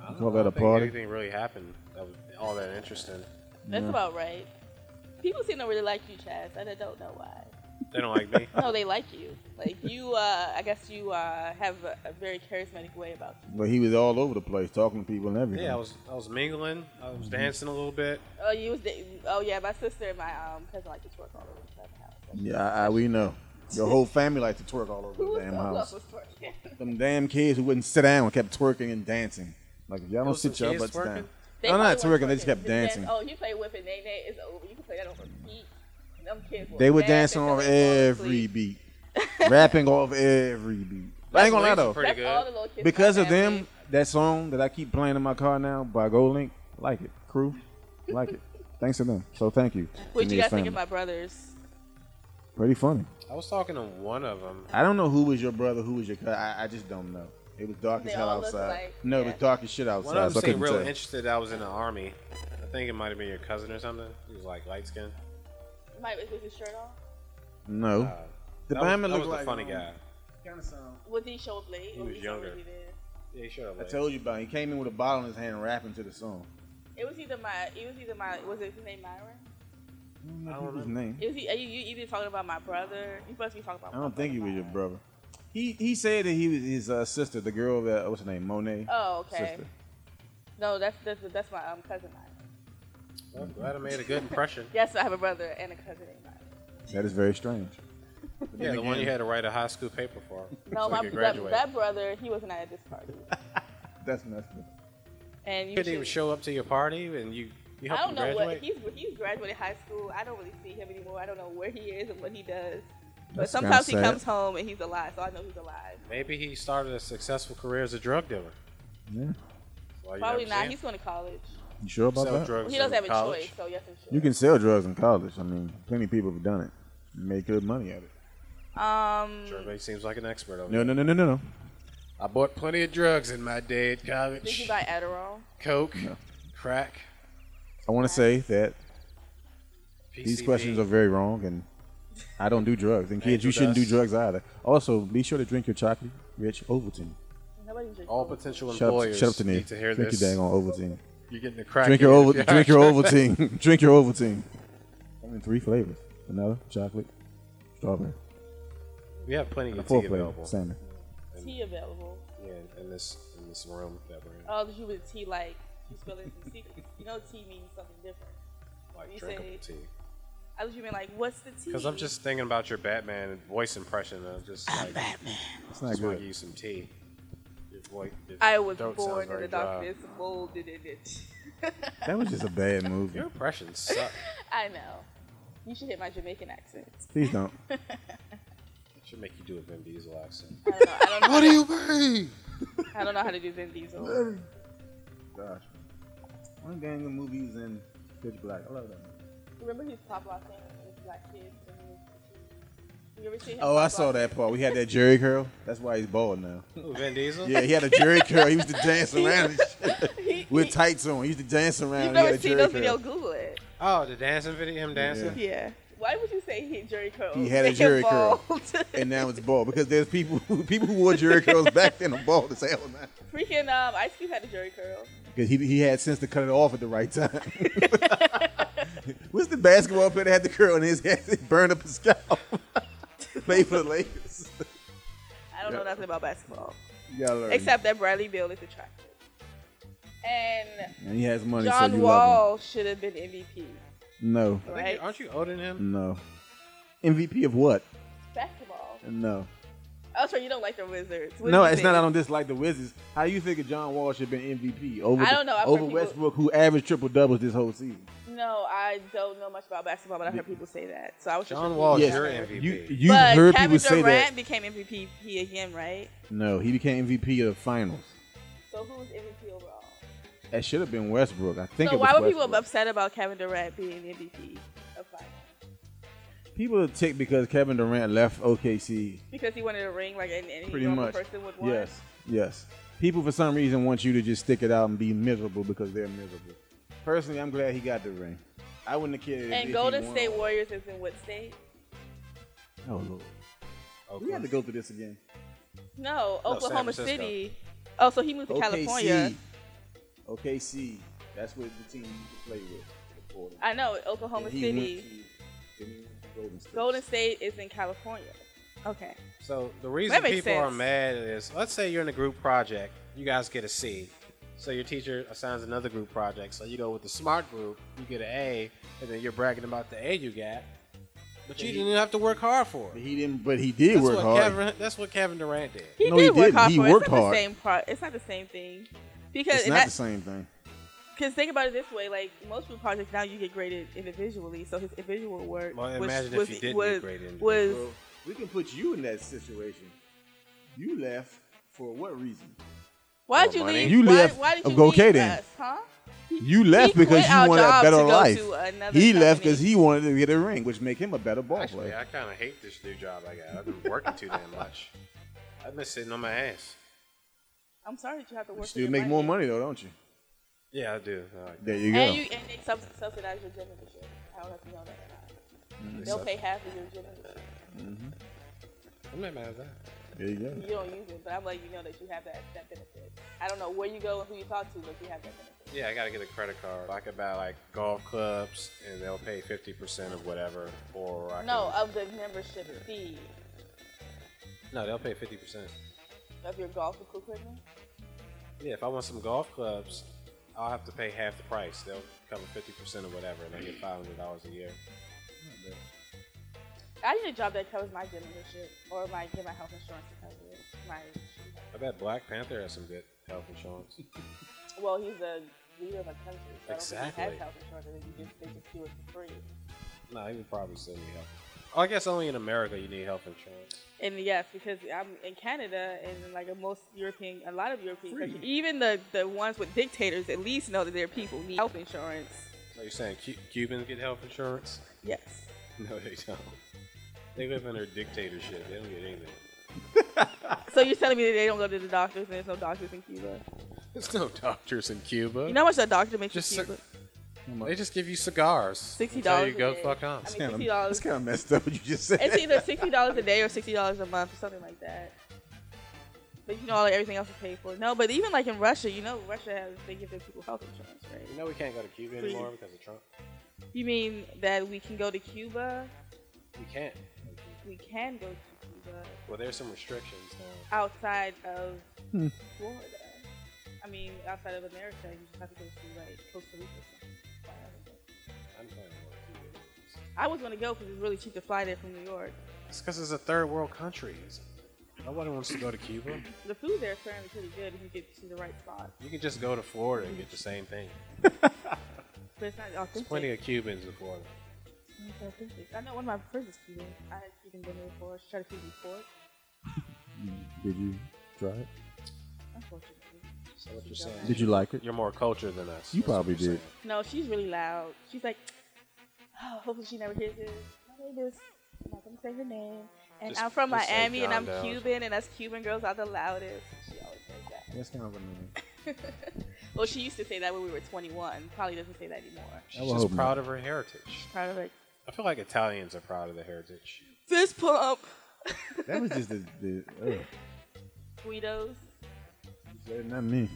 [SPEAKER 2] I don't
[SPEAKER 4] Call
[SPEAKER 2] know,
[SPEAKER 4] that
[SPEAKER 2] I
[SPEAKER 4] a
[SPEAKER 2] think
[SPEAKER 4] party?
[SPEAKER 2] Anything really happened? That was all that interesting.
[SPEAKER 3] That's
[SPEAKER 4] Yeah.
[SPEAKER 3] about right. People seem to really like you, Chaz, and I don't know why.
[SPEAKER 2] They don't like me.
[SPEAKER 3] No, they like you. Like you, uh, I guess you uh, have a, a very charismatic way about you.
[SPEAKER 4] But he was all over the place talking to people and everything.
[SPEAKER 2] yeah, I was I was mingling. I was dancing a little bit.
[SPEAKER 3] Oh, you was the, oh yeah, my sister and my um cousin like to twerk all over each other's house.
[SPEAKER 4] Yeah, I, I, we know. Your whole family liked to twerk all
[SPEAKER 3] Who
[SPEAKER 4] over
[SPEAKER 3] was
[SPEAKER 4] the damn
[SPEAKER 3] so in love
[SPEAKER 4] house.
[SPEAKER 3] with twerking?
[SPEAKER 4] Them damn kids who wouldn't sit down kept twerking and dancing. Like if y'all don't
[SPEAKER 2] Those
[SPEAKER 4] sit
[SPEAKER 2] some
[SPEAKER 4] your
[SPEAKER 2] kids
[SPEAKER 4] butts down.
[SPEAKER 2] twerking?
[SPEAKER 3] They
[SPEAKER 4] No, not
[SPEAKER 3] probably weren't
[SPEAKER 4] twerking, they just kept
[SPEAKER 3] dance-
[SPEAKER 4] dancing.
[SPEAKER 3] Oh, you play with it, nay nay is over. You can play that on repeat. Them kids will
[SPEAKER 4] They were
[SPEAKER 3] dance
[SPEAKER 4] dancing
[SPEAKER 3] until
[SPEAKER 4] off
[SPEAKER 3] they fall
[SPEAKER 4] every
[SPEAKER 3] asleep.
[SPEAKER 4] beat, rapping off every beat. But I ain't gonna lie
[SPEAKER 2] That's
[SPEAKER 4] though,
[SPEAKER 2] pretty
[SPEAKER 3] That's
[SPEAKER 2] good.
[SPEAKER 3] all the little kids. in
[SPEAKER 4] because
[SPEAKER 3] my
[SPEAKER 4] of them,
[SPEAKER 3] family.
[SPEAKER 4] that song that I keep playing in my car now by Gold Link, like it, crew, like it. Thanks to them, so thank you.
[SPEAKER 3] What you
[SPEAKER 4] Janine's
[SPEAKER 3] guys think
[SPEAKER 4] family.
[SPEAKER 3] of my brothers?
[SPEAKER 4] Pretty funny.
[SPEAKER 2] I was talking to one of them.
[SPEAKER 4] I don't know who was your brother, who was your cousin. I, I just don't know. It was dark
[SPEAKER 3] They
[SPEAKER 4] as hell
[SPEAKER 3] all look
[SPEAKER 4] outside.
[SPEAKER 3] alike,
[SPEAKER 4] no, it
[SPEAKER 3] yeah.
[SPEAKER 4] was dark as shit outside.
[SPEAKER 2] One of
[SPEAKER 4] so
[SPEAKER 2] them
[SPEAKER 4] I
[SPEAKER 2] seemed
[SPEAKER 4] couldn't
[SPEAKER 2] real
[SPEAKER 4] tell.
[SPEAKER 2] interested. I was in the army. I think it might have been your cousin or something. He was like light skinned.
[SPEAKER 3] Mike with his shirt on.
[SPEAKER 4] No,
[SPEAKER 2] Uh,
[SPEAKER 4] the
[SPEAKER 2] that was,
[SPEAKER 4] Batman
[SPEAKER 2] that
[SPEAKER 4] looked
[SPEAKER 2] was the
[SPEAKER 4] like
[SPEAKER 2] funny
[SPEAKER 4] um,
[SPEAKER 2] guy.
[SPEAKER 3] Well, did he show up late?
[SPEAKER 2] He
[SPEAKER 3] Or
[SPEAKER 2] was
[SPEAKER 3] he
[SPEAKER 2] younger.
[SPEAKER 3] Really there?
[SPEAKER 2] Yeah, he showed up.
[SPEAKER 4] I
[SPEAKER 2] late.
[SPEAKER 4] told you about. It. He came in with a bottle in his hand, rapping to the song.
[SPEAKER 3] It was either my. It was either my. Was it his name Myron?
[SPEAKER 4] I don't know,
[SPEAKER 2] I don't
[SPEAKER 4] his
[SPEAKER 2] know.
[SPEAKER 4] name.
[SPEAKER 3] It was. e- Are you, you either talking about my brother? You supposed to be talking about.
[SPEAKER 4] I
[SPEAKER 3] my
[SPEAKER 4] don't think he was your
[SPEAKER 3] Myron.
[SPEAKER 4] brother. He he said that he was his uh, sister, the girl that what's her name, Monet.
[SPEAKER 3] Oh, okay.
[SPEAKER 4] Sister.
[SPEAKER 3] No, that's that's that's my um, cousin Myron.
[SPEAKER 2] I'm glad I made a good impression.
[SPEAKER 3] Yes, I have a brother and a cousin named Myron.
[SPEAKER 4] That is very strange. But
[SPEAKER 2] Yeah,
[SPEAKER 4] then
[SPEAKER 2] the one
[SPEAKER 4] again,
[SPEAKER 2] you had to write a high school paper for.
[SPEAKER 3] No,
[SPEAKER 2] so
[SPEAKER 3] my
[SPEAKER 2] you could
[SPEAKER 3] that,
[SPEAKER 2] graduate.
[SPEAKER 3] that brother, he wasn't at this party.
[SPEAKER 4] That's messed up.
[SPEAKER 3] And you
[SPEAKER 2] you couldn't even
[SPEAKER 3] should-
[SPEAKER 2] show up to your party, and you you
[SPEAKER 3] I
[SPEAKER 2] helped
[SPEAKER 3] don't
[SPEAKER 2] him
[SPEAKER 3] know
[SPEAKER 2] graduate.
[SPEAKER 3] what he's he's graduated high school. I don't really see him anymore. I don't know where he is and what he does. But
[SPEAKER 4] That's kinda
[SPEAKER 3] sometimes he
[SPEAKER 4] sad.
[SPEAKER 3] comes home and he's alive, so I know he's alive.
[SPEAKER 2] Maybe he started a successful career as a drug dealer.
[SPEAKER 4] Yeah.
[SPEAKER 2] Well, you
[SPEAKER 3] Probably
[SPEAKER 2] never
[SPEAKER 3] not.
[SPEAKER 2] see
[SPEAKER 3] He's going to college.
[SPEAKER 4] You sure
[SPEAKER 2] him.
[SPEAKER 4] about
[SPEAKER 2] Sell
[SPEAKER 4] that?
[SPEAKER 2] drugs
[SPEAKER 3] he doesn't
[SPEAKER 2] in
[SPEAKER 3] have
[SPEAKER 2] college.
[SPEAKER 3] a choice, so yes, I'm sure.
[SPEAKER 4] You can sell drugs in college. I mean, plenty of people have done it. and Made good money at it.
[SPEAKER 3] um,
[SPEAKER 2] Jermaine seems like an expert over
[SPEAKER 4] No,
[SPEAKER 2] here.
[SPEAKER 4] no, no, no, no, no.
[SPEAKER 2] I bought plenty of drugs in my day at
[SPEAKER 3] did you
[SPEAKER 2] college.
[SPEAKER 3] buy Adderall?
[SPEAKER 2] Coke,
[SPEAKER 4] No.
[SPEAKER 2] crack,
[SPEAKER 4] I want to say that
[SPEAKER 2] PCB.
[SPEAKER 4] these questions are very wrong, and I don't do drugs. And kids,
[SPEAKER 2] Angel
[SPEAKER 4] you shouldn't do
[SPEAKER 2] dust.
[SPEAKER 4] drugs either. Also, be sure to drink your chocolate, Rich Ovaltine.
[SPEAKER 3] Nobody drinks.
[SPEAKER 2] all potential
[SPEAKER 4] Shut up,
[SPEAKER 2] employers
[SPEAKER 4] shut up to me.
[SPEAKER 2] need to hear
[SPEAKER 4] Drink
[SPEAKER 2] this.
[SPEAKER 4] your dang on Ovaltine.
[SPEAKER 2] You're getting the crack.
[SPEAKER 4] Drink
[SPEAKER 2] here
[SPEAKER 4] your
[SPEAKER 2] if
[SPEAKER 4] Oval,
[SPEAKER 2] you
[SPEAKER 4] drink your
[SPEAKER 2] are.
[SPEAKER 4] Ovaltine. drink your Ovaltine. I'm in three flavors: vanilla, chocolate, strawberry,
[SPEAKER 2] We have plenty
[SPEAKER 4] and a
[SPEAKER 2] of
[SPEAKER 4] fourth
[SPEAKER 2] tea
[SPEAKER 4] flavor,
[SPEAKER 2] available.
[SPEAKER 4] salmon.
[SPEAKER 3] tea available.
[SPEAKER 2] Yeah, in this in this room that we're in.
[SPEAKER 3] Oh, did you with tea like you spilling some secrets? You know, tea means something different.
[SPEAKER 2] like
[SPEAKER 3] you
[SPEAKER 2] drinkable
[SPEAKER 3] say-
[SPEAKER 2] tea.
[SPEAKER 3] I was you mean like, what's the tea?
[SPEAKER 2] Because I'm just thinking about your Batman voice impression. I'm just like,
[SPEAKER 4] It's not
[SPEAKER 2] just want to give
[SPEAKER 4] good.
[SPEAKER 2] you some tea. Your voice, your
[SPEAKER 3] I was
[SPEAKER 2] throat sounds
[SPEAKER 3] born in
[SPEAKER 2] very
[SPEAKER 3] the
[SPEAKER 2] dry.
[SPEAKER 3] darkness, molded in it.
[SPEAKER 4] That was just a bad movie.
[SPEAKER 2] Your impressions suck.
[SPEAKER 3] I know. You should hit my Jamaican accent.
[SPEAKER 4] Please don't.
[SPEAKER 2] Should make you do a Vin Diesel accent.
[SPEAKER 3] I don't know. I don't know,
[SPEAKER 4] What do you mean?
[SPEAKER 3] I don't know how to do Vin Diesel.
[SPEAKER 4] Gosh, one damn good movie is in Pitch Black. I love that. Movie.
[SPEAKER 3] Remember his pop lock thing with his black kids? when he was a kid? You ever seen him
[SPEAKER 4] Oh, I
[SPEAKER 3] pop
[SPEAKER 4] saw
[SPEAKER 3] lock?
[SPEAKER 4] that part. We had that Jerry curl. That's why he's bald now.
[SPEAKER 2] Ooh, Vin Diesel?
[SPEAKER 4] Yeah, he had a Jerry curl. He used to dance around and shit.
[SPEAKER 3] He-
[SPEAKER 4] with
[SPEAKER 3] he-
[SPEAKER 4] tights on. He used to dance around.
[SPEAKER 3] You've
[SPEAKER 4] and he
[SPEAKER 3] never
[SPEAKER 4] had a
[SPEAKER 3] seen
[SPEAKER 4] Jerry
[SPEAKER 3] those
[SPEAKER 4] curl.
[SPEAKER 3] videos? Google it.
[SPEAKER 2] Oh, the dancing video, him dancing?
[SPEAKER 3] Yeah. Why would you say he had Jerry curls?
[SPEAKER 4] He had a
[SPEAKER 3] They
[SPEAKER 4] Jerry curl.
[SPEAKER 3] evolved.
[SPEAKER 4] And now it's bald because there's people people who wore Jerry curls back then are bald as hell now.
[SPEAKER 3] Freaking um, Ice Cube had a Jerry curl.
[SPEAKER 4] Because he, he had sense to cut it off at the right time. What's the basketball player that had the curl in his head? It burned up his scalp. Played for the Lakers.
[SPEAKER 3] I don't know
[SPEAKER 4] Yeah.
[SPEAKER 3] nothing about basketball
[SPEAKER 4] You gotta learn.
[SPEAKER 3] except that Bradley Beal is attractive. And
[SPEAKER 4] and he has money,
[SPEAKER 3] John
[SPEAKER 4] so you love him.
[SPEAKER 3] Wall should have been MVP,
[SPEAKER 4] No,
[SPEAKER 2] I think
[SPEAKER 3] right?
[SPEAKER 2] you- Aren't you older than him?
[SPEAKER 4] no. MVP of what?
[SPEAKER 3] Basketball.
[SPEAKER 4] No.
[SPEAKER 3] Oh, sorry, you don't like the Wizards. What do
[SPEAKER 4] no,
[SPEAKER 3] you
[SPEAKER 4] it's not. I
[SPEAKER 3] think?
[SPEAKER 4] don't dislike the Wizards. How you figure John Wall should have been MVP over
[SPEAKER 3] I don't know. I've heard
[SPEAKER 4] over
[SPEAKER 3] people-
[SPEAKER 4] Westbrook, who averaged triple doubles this whole season?
[SPEAKER 3] No, I don't know much about basketball, but I heard people say that. So I was
[SPEAKER 2] John
[SPEAKER 3] just
[SPEAKER 2] Wall's
[SPEAKER 4] Yes.
[SPEAKER 2] your MVP.
[SPEAKER 4] You you
[SPEAKER 3] But
[SPEAKER 4] heard
[SPEAKER 3] Kevin
[SPEAKER 4] people say
[SPEAKER 3] Durant
[SPEAKER 4] that.
[SPEAKER 3] became MVP again, right?
[SPEAKER 4] No, he became MVP of finals.
[SPEAKER 3] So who's MVP overall?
[SPEAKER 4] That should have been Westbrook. I think.
[SPEAKER 3] so
[SPEAKER 4] it was
[SPEAKER 3] why were
[SPEAKER 4] Westbrook.
[SPEAKER 3] people upset about Kevin Durant being MVP of finals?
[SPEAKER 4] People are ticked because Kevin Durant left OKC.
[SPEAKER 3] Because he wanted a ring, like any, any
[SPEAKER 4] Pretty
[SPEAKER 3] normal
[SPEAKER 4] much.
[SPEAKER 3] person would want.
[SPEAKER 4] Yes, yes. People for some reason want you to just stick it out and be miserable because they're miserable. Personally, I'm glad he got the ring. I wouldn't have cared. if- if
[SPEAKER 3] And
[SPEAKER 4] he
[SPEAKER 3] Golden
[SPEAKER 4] won.
[SPEAKER 3] State Warriors is in what state?
[SPEAKER 4] Oh lord,
[SPEAKER 2] Oakland.
[SPEAKER 4] we have to go through this again.
[SPEAKER 3] No,
[SPEAKER 2] No, San
[SPEAKER 3] Oklahoma
[SPEAKER 2] Francisco.
[SPEAKER 3] City. Oh, so he moved to California.
[SPEAKER 4] OKC. That's what the team you play with. before.
[SPEAKER 3] I know Oklahoma
[SPEAKER 4] And he went
[SPEAKER 3] City.
[SPEAKER 4] to- he went to Golden State.
[SPEAKER 3] Golden State is in California. Okay.
[SPEAKER 2] So the reason
[SPEAKER 3] makes
[SPEAKER 2] people are
[SPEAKER 3] sense.
[SPEAKER 2] mad is, let's say you're in a group project, you guys get a C. So your teacher assigns another group project. So you go with the smart group, you get an A, and then you're bragging about the A you got, but you didn't even have to work hard for
[SPEAKER 4] But
[SPEAKER 2] it.
[SPEAKER 4] he didn't. But he did
[SPEAKER 2] That's
[SPEAKER 4] work
[SPEAKER 2] what
[SPEAKER 4] hard.
[SPEAKER 2] Kevin. That's what Kevin Durant did.
[SPEAKER 3] He
[SPEAKER 4] No,
[SPEAKER 3] did
[SPEAKER 4] he
[SPEAKER 3] work
[SPEAKER 4] didn't.
[SPEAKER 3] hard.
[SPEAKER 4] He
[SPEAKER 3] for it.
[SPEAKER 4] worked
[SPEAKER 3] it's not
[SPEAKER 4] hard.
[SPEAKER 3] The same part. It's not the same thing. Because
[SPEAKER 4] it's
[SPEAKER 3] and
[SPEAKER 4] not
[SPEAKER 3] that,
[SPEAKER 4] the same thing.
[SPEAKER 3] Because think about it this way: like most group projects now, you get graded individually. So his individual work
[SPEAKER 2] Well,
[SPEAKER 3] was
[SPEAKER 2] imagine if
[SPEAKER 3] was,
[SPEAKER 2] you didn't
[SPEAKER 3] was,
[SPEAKER 2] get graded
[SPEAKER 3] was
[SPEAKER 4] Well, we can put you in that situation. You left for what reason?
[SPEAKER 3] why'd you
[SPEAKER 2] money.
[SPEAKER 3] leave?
[SPEAKER 4] You
[SPEAKER 3] why,
[SPEAKER 4] left-
[SPEAKER 3] Why did you
[SPEAKER 4] okay
[SPEAKER 3] leave
[SPEAKER 4] then.
[SPEAKER 3] us, huh?
[SPEAKER 4] You left
[SPEAKER 3] quit
[SPEAKER 4] because
[SPEAKER 3] our
[SPEAKER 4] you wanted a
[SPEAKER 3] job
[SPEAKER 4] better
[SPEAKER 3] to go
[SPEAKER 4] life.
[SPEAKER 3] to another
[SPEAKER 4] He left
[SPEAKER 3] company.
[SPEAKER 4] because he wanted to get a ring, which make him a better ball
[SPEAKER 2] Actually,
[SPEAKER 4] player.
[SPEAKER 2] I kind of hate this new job I got. I've been working too damn much. I've been sitting on my ass.
[SPEAKER 3] I'm sorry that you have to work.
[SPEAKER 4] You
[SPEAKER 3] for
[SPEAKER 4] still
[SPEAKER 3] your
[SPEAKER 4] make more money though, don't you?
[SPEAKER 2] Yeah, I do. I like that.
[SPEAKER 4] There you go.
[SPEAKER 3] And you and they sub- subsidize your gym membership. I don't know if you know that. Or not. They'll pay half of your gym membership.
[SPEAKER 2] I'm not mad at that.
[SPEAKER 4] there you go.
[SPEAKER 3] You don't use it, but I'm letting you know that you have that, that benefit. I don't know where you go and who you talk to, but you have that benefit.
[SPEAKER 2] Yeah, I gotta get a credit card. I could buy like golf clubs, and they'll pay fifty percent of whatever. Or I
[SPEAKER 3] No, uh
[SPEAKER 2] can-
[SPEAKER 3] of the membership fee
[SPEAKER 2] no, they'll pay fifty percent.
[SPEAKER 3] of your golf equipment.
[SPEAKER 2] Yeah, if I want some golf clubs, I'll have to pay half the price. They'll cover fifty percent of whatever, and I get five hundred dollars a year.
[SPEAKER 3] I need a job that covers my gym membership or my get my health insurance to cover it. My
[SPEAKER 2] I bet Black Panther has some good health insurance.
[SPEAKER 3] well, he's a leader of a country. So I don't think
[SPEAKER 2] Exactly.
[SPEAKER 3] he has health insurance. and You just they just do it for free.
[SPEAKER 2] no, he would probably still need health. Oh, I guess only in America you need health insurance.
[SPEAKER 3] And yes, because I'm in Canada and like in most European, a lot of European countries, even the the ones with dictators, at least know that their people need health insurance.
[SPEAKER 2] So you're saying Cu- Cubans get health insurance?
[SPEAKER 3] Yes.
[SPEAKER 2] No, they don't. They live under dictatorship. They don't get anything.
[SPEAKER 3] So you're telling me that they don't go to the doctors and there's no doctors in Cuba?
[SPEAKER 2] There's no doctors in Cuba.
[SPEAKER 3] You know how much a doctor makes
[SPEAKER 2] Just
[SPEAKER 3] in
[SPEAKER 2] cir-
[SPEAKER 3] Cuba?
[SPEAKER 2] They just give you cigars.
[SPEAKER 3] Sixty
[SPEAKER 2] and tell
[SPEAKER 3] dollars.
[SPEAKER 2] you go fuck off.
[SPEAKER 3] I mean, sixty dollars.
[SPEAKER 4] That's kind of messed up. What you just said.
[SPEAKER 3] It's either sixty dollars a day or sixty dollars a month or something like that. But you know, like everything else is paid for. No, but even like in Russia, you know, Russia has they give their people health insurance,
[SPEAKER 2] You
[SPEAKER 3] right?
[SPEAKER 2] know we can't go to Cuba
[SPEAKER 3] Free.
[SPEAKER 2] anymore because of Trump.
[SPEAKER 3] You mean that we can go to Cuba?
[SPEAKER 2] We can't.
[SPEAKER 3] We can go to Cuba
[SPEAKER 2] Well, there's some restrictions now.
[SPEAKER 3] outside of Florida. I mean, outside of America, you just have to go to like Costa Rica. Or something.
[SPEAKER 2] I'm kind of Cuba.
[SPEAKER 3] I was gonna go because it's really cheap to fly there from New York.
[SPEAKER 2] It's because it's a third world country. It's- Nobody wants to go to Cuba.
[SPEAKER 3] The food there is apparently pretty good if you get to the right spot,
[SPEAKER 2] You can just go to Florida and get the same thing.
[SPEAKER 3] but it's not
[SPEAKER 2] There's
[SPEAKER 3] authentic.
[SPEAKER 2] plenty of Cubans in Florida.
[SPEAKER 3] I know one of my friends is Cuban. I had Cuban dinner before. She tried to feed me pork,
[SPEAKER 4] Did you try it?
[SPEAKER 3] unfortunately.
[SPEAKER 2] So what you're saying?
[SPEAKER 4] Did you like it?
[SPEAKER 2] You're more cultured than us.
[SPEAKER 4] You
[SPEAKER 2] That's what
[SPEAKER 4] probably
[SPEAKER 2] you're saying.
[SPEAKER 4] did.
[SPEAKER 3] No, she's really loud. She's like, oh, hopefully she never hears this. My name is, I'm not going to say her name. And
[SPEAKER 2] Just-
[SPEAKER 3] I'm from
[SPEAKER 2] just say
[SPEAKER 3] Miami and
[SPEAKER 2] John
[SPEAKER 3] I'm
[SPEAKER 2] Doe.
[SPEAKER 3] Cuban and us Cuban girls are the loudest. She always says that.
[SPEAKER 4] That's kind of annoying.
[SPEAKER 3] Well, she used to say that when we were 21. Probably doesn't say that anymore.
[SPEAKER 4] I
[SPEAKER 2] She's
[SPEAKER 4] would
[SPEAKER 2] just
[SPEAKER 4] hope not.
[SPEAKER 2] proud of her heritage.
[SPEAKER 3] Proud of it.
[SPEAKER 2] I feel like Italians are proud of their heritage.
[SPEAKER 3] Fist pump.
[SPEAKER 4] That was just the. the uh, you
[SPEAKER 3] Guidos.
[SPEAKER 4] said, not me.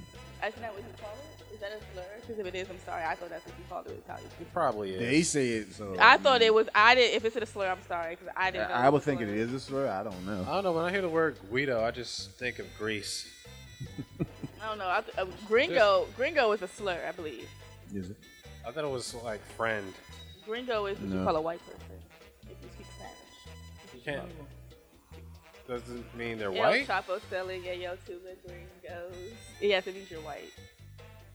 [SPEAKER 3] Isn't that what you call it? Is that a slur? Because if it is, I'm sorry. I thought that's what you called it in Italian.
[SPEAKER 2] It probably is.
[SPEAKER 4] They say it. So
[SPEAKER 3] I thought it was. I did. If it's a slur, I'm sorry because I
[SPEAKER 4] I,
[SPEAKER 3] didn't. know
[SPEAKER 4] I would
[SPEAKER 3] was a
[SPEAKER 4] think it
[SPEAKER 3] slur.
[SPEAKER 4] is a slur. I don't know.
[SPEAKER 2] I don't know. When I hear the word Guido, I just think of Greece.
[SPEAKER 3] I don't know. I th- uh, gringo. Gringo is a slur, I believe.
[SPEAKER 4] Is it?
[SPEAKER 2] I thought it was like friend.
[SPEAKER 3] Gringo is what you
[SPEAKER 4] No.
[SPEAKER 3] call a white person if you speak Spanish.
[SPEAKER 2] You can't. Doesn't mean they're
[SPEAKER 3] El
[SPEAKER 2] white.
[SPEAKER 3] Chapo selling yeah, yo to the gringos. Yes, it means you're white.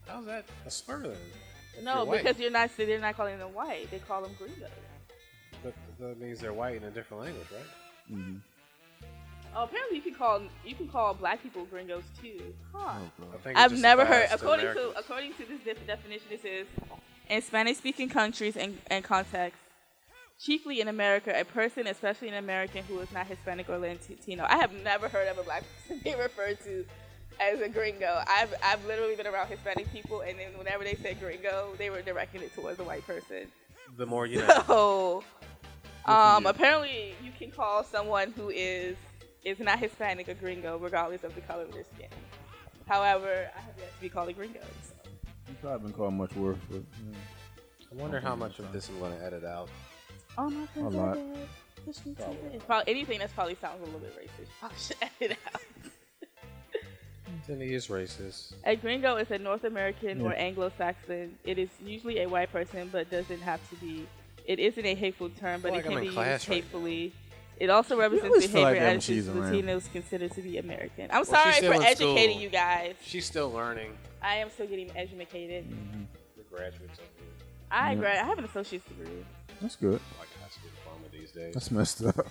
[SPEAKER 2] How's that a slur then?
[SPEAKER 3] No,
[SPEAKER 2] They're white.
[SPEAKER 3] because you're not. They're not calling them white. They call them gringos.
[SPEAKER 2] But that means they're white in a different language, right?
[SPEAKER 4] Mm-hmm.
[SPEAKER 3] Oh, apparently you can call you can call black people gringos too. Huh.
[SPEAKER 4] Oh,
[SPEAKER 2] I think
[SPEAKER 3] I've never heard. According to according to this def- definition, this is in Spanish-speaking countries and, and contexts, chiefly in America, a person, especially an American, who is not Hispanic or Latino. I have never heard of a black person being referred to as a gringo. I've I've literally been around Hispanic people, and then whenever they said gringo, they were directing it towards a white person.
[SPEAKER 2] the more you know.
[SPEAKER 3] So, um,
[SPEAKER 2] you.
[SPEAKER 3] apparently, you can call someone who is is not Hispanic a gringo, regardless of the color of their skin. However, I have yet to be called a gringo. so.
[SPEAKER 4] You probably been called much worse. But,
[SPEAKER 2] I wonder how much of this I'm going to edit out.
[SPEAKER 3] Oh my
[SPEAKER 4] A lot.
[SPEAKER 3] Probably anything that's probably sounds a little bit racist. Probably should edit out.
[SPEAKER 2] Cindy is racist.
[SPEAKER 3] A gringo is a North American or
[SPEAKER 4] Yeah.
[SPEAKER 3] Anglo-Saxon. It is usually a white person, but doesn't have to be. It isn't a hateful term, but
[SPEAKER 2] like
[SPEAKER 3] it can
[SPEAKER 2] I'm in
[SPEAKER 3] be used
[SPEAKER 2] class right now.
[SPEAKER 3] hatefully. It also represents
[SPEAKER 4] always feel
[SPEAKER 3] behavior
[SPEAKER 4] like that when
[SPEAKER 3] attitudes
[SPEAKER 4] she's around.
[SPEAKER 3] Latinos consider to be American. I'm
[SPEAKER 2] Well,
[SPEAKER 3] sorry
[SPEAKER 2] she's
[SPEAKER 3] for
[SPEAKER 2] still in school.
[SPEAKER 3] educating you guys.
[SPEAKER 2] She's still learning.
[SPEAKER 3] I am still getting educated.
[SPEAKER 2] The graduates of the,
[SPEAKER 3] I
[SPEAKER 4] Mm. Yeah.
[SPEAKER 3] grad- I have an associate's degree,
[SPEAKER 4] That's good.
[SPEAKER 2] like high school diploma these days.
[SPEAKER 4] That's messed up.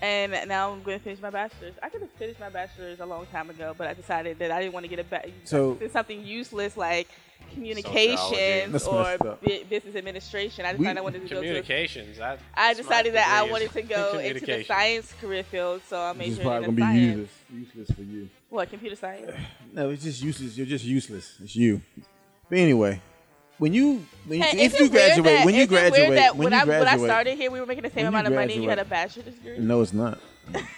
[SPEAKER 3] and now I'm going to finish my bachelor's. I could have finished my bachelor's a long time ago, but I decided that I didn't want to get a ba-
[SPEAKER 4] So-
[SPEAKER 3] it's something useless like communications
[SPEAKER 4] That's
[SPEAKER 3] or
[SPEAKER 4] messed up.
[SPEAKER 3] bu- business administration. I
[SPEAKER 4] We-
[SPEAKER 3] decided I wanted to go to.
[SPEAKER 2] Communications. I,
[SPEAKER 3] I
[SPEAKER 2] that's my
[SPEAKER 3] decided that I
[SPEAKER 2] degree
[SPEAKER 3] wanted
[SPEAKER 2] is
[SPEAKER 3] to go into the
[SPEAKER 2] communications.
[SPEAKER 3] science career field, so I
[SPEAKER 4] It's
[SPEAKER 3] majored
[SPEAKER 4] probably
[SPEAKER 3] in the
[SPEAKER 4] gonna be
[SPEAKER 3] science.
[SPEAKER 4] useless. Useless for you.
[SPEAKER 3] What computer science?
[SPEAKER 4] No, it's just useless. You're just useless. It's you. But anyway, when you when you,
[SPEAKER 3] Hey,
[SPEAKER 4] if
[SPEAKER 3] is
[SPEAKER 4] you
[SPEAKER 3] it weird
[SPEAKER 4] graduate,
[SPEAKER 3] that-
[SPEAKER 4] when you
[SPEAKER 3] is it weird
[SPEAKER 4] graduate,
[SPEAKER 3] that
[SPEAKER 4] when
[SPEAKER 3] when
[SPEAKER 4] you
[SPEAKER 3] I,
[SPEAKER 4] graduate,
[SPEAKER 3] when I started here, we were making the same
[SPEAKER 4] when you
[SPEAKER 3] amount of money, and you had a
[SPEAKER 4] graduate-
[SPEAKER 3] bachelor's degree.
[SPEAKER 4] no, it's not.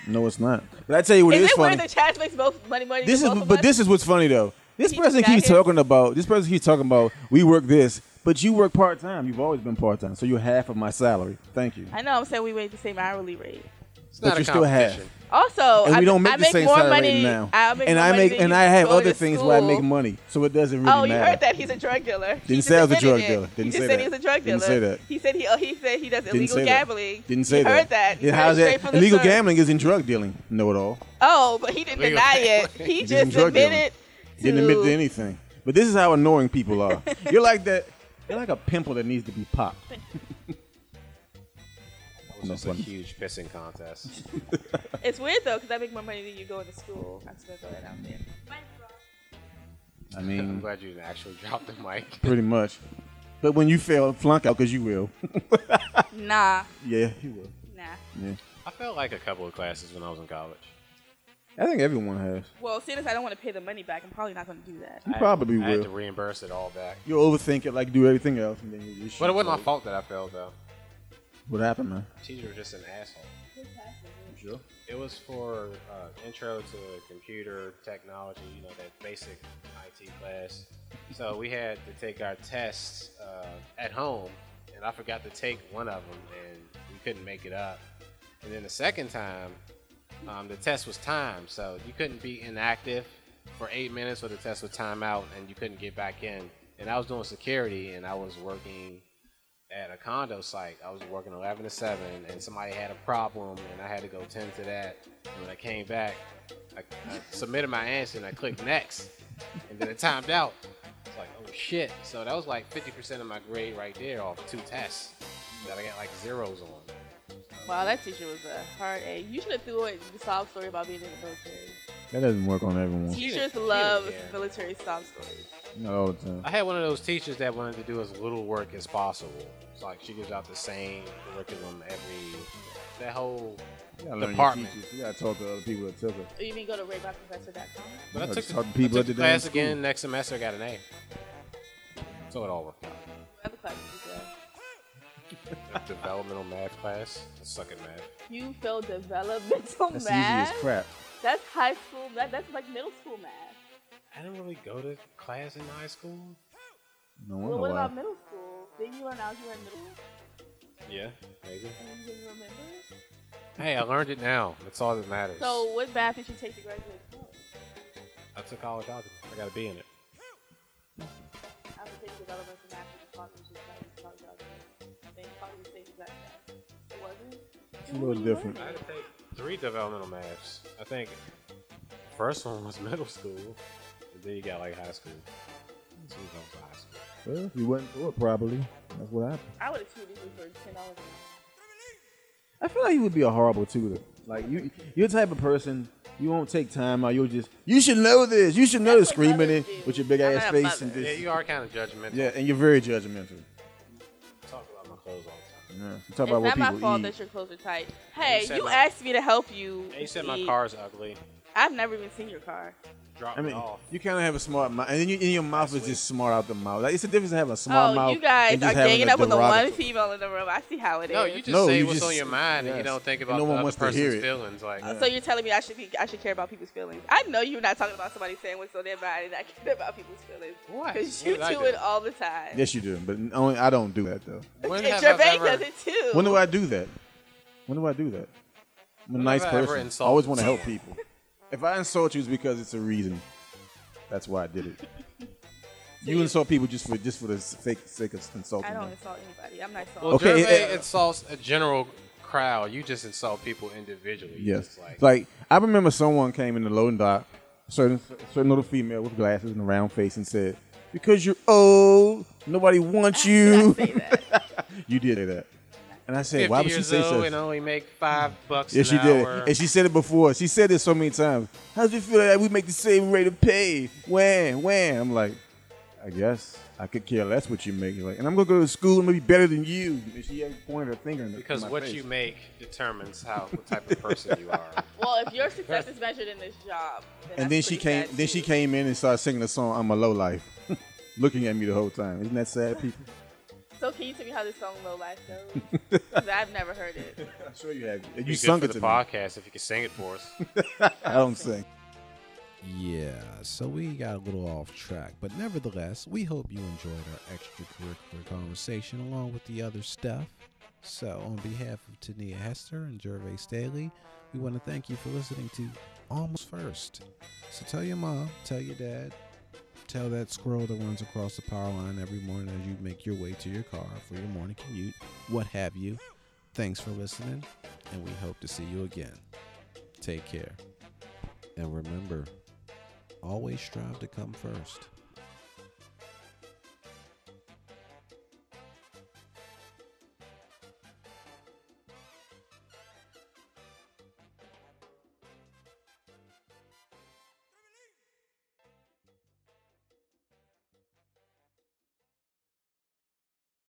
[SPEAKER 4] No, it's not. But I tell you what,
[SPEAKER 3] is
[SPEAKER 4] it is
[SPEAKER 3] it
[SPEAKER 4] funny.
[SPEAKER 3] weird that Chaz makes both money, money?
[SPEAKER 4] this
[SPEAKER 3] to
[SPEAKER 4] is
[SPEAKER 3] both of
[SPEAKER 4] but
[SPEAKER 3] us?
[SPEAKER 4] this is what's funny though. This
[SPEAKER 3] He
[SPEAKER 4] person
[SPEAKER 3] got
[SPEAKER 4] keeps
[SPEAKER 3] his-
[SPEAKER 4] talking about this person keeps talking about we work this, but you work part time. You've always been part time, so you're half of my salary. Thank you.
[SPEAKER 3] I know. I'm saying we make the same hourly rate.
[SPEAKER 2] It's
[SPEAKER 4] but
[SPEAKER 2] not a
[SPEAKER 4] you still have.
[SPEAKER 2] competition.
[SPEAKER 3] Also,
[SPEAKER 4] And
[SPEAKER 3] I,
[SPEAKER 4] we don't make
[SPEAKER 3] I
[SPEAKER 4] the
[SPEAKER 3] make
[SPEAKER 4] same
[SPEAKER 3] more
[SPEAKER 4] salary
[SPEAKER 3] money
[SPEAKER 4] now.
[SPEAKER 3] I make
[SPEAKER 4] and
[SPEAKER 3] more
[SPEAKER 4] I
[SPEAKER 3] money
[SPEAKER 4] make
[SPEAKER 3] than
[SPEAKER 4] and
[SPEAKER 3] you
[SPEAKER 4] I have
[SPEAKER 3] go to
[SPEAKER 4] other things where I make
[SPEAKER 3] school.
[SPEAKER 4] money, so it doesn't really
[SPEAKER 3] Oh, you
[SPEAKER 4] matter.
[SPEAKER 3] heard that he's a drug dealer. He
[SPEAKER 4] Didn't
[SPEAKER 3] just
[SPEAKER 4] say I was a
[SPEAKER 3] admitted
[SPEAKER 4] drug
[SPEAKER 3] it.
[SPEAKER 4] dealer.
[SPEAKER 3] he
[SPEAKER 4] Didn't
[SPEAKER 3] just
[SPEAKER 4] say
[SPEAKER 3] said
[SPEAKER 4] that.
[SPEAKER 3] he was a drug dealer.
[SPEAKER 4] Didn't say that.
[SPEAKER 3] He said he oh, he said he does
[SPEAKER 4] Didn't
[SPEAKER 3] illegal
[SPEAKER 4] say
[SPEAKER 3] gambling.
[SPEAKER 4] That. Didn't say
[SPEAKER 3] he
[SPEAKER 4] that.
[SPEAKER 3] Heard that. He
[SPEAKER 4] Yeah, how's
[SPEAKER 3] heard it straight
[SPEAKER 4] that?
[SPEAKER 3] from the
[SPEAKER 4] Illegal
[SPEAKER 3] source.
[SPEAKER 4] gambling isn't drug dealing. Know it all.
[SPEAKER 3] Oh, but he didn't
[SPEAKER 2] Illegal
[SPEAKER 3] deny it.
[SPEAKER 2] gambling.
[SPEAKER 3] He
[SPEAKER 4] He's
[SPEAKER 3] just
[SPEAKER 4] a drug dealer.
[SPEAKER 3] admitted. To,
[SPEAKER 4] Didn't admit to anything. But this is how annoying people are. you're like that. You're like a pimple that needs to be popped.
[SPEAKER 2] It was
[SPEAKER 4] No
[SPEAKER 2] just a
[SPEAKER 4] fun.
[SPEAKER 2] huge pissing contest.
[SPEAKER 3] It's weird though, because I make more money than you going to school. I'm just gonna throw that out there.
[SPEAKER 4] I
[SPEAKER 2] I'm
[SPEAKER 4] mean,
[SPEAKER 2] glad you didn't actually drop the mic.
[SPEAKER 4] pretty much. But when you fail, flunk out because you will.
[SPEAKER 3] Nah,
[SPEAKER 4] yeah, you will.
[SPEAKER 3] nah.
[SPEAKER 4] Yeah.
[SPEAKER 2] I felt like a couple of classes when I was in college.
[SPEAKER 4] I think everyone has.
[SPEAKER 3] Well, seeing as I don't want to pay the money back, I'm probably not gonna do that.
[SPEAKER 4] You
[SPEAKER 2] I-
[SPEAKER 4] probably
[SPEAKER 2] I had
[SPEAKER 4] will.
[SPEAKER 2] to reimburse it all back.
[SPEAKER 4] you overthink it like you do everything else, and then you just.
[SPEAKER 2] But it wasn't my fault that I failed though.
[SPEAKER 4] What happened, man?
[SPEAKER 2] Teacher was just an asshole. It was for uh, intro to computer technology, you know, that basic IT class. So we had to take our tests uh, at home, and I forgot to take one of them, and we couldn't make it up. And then the second time, um, the test was timed, so you couldn't be inactive for eight minutes, or the test would time out, and you couldn't get back in. And I was doing security, and I was working at a condo site. I was working 11 to 7, and somebody had a problem, and I had to go tend to that. And when I came back, I, I submitted my answer, and I clicked next, and then it timed out. It's like, oh shit. So that was like 50% of my grade right there off two tests that I got like zeros on.
[SPEAKER 3] Wow, that teacher was a hard A. You should have threw it the sob story about being in the military.
[SPEAKER 4] That doesn't work on everyone.
[SPEAKER 2] She
[SPEAKER 3] Teachers
[SPEAKER 2] didn't- she
[SPEAKER 3] love
[SPEAKER 2] didn't care.
[SPEAKER 3] military sob stories.
[SPEAKER 4] Not all the time.
[SPEAKER 2] I had one of those teachers that wanted to do as little work as possible. It's like she gives out the same curriculum every that whole.
[SPEAKER 4] You gotta learn your
[SPEAKER 2] Department.
[SPEAKER 4] teachers. You gotta talk to other people that took it.
[SPEAKER 3] Or Oh, you mean go to ratemyprofessor.com?
[SPEAKER 2] But I
[SPEAKER 4] No,
[SPEAKER 2] took
[SPEAKER 4] just
[SPEAKER 2] the,
[SPEAKER 4] talk to
[SPEAKER 2] I
[SPEAKER 4] people
[SPEAKER 2] took
[SPEAKER 4] at
[SPEAKER 2] the
[SPEAKER 4] the damn
[SPEAKER 2] class
[SPEAKER 4] school.
[SPEAKER 2] again next semester. I got an A, so it all worked out.
[SPEAKER 3] Other classes as well.
[SPEAKER 2] developmental math class. I suck at math.
[SPEAKER 3] You failed developmental
[SPEAKER 4] That's
[SPEAKER 3] math.
[SPEAKER 4] easy as crap.
[SPEAKER 3] That's high school math. That's like middle school math.
[SPEAKER 2] I didn't really go to class in high school.
[SPEAKER 4] No
[SPEAKER 3] Well,
[SPEAKER 4] wonder
[SPEAKER 3] what
[SPEAKER 4] why.
[SPEAKER 3] about middle school? Did you learn algebra in middle school
[SPEAKER 2] Yeah, maybe.
[SPEAKER 3] and you didn't remember?
[SPEAKER 2] Hey, I learned it now. That's all that matters.
[SPEAKER 3] So what math did you take to graduate college?
[SPEAKER 2] I took college algebra. I got a B in it.
[SPEAKER 3] I was taking developmental math and college was just like college algebra. They probably was taking that math. It wasn't.
[SPEAKER 4] It's a little different.
[SPEAKER 2] I had to take three developmental maths. I think the first one was middle school, and then you got like high school. This one comes to high school.
[SPEAKER 4] But
[SPEAKER 5] Well, you went through it properly. That's what happened.
[SPEAKER 3] I would have tutored you for ten dollars.
[SPEAKER 4] I feel like you would be a horrible tutor. Like you, you're the type of person you won't take time out. You'll just you should know this. You should know
[SPEAKER 3] That's
[SPEAKER 4] this.
[SPEAKER 3] what
[SPEAKER 4] Screaming
[SPEAKER 3] mothers
[SPEAKER 4] it
[SPEAKER 3] do.
[SPEAKER 4] with your big
[SPEAKER 3] I'm
[SPEAKER 4] ass
[SPEAKER 3] not a
[SPEAKER 4] face and
[SPEAKER 3] mother.
[SPEAKER 4] this.
[SPEAKER 2] Yeah, you are kind of judgmental.
[SPEAKER 4] Yeah, and you're very judgmental.
[SPEAKER 2] Talk about my clothes all the time.
[SPEAKER 4] Yeah. Talk
[SPEAKER 3] It's
[SPEAKER 4] about what
[SPEAKER 3] not my
[SPEAKER 4] people
[SPEAKER 3] fault
[SPEAKER 4] eat.
[SPEAKER 3] that your clothes are tight. Hey,
[SPEAKER 2] You said
[SPEAKER 3] you
[SPEAKER 2] my-
[SPEAKER 3] asked me to help you.
[SPEAKER 2] And you said my
[SPEAKER 3] eat.
[SPEAKER 2] car's ugly.
[SPEAKER 3] I've never even seen your car.
[SPEAKER 2] Drop
[SPEAKER 4] I
[SPEAKER 2] it
[SPEAKER 4] mean,
[SPEAKER 2] off.
[SPEAKER 4] you kind of have a smart mouth, and, then you, and your mouth is just smart out the mouth. Like, it's the difference to have a smart
[SPEAKER 3] oh,
[SPEAKER 4] mouth.
[SPEAKER 3] you guys
[SPEAKER 4] and just
[SPEAKER 3] are
[SPEAKER 4] having
[SPEAKER 3] ganging
[SPEAKER 4] a
[SPEAKER 3] up on the one
[SPEAKER 4] derogatory-
[SPEAKER 3] female in the room. I see how it is.
[SPEAKER 2] No, you just
[SPEAKER 4] No,
[SPEAKER 2] say
[SPEAKER 4] you
[SPEAKER 2] what's on
[SPEAKER 4] just-
[SPEAKER 2] your mind and you
[SPEAKER 4] yes.
[SPEAKER 2] don't think
[SPEAKER 4] And
[SPEAKER 2] about
[SPEAKER 4] no
[SPEAKER 2] the
[SPEAKER 4] one
[SPEAKER 2] other
[SPEAKER 4] wants to hear
[SPEAKER 2] person's
[SPEAKER 4] it.
[SPEAKER 2] feelings. Like,
[SPEAKER 3] So you're telling me I should be I should care about people's feelings. I know you're not talking about somebody saying what's on their mind and I care about people's feelings.
[SPEAKER 2] What?
[SPEAKER 3] Because
[SPEAKER 2] What
[SPEAKER 3] you
[SPEAKER 2] did I
[SPEAKER 3] do
[SPEAKER 2] do?
[SPEAKER 3] it all the time.
[SPEAKER 4] Yes, you do, but only, I don't do that though.
[SPEAKER 2] when
[SPEAKER 3] and
[SPEAKER 2] have
[SPEAKER 3] Gervais
[SPEAKER 2] I ever?
[SPEAKER 3] does it too.
[SPEAKER 4] When do I do that? When do I do that? I'm a
[SPEAKER 2] When
[SPEAKER 4] nice
[SPEAKER 2] have I ever
[SPEAKER 4] person. I
[SPEAKER 2] insulted
[SPEAKER 4] always want to help people. if I insult you, it's because it's a reason. That's why I did it. you insult people just for just for the sake, sake of insulting
[SPEAKER 3] I don't
[SPEAKER 4] them.
[SPEAKER 3] insult anybody. I'm not insulting.
[SPEAKER 2] Well,
[SPEAKER 4] Okay,
[SPEAKER 2] Gervais
[SPEAKER 4] uh,
[SPEAKER 2] insults a general crowd. You just insult people individually.
[SPEAKER 4] Yes.
[SPEAKER 2] It's Like,
[SPEAKER 4] Like, I remember someone came in the loading dock, certain certain little female with glasses and a round face, and said, "Because you're old, nobody wants you."
[SPEAKER 3] I say that.
[SPEAKER 4] you did say that, and I said,
[SPEAKER 2] 50
[SPEAKER 4] "Why would she
[SPEAKER 2] years
[SPEAKER 4] say
[SPEAKER 2] old
[SPEAKER 4] so?"
[SPEAKER 2] and only make five bucks
[SPEAKER 4] Yes, she
[SPEAKER 2] an
[SPEAKER 4] did.
[SPEAKER 2] hour.
[SPEAKER 4] And she said it before. She said this so many times. How does it feel that we make the same rate of pay? When? When? I'm like, I guess I could care less what you make. Like, and I'm gonna go to school and be better than you. And she had pointed her finger in the,
[SPEAKER 2] because
[SPEAKER 4] in my
[SPEAKER 2] what
[SPEAKER 4] face.
[SPEAKER 2] you make determines how what type of person you are.
[SPEAKER 3] well, if your success is measured in this job, then
[SPEAKER 4] And then
[SPEAKER 3] that's
[SPEAKER 4] she
[SPEAKER 3] pretty
[SPEAKER 4] came.
[SPEAKER 3] bad,
[SPEAKER 4] Then
[SPEAKER 3] too.
[SPEAKER 4] she came in and started singing the song "I'm a Low Life," looking at me the whole time. Isn't that sad, people?
[SPEAKER 3] So can you tell me how this song "Low Life" goes? 'Cause I've never heard it.
[SPEAKER 4] I'm sure you have.
[SPEAKER 2] Be
[SPEAKER 4] You
[SPEAKER 2] good
[SPEAKER 4] sung
[SPEAKER 2] for
[SPEAKER 4] it
[SPEAKER 2] the
[SPEAKER 4] to me.
[SPEAKER 2] podcast if you could sing it for us.
[SPEAKER 4] I don't sing.
[SPEAKER 1] Yeah, so we got a little off track, but nevertheless, we hope you enjoyed our extracurricular conversation along with the other stuff. So, on behalf of Tania Hester and Gervais Staley, we want to thank you for listening to Almost First. So, tell your mom, tell your dad, tell that squirrel that runs across the power line every morning as you make your way to your car for your morning commute, what have you. Thanks for listening, and we hope to see you again. Take care. And remember, always strive to come first.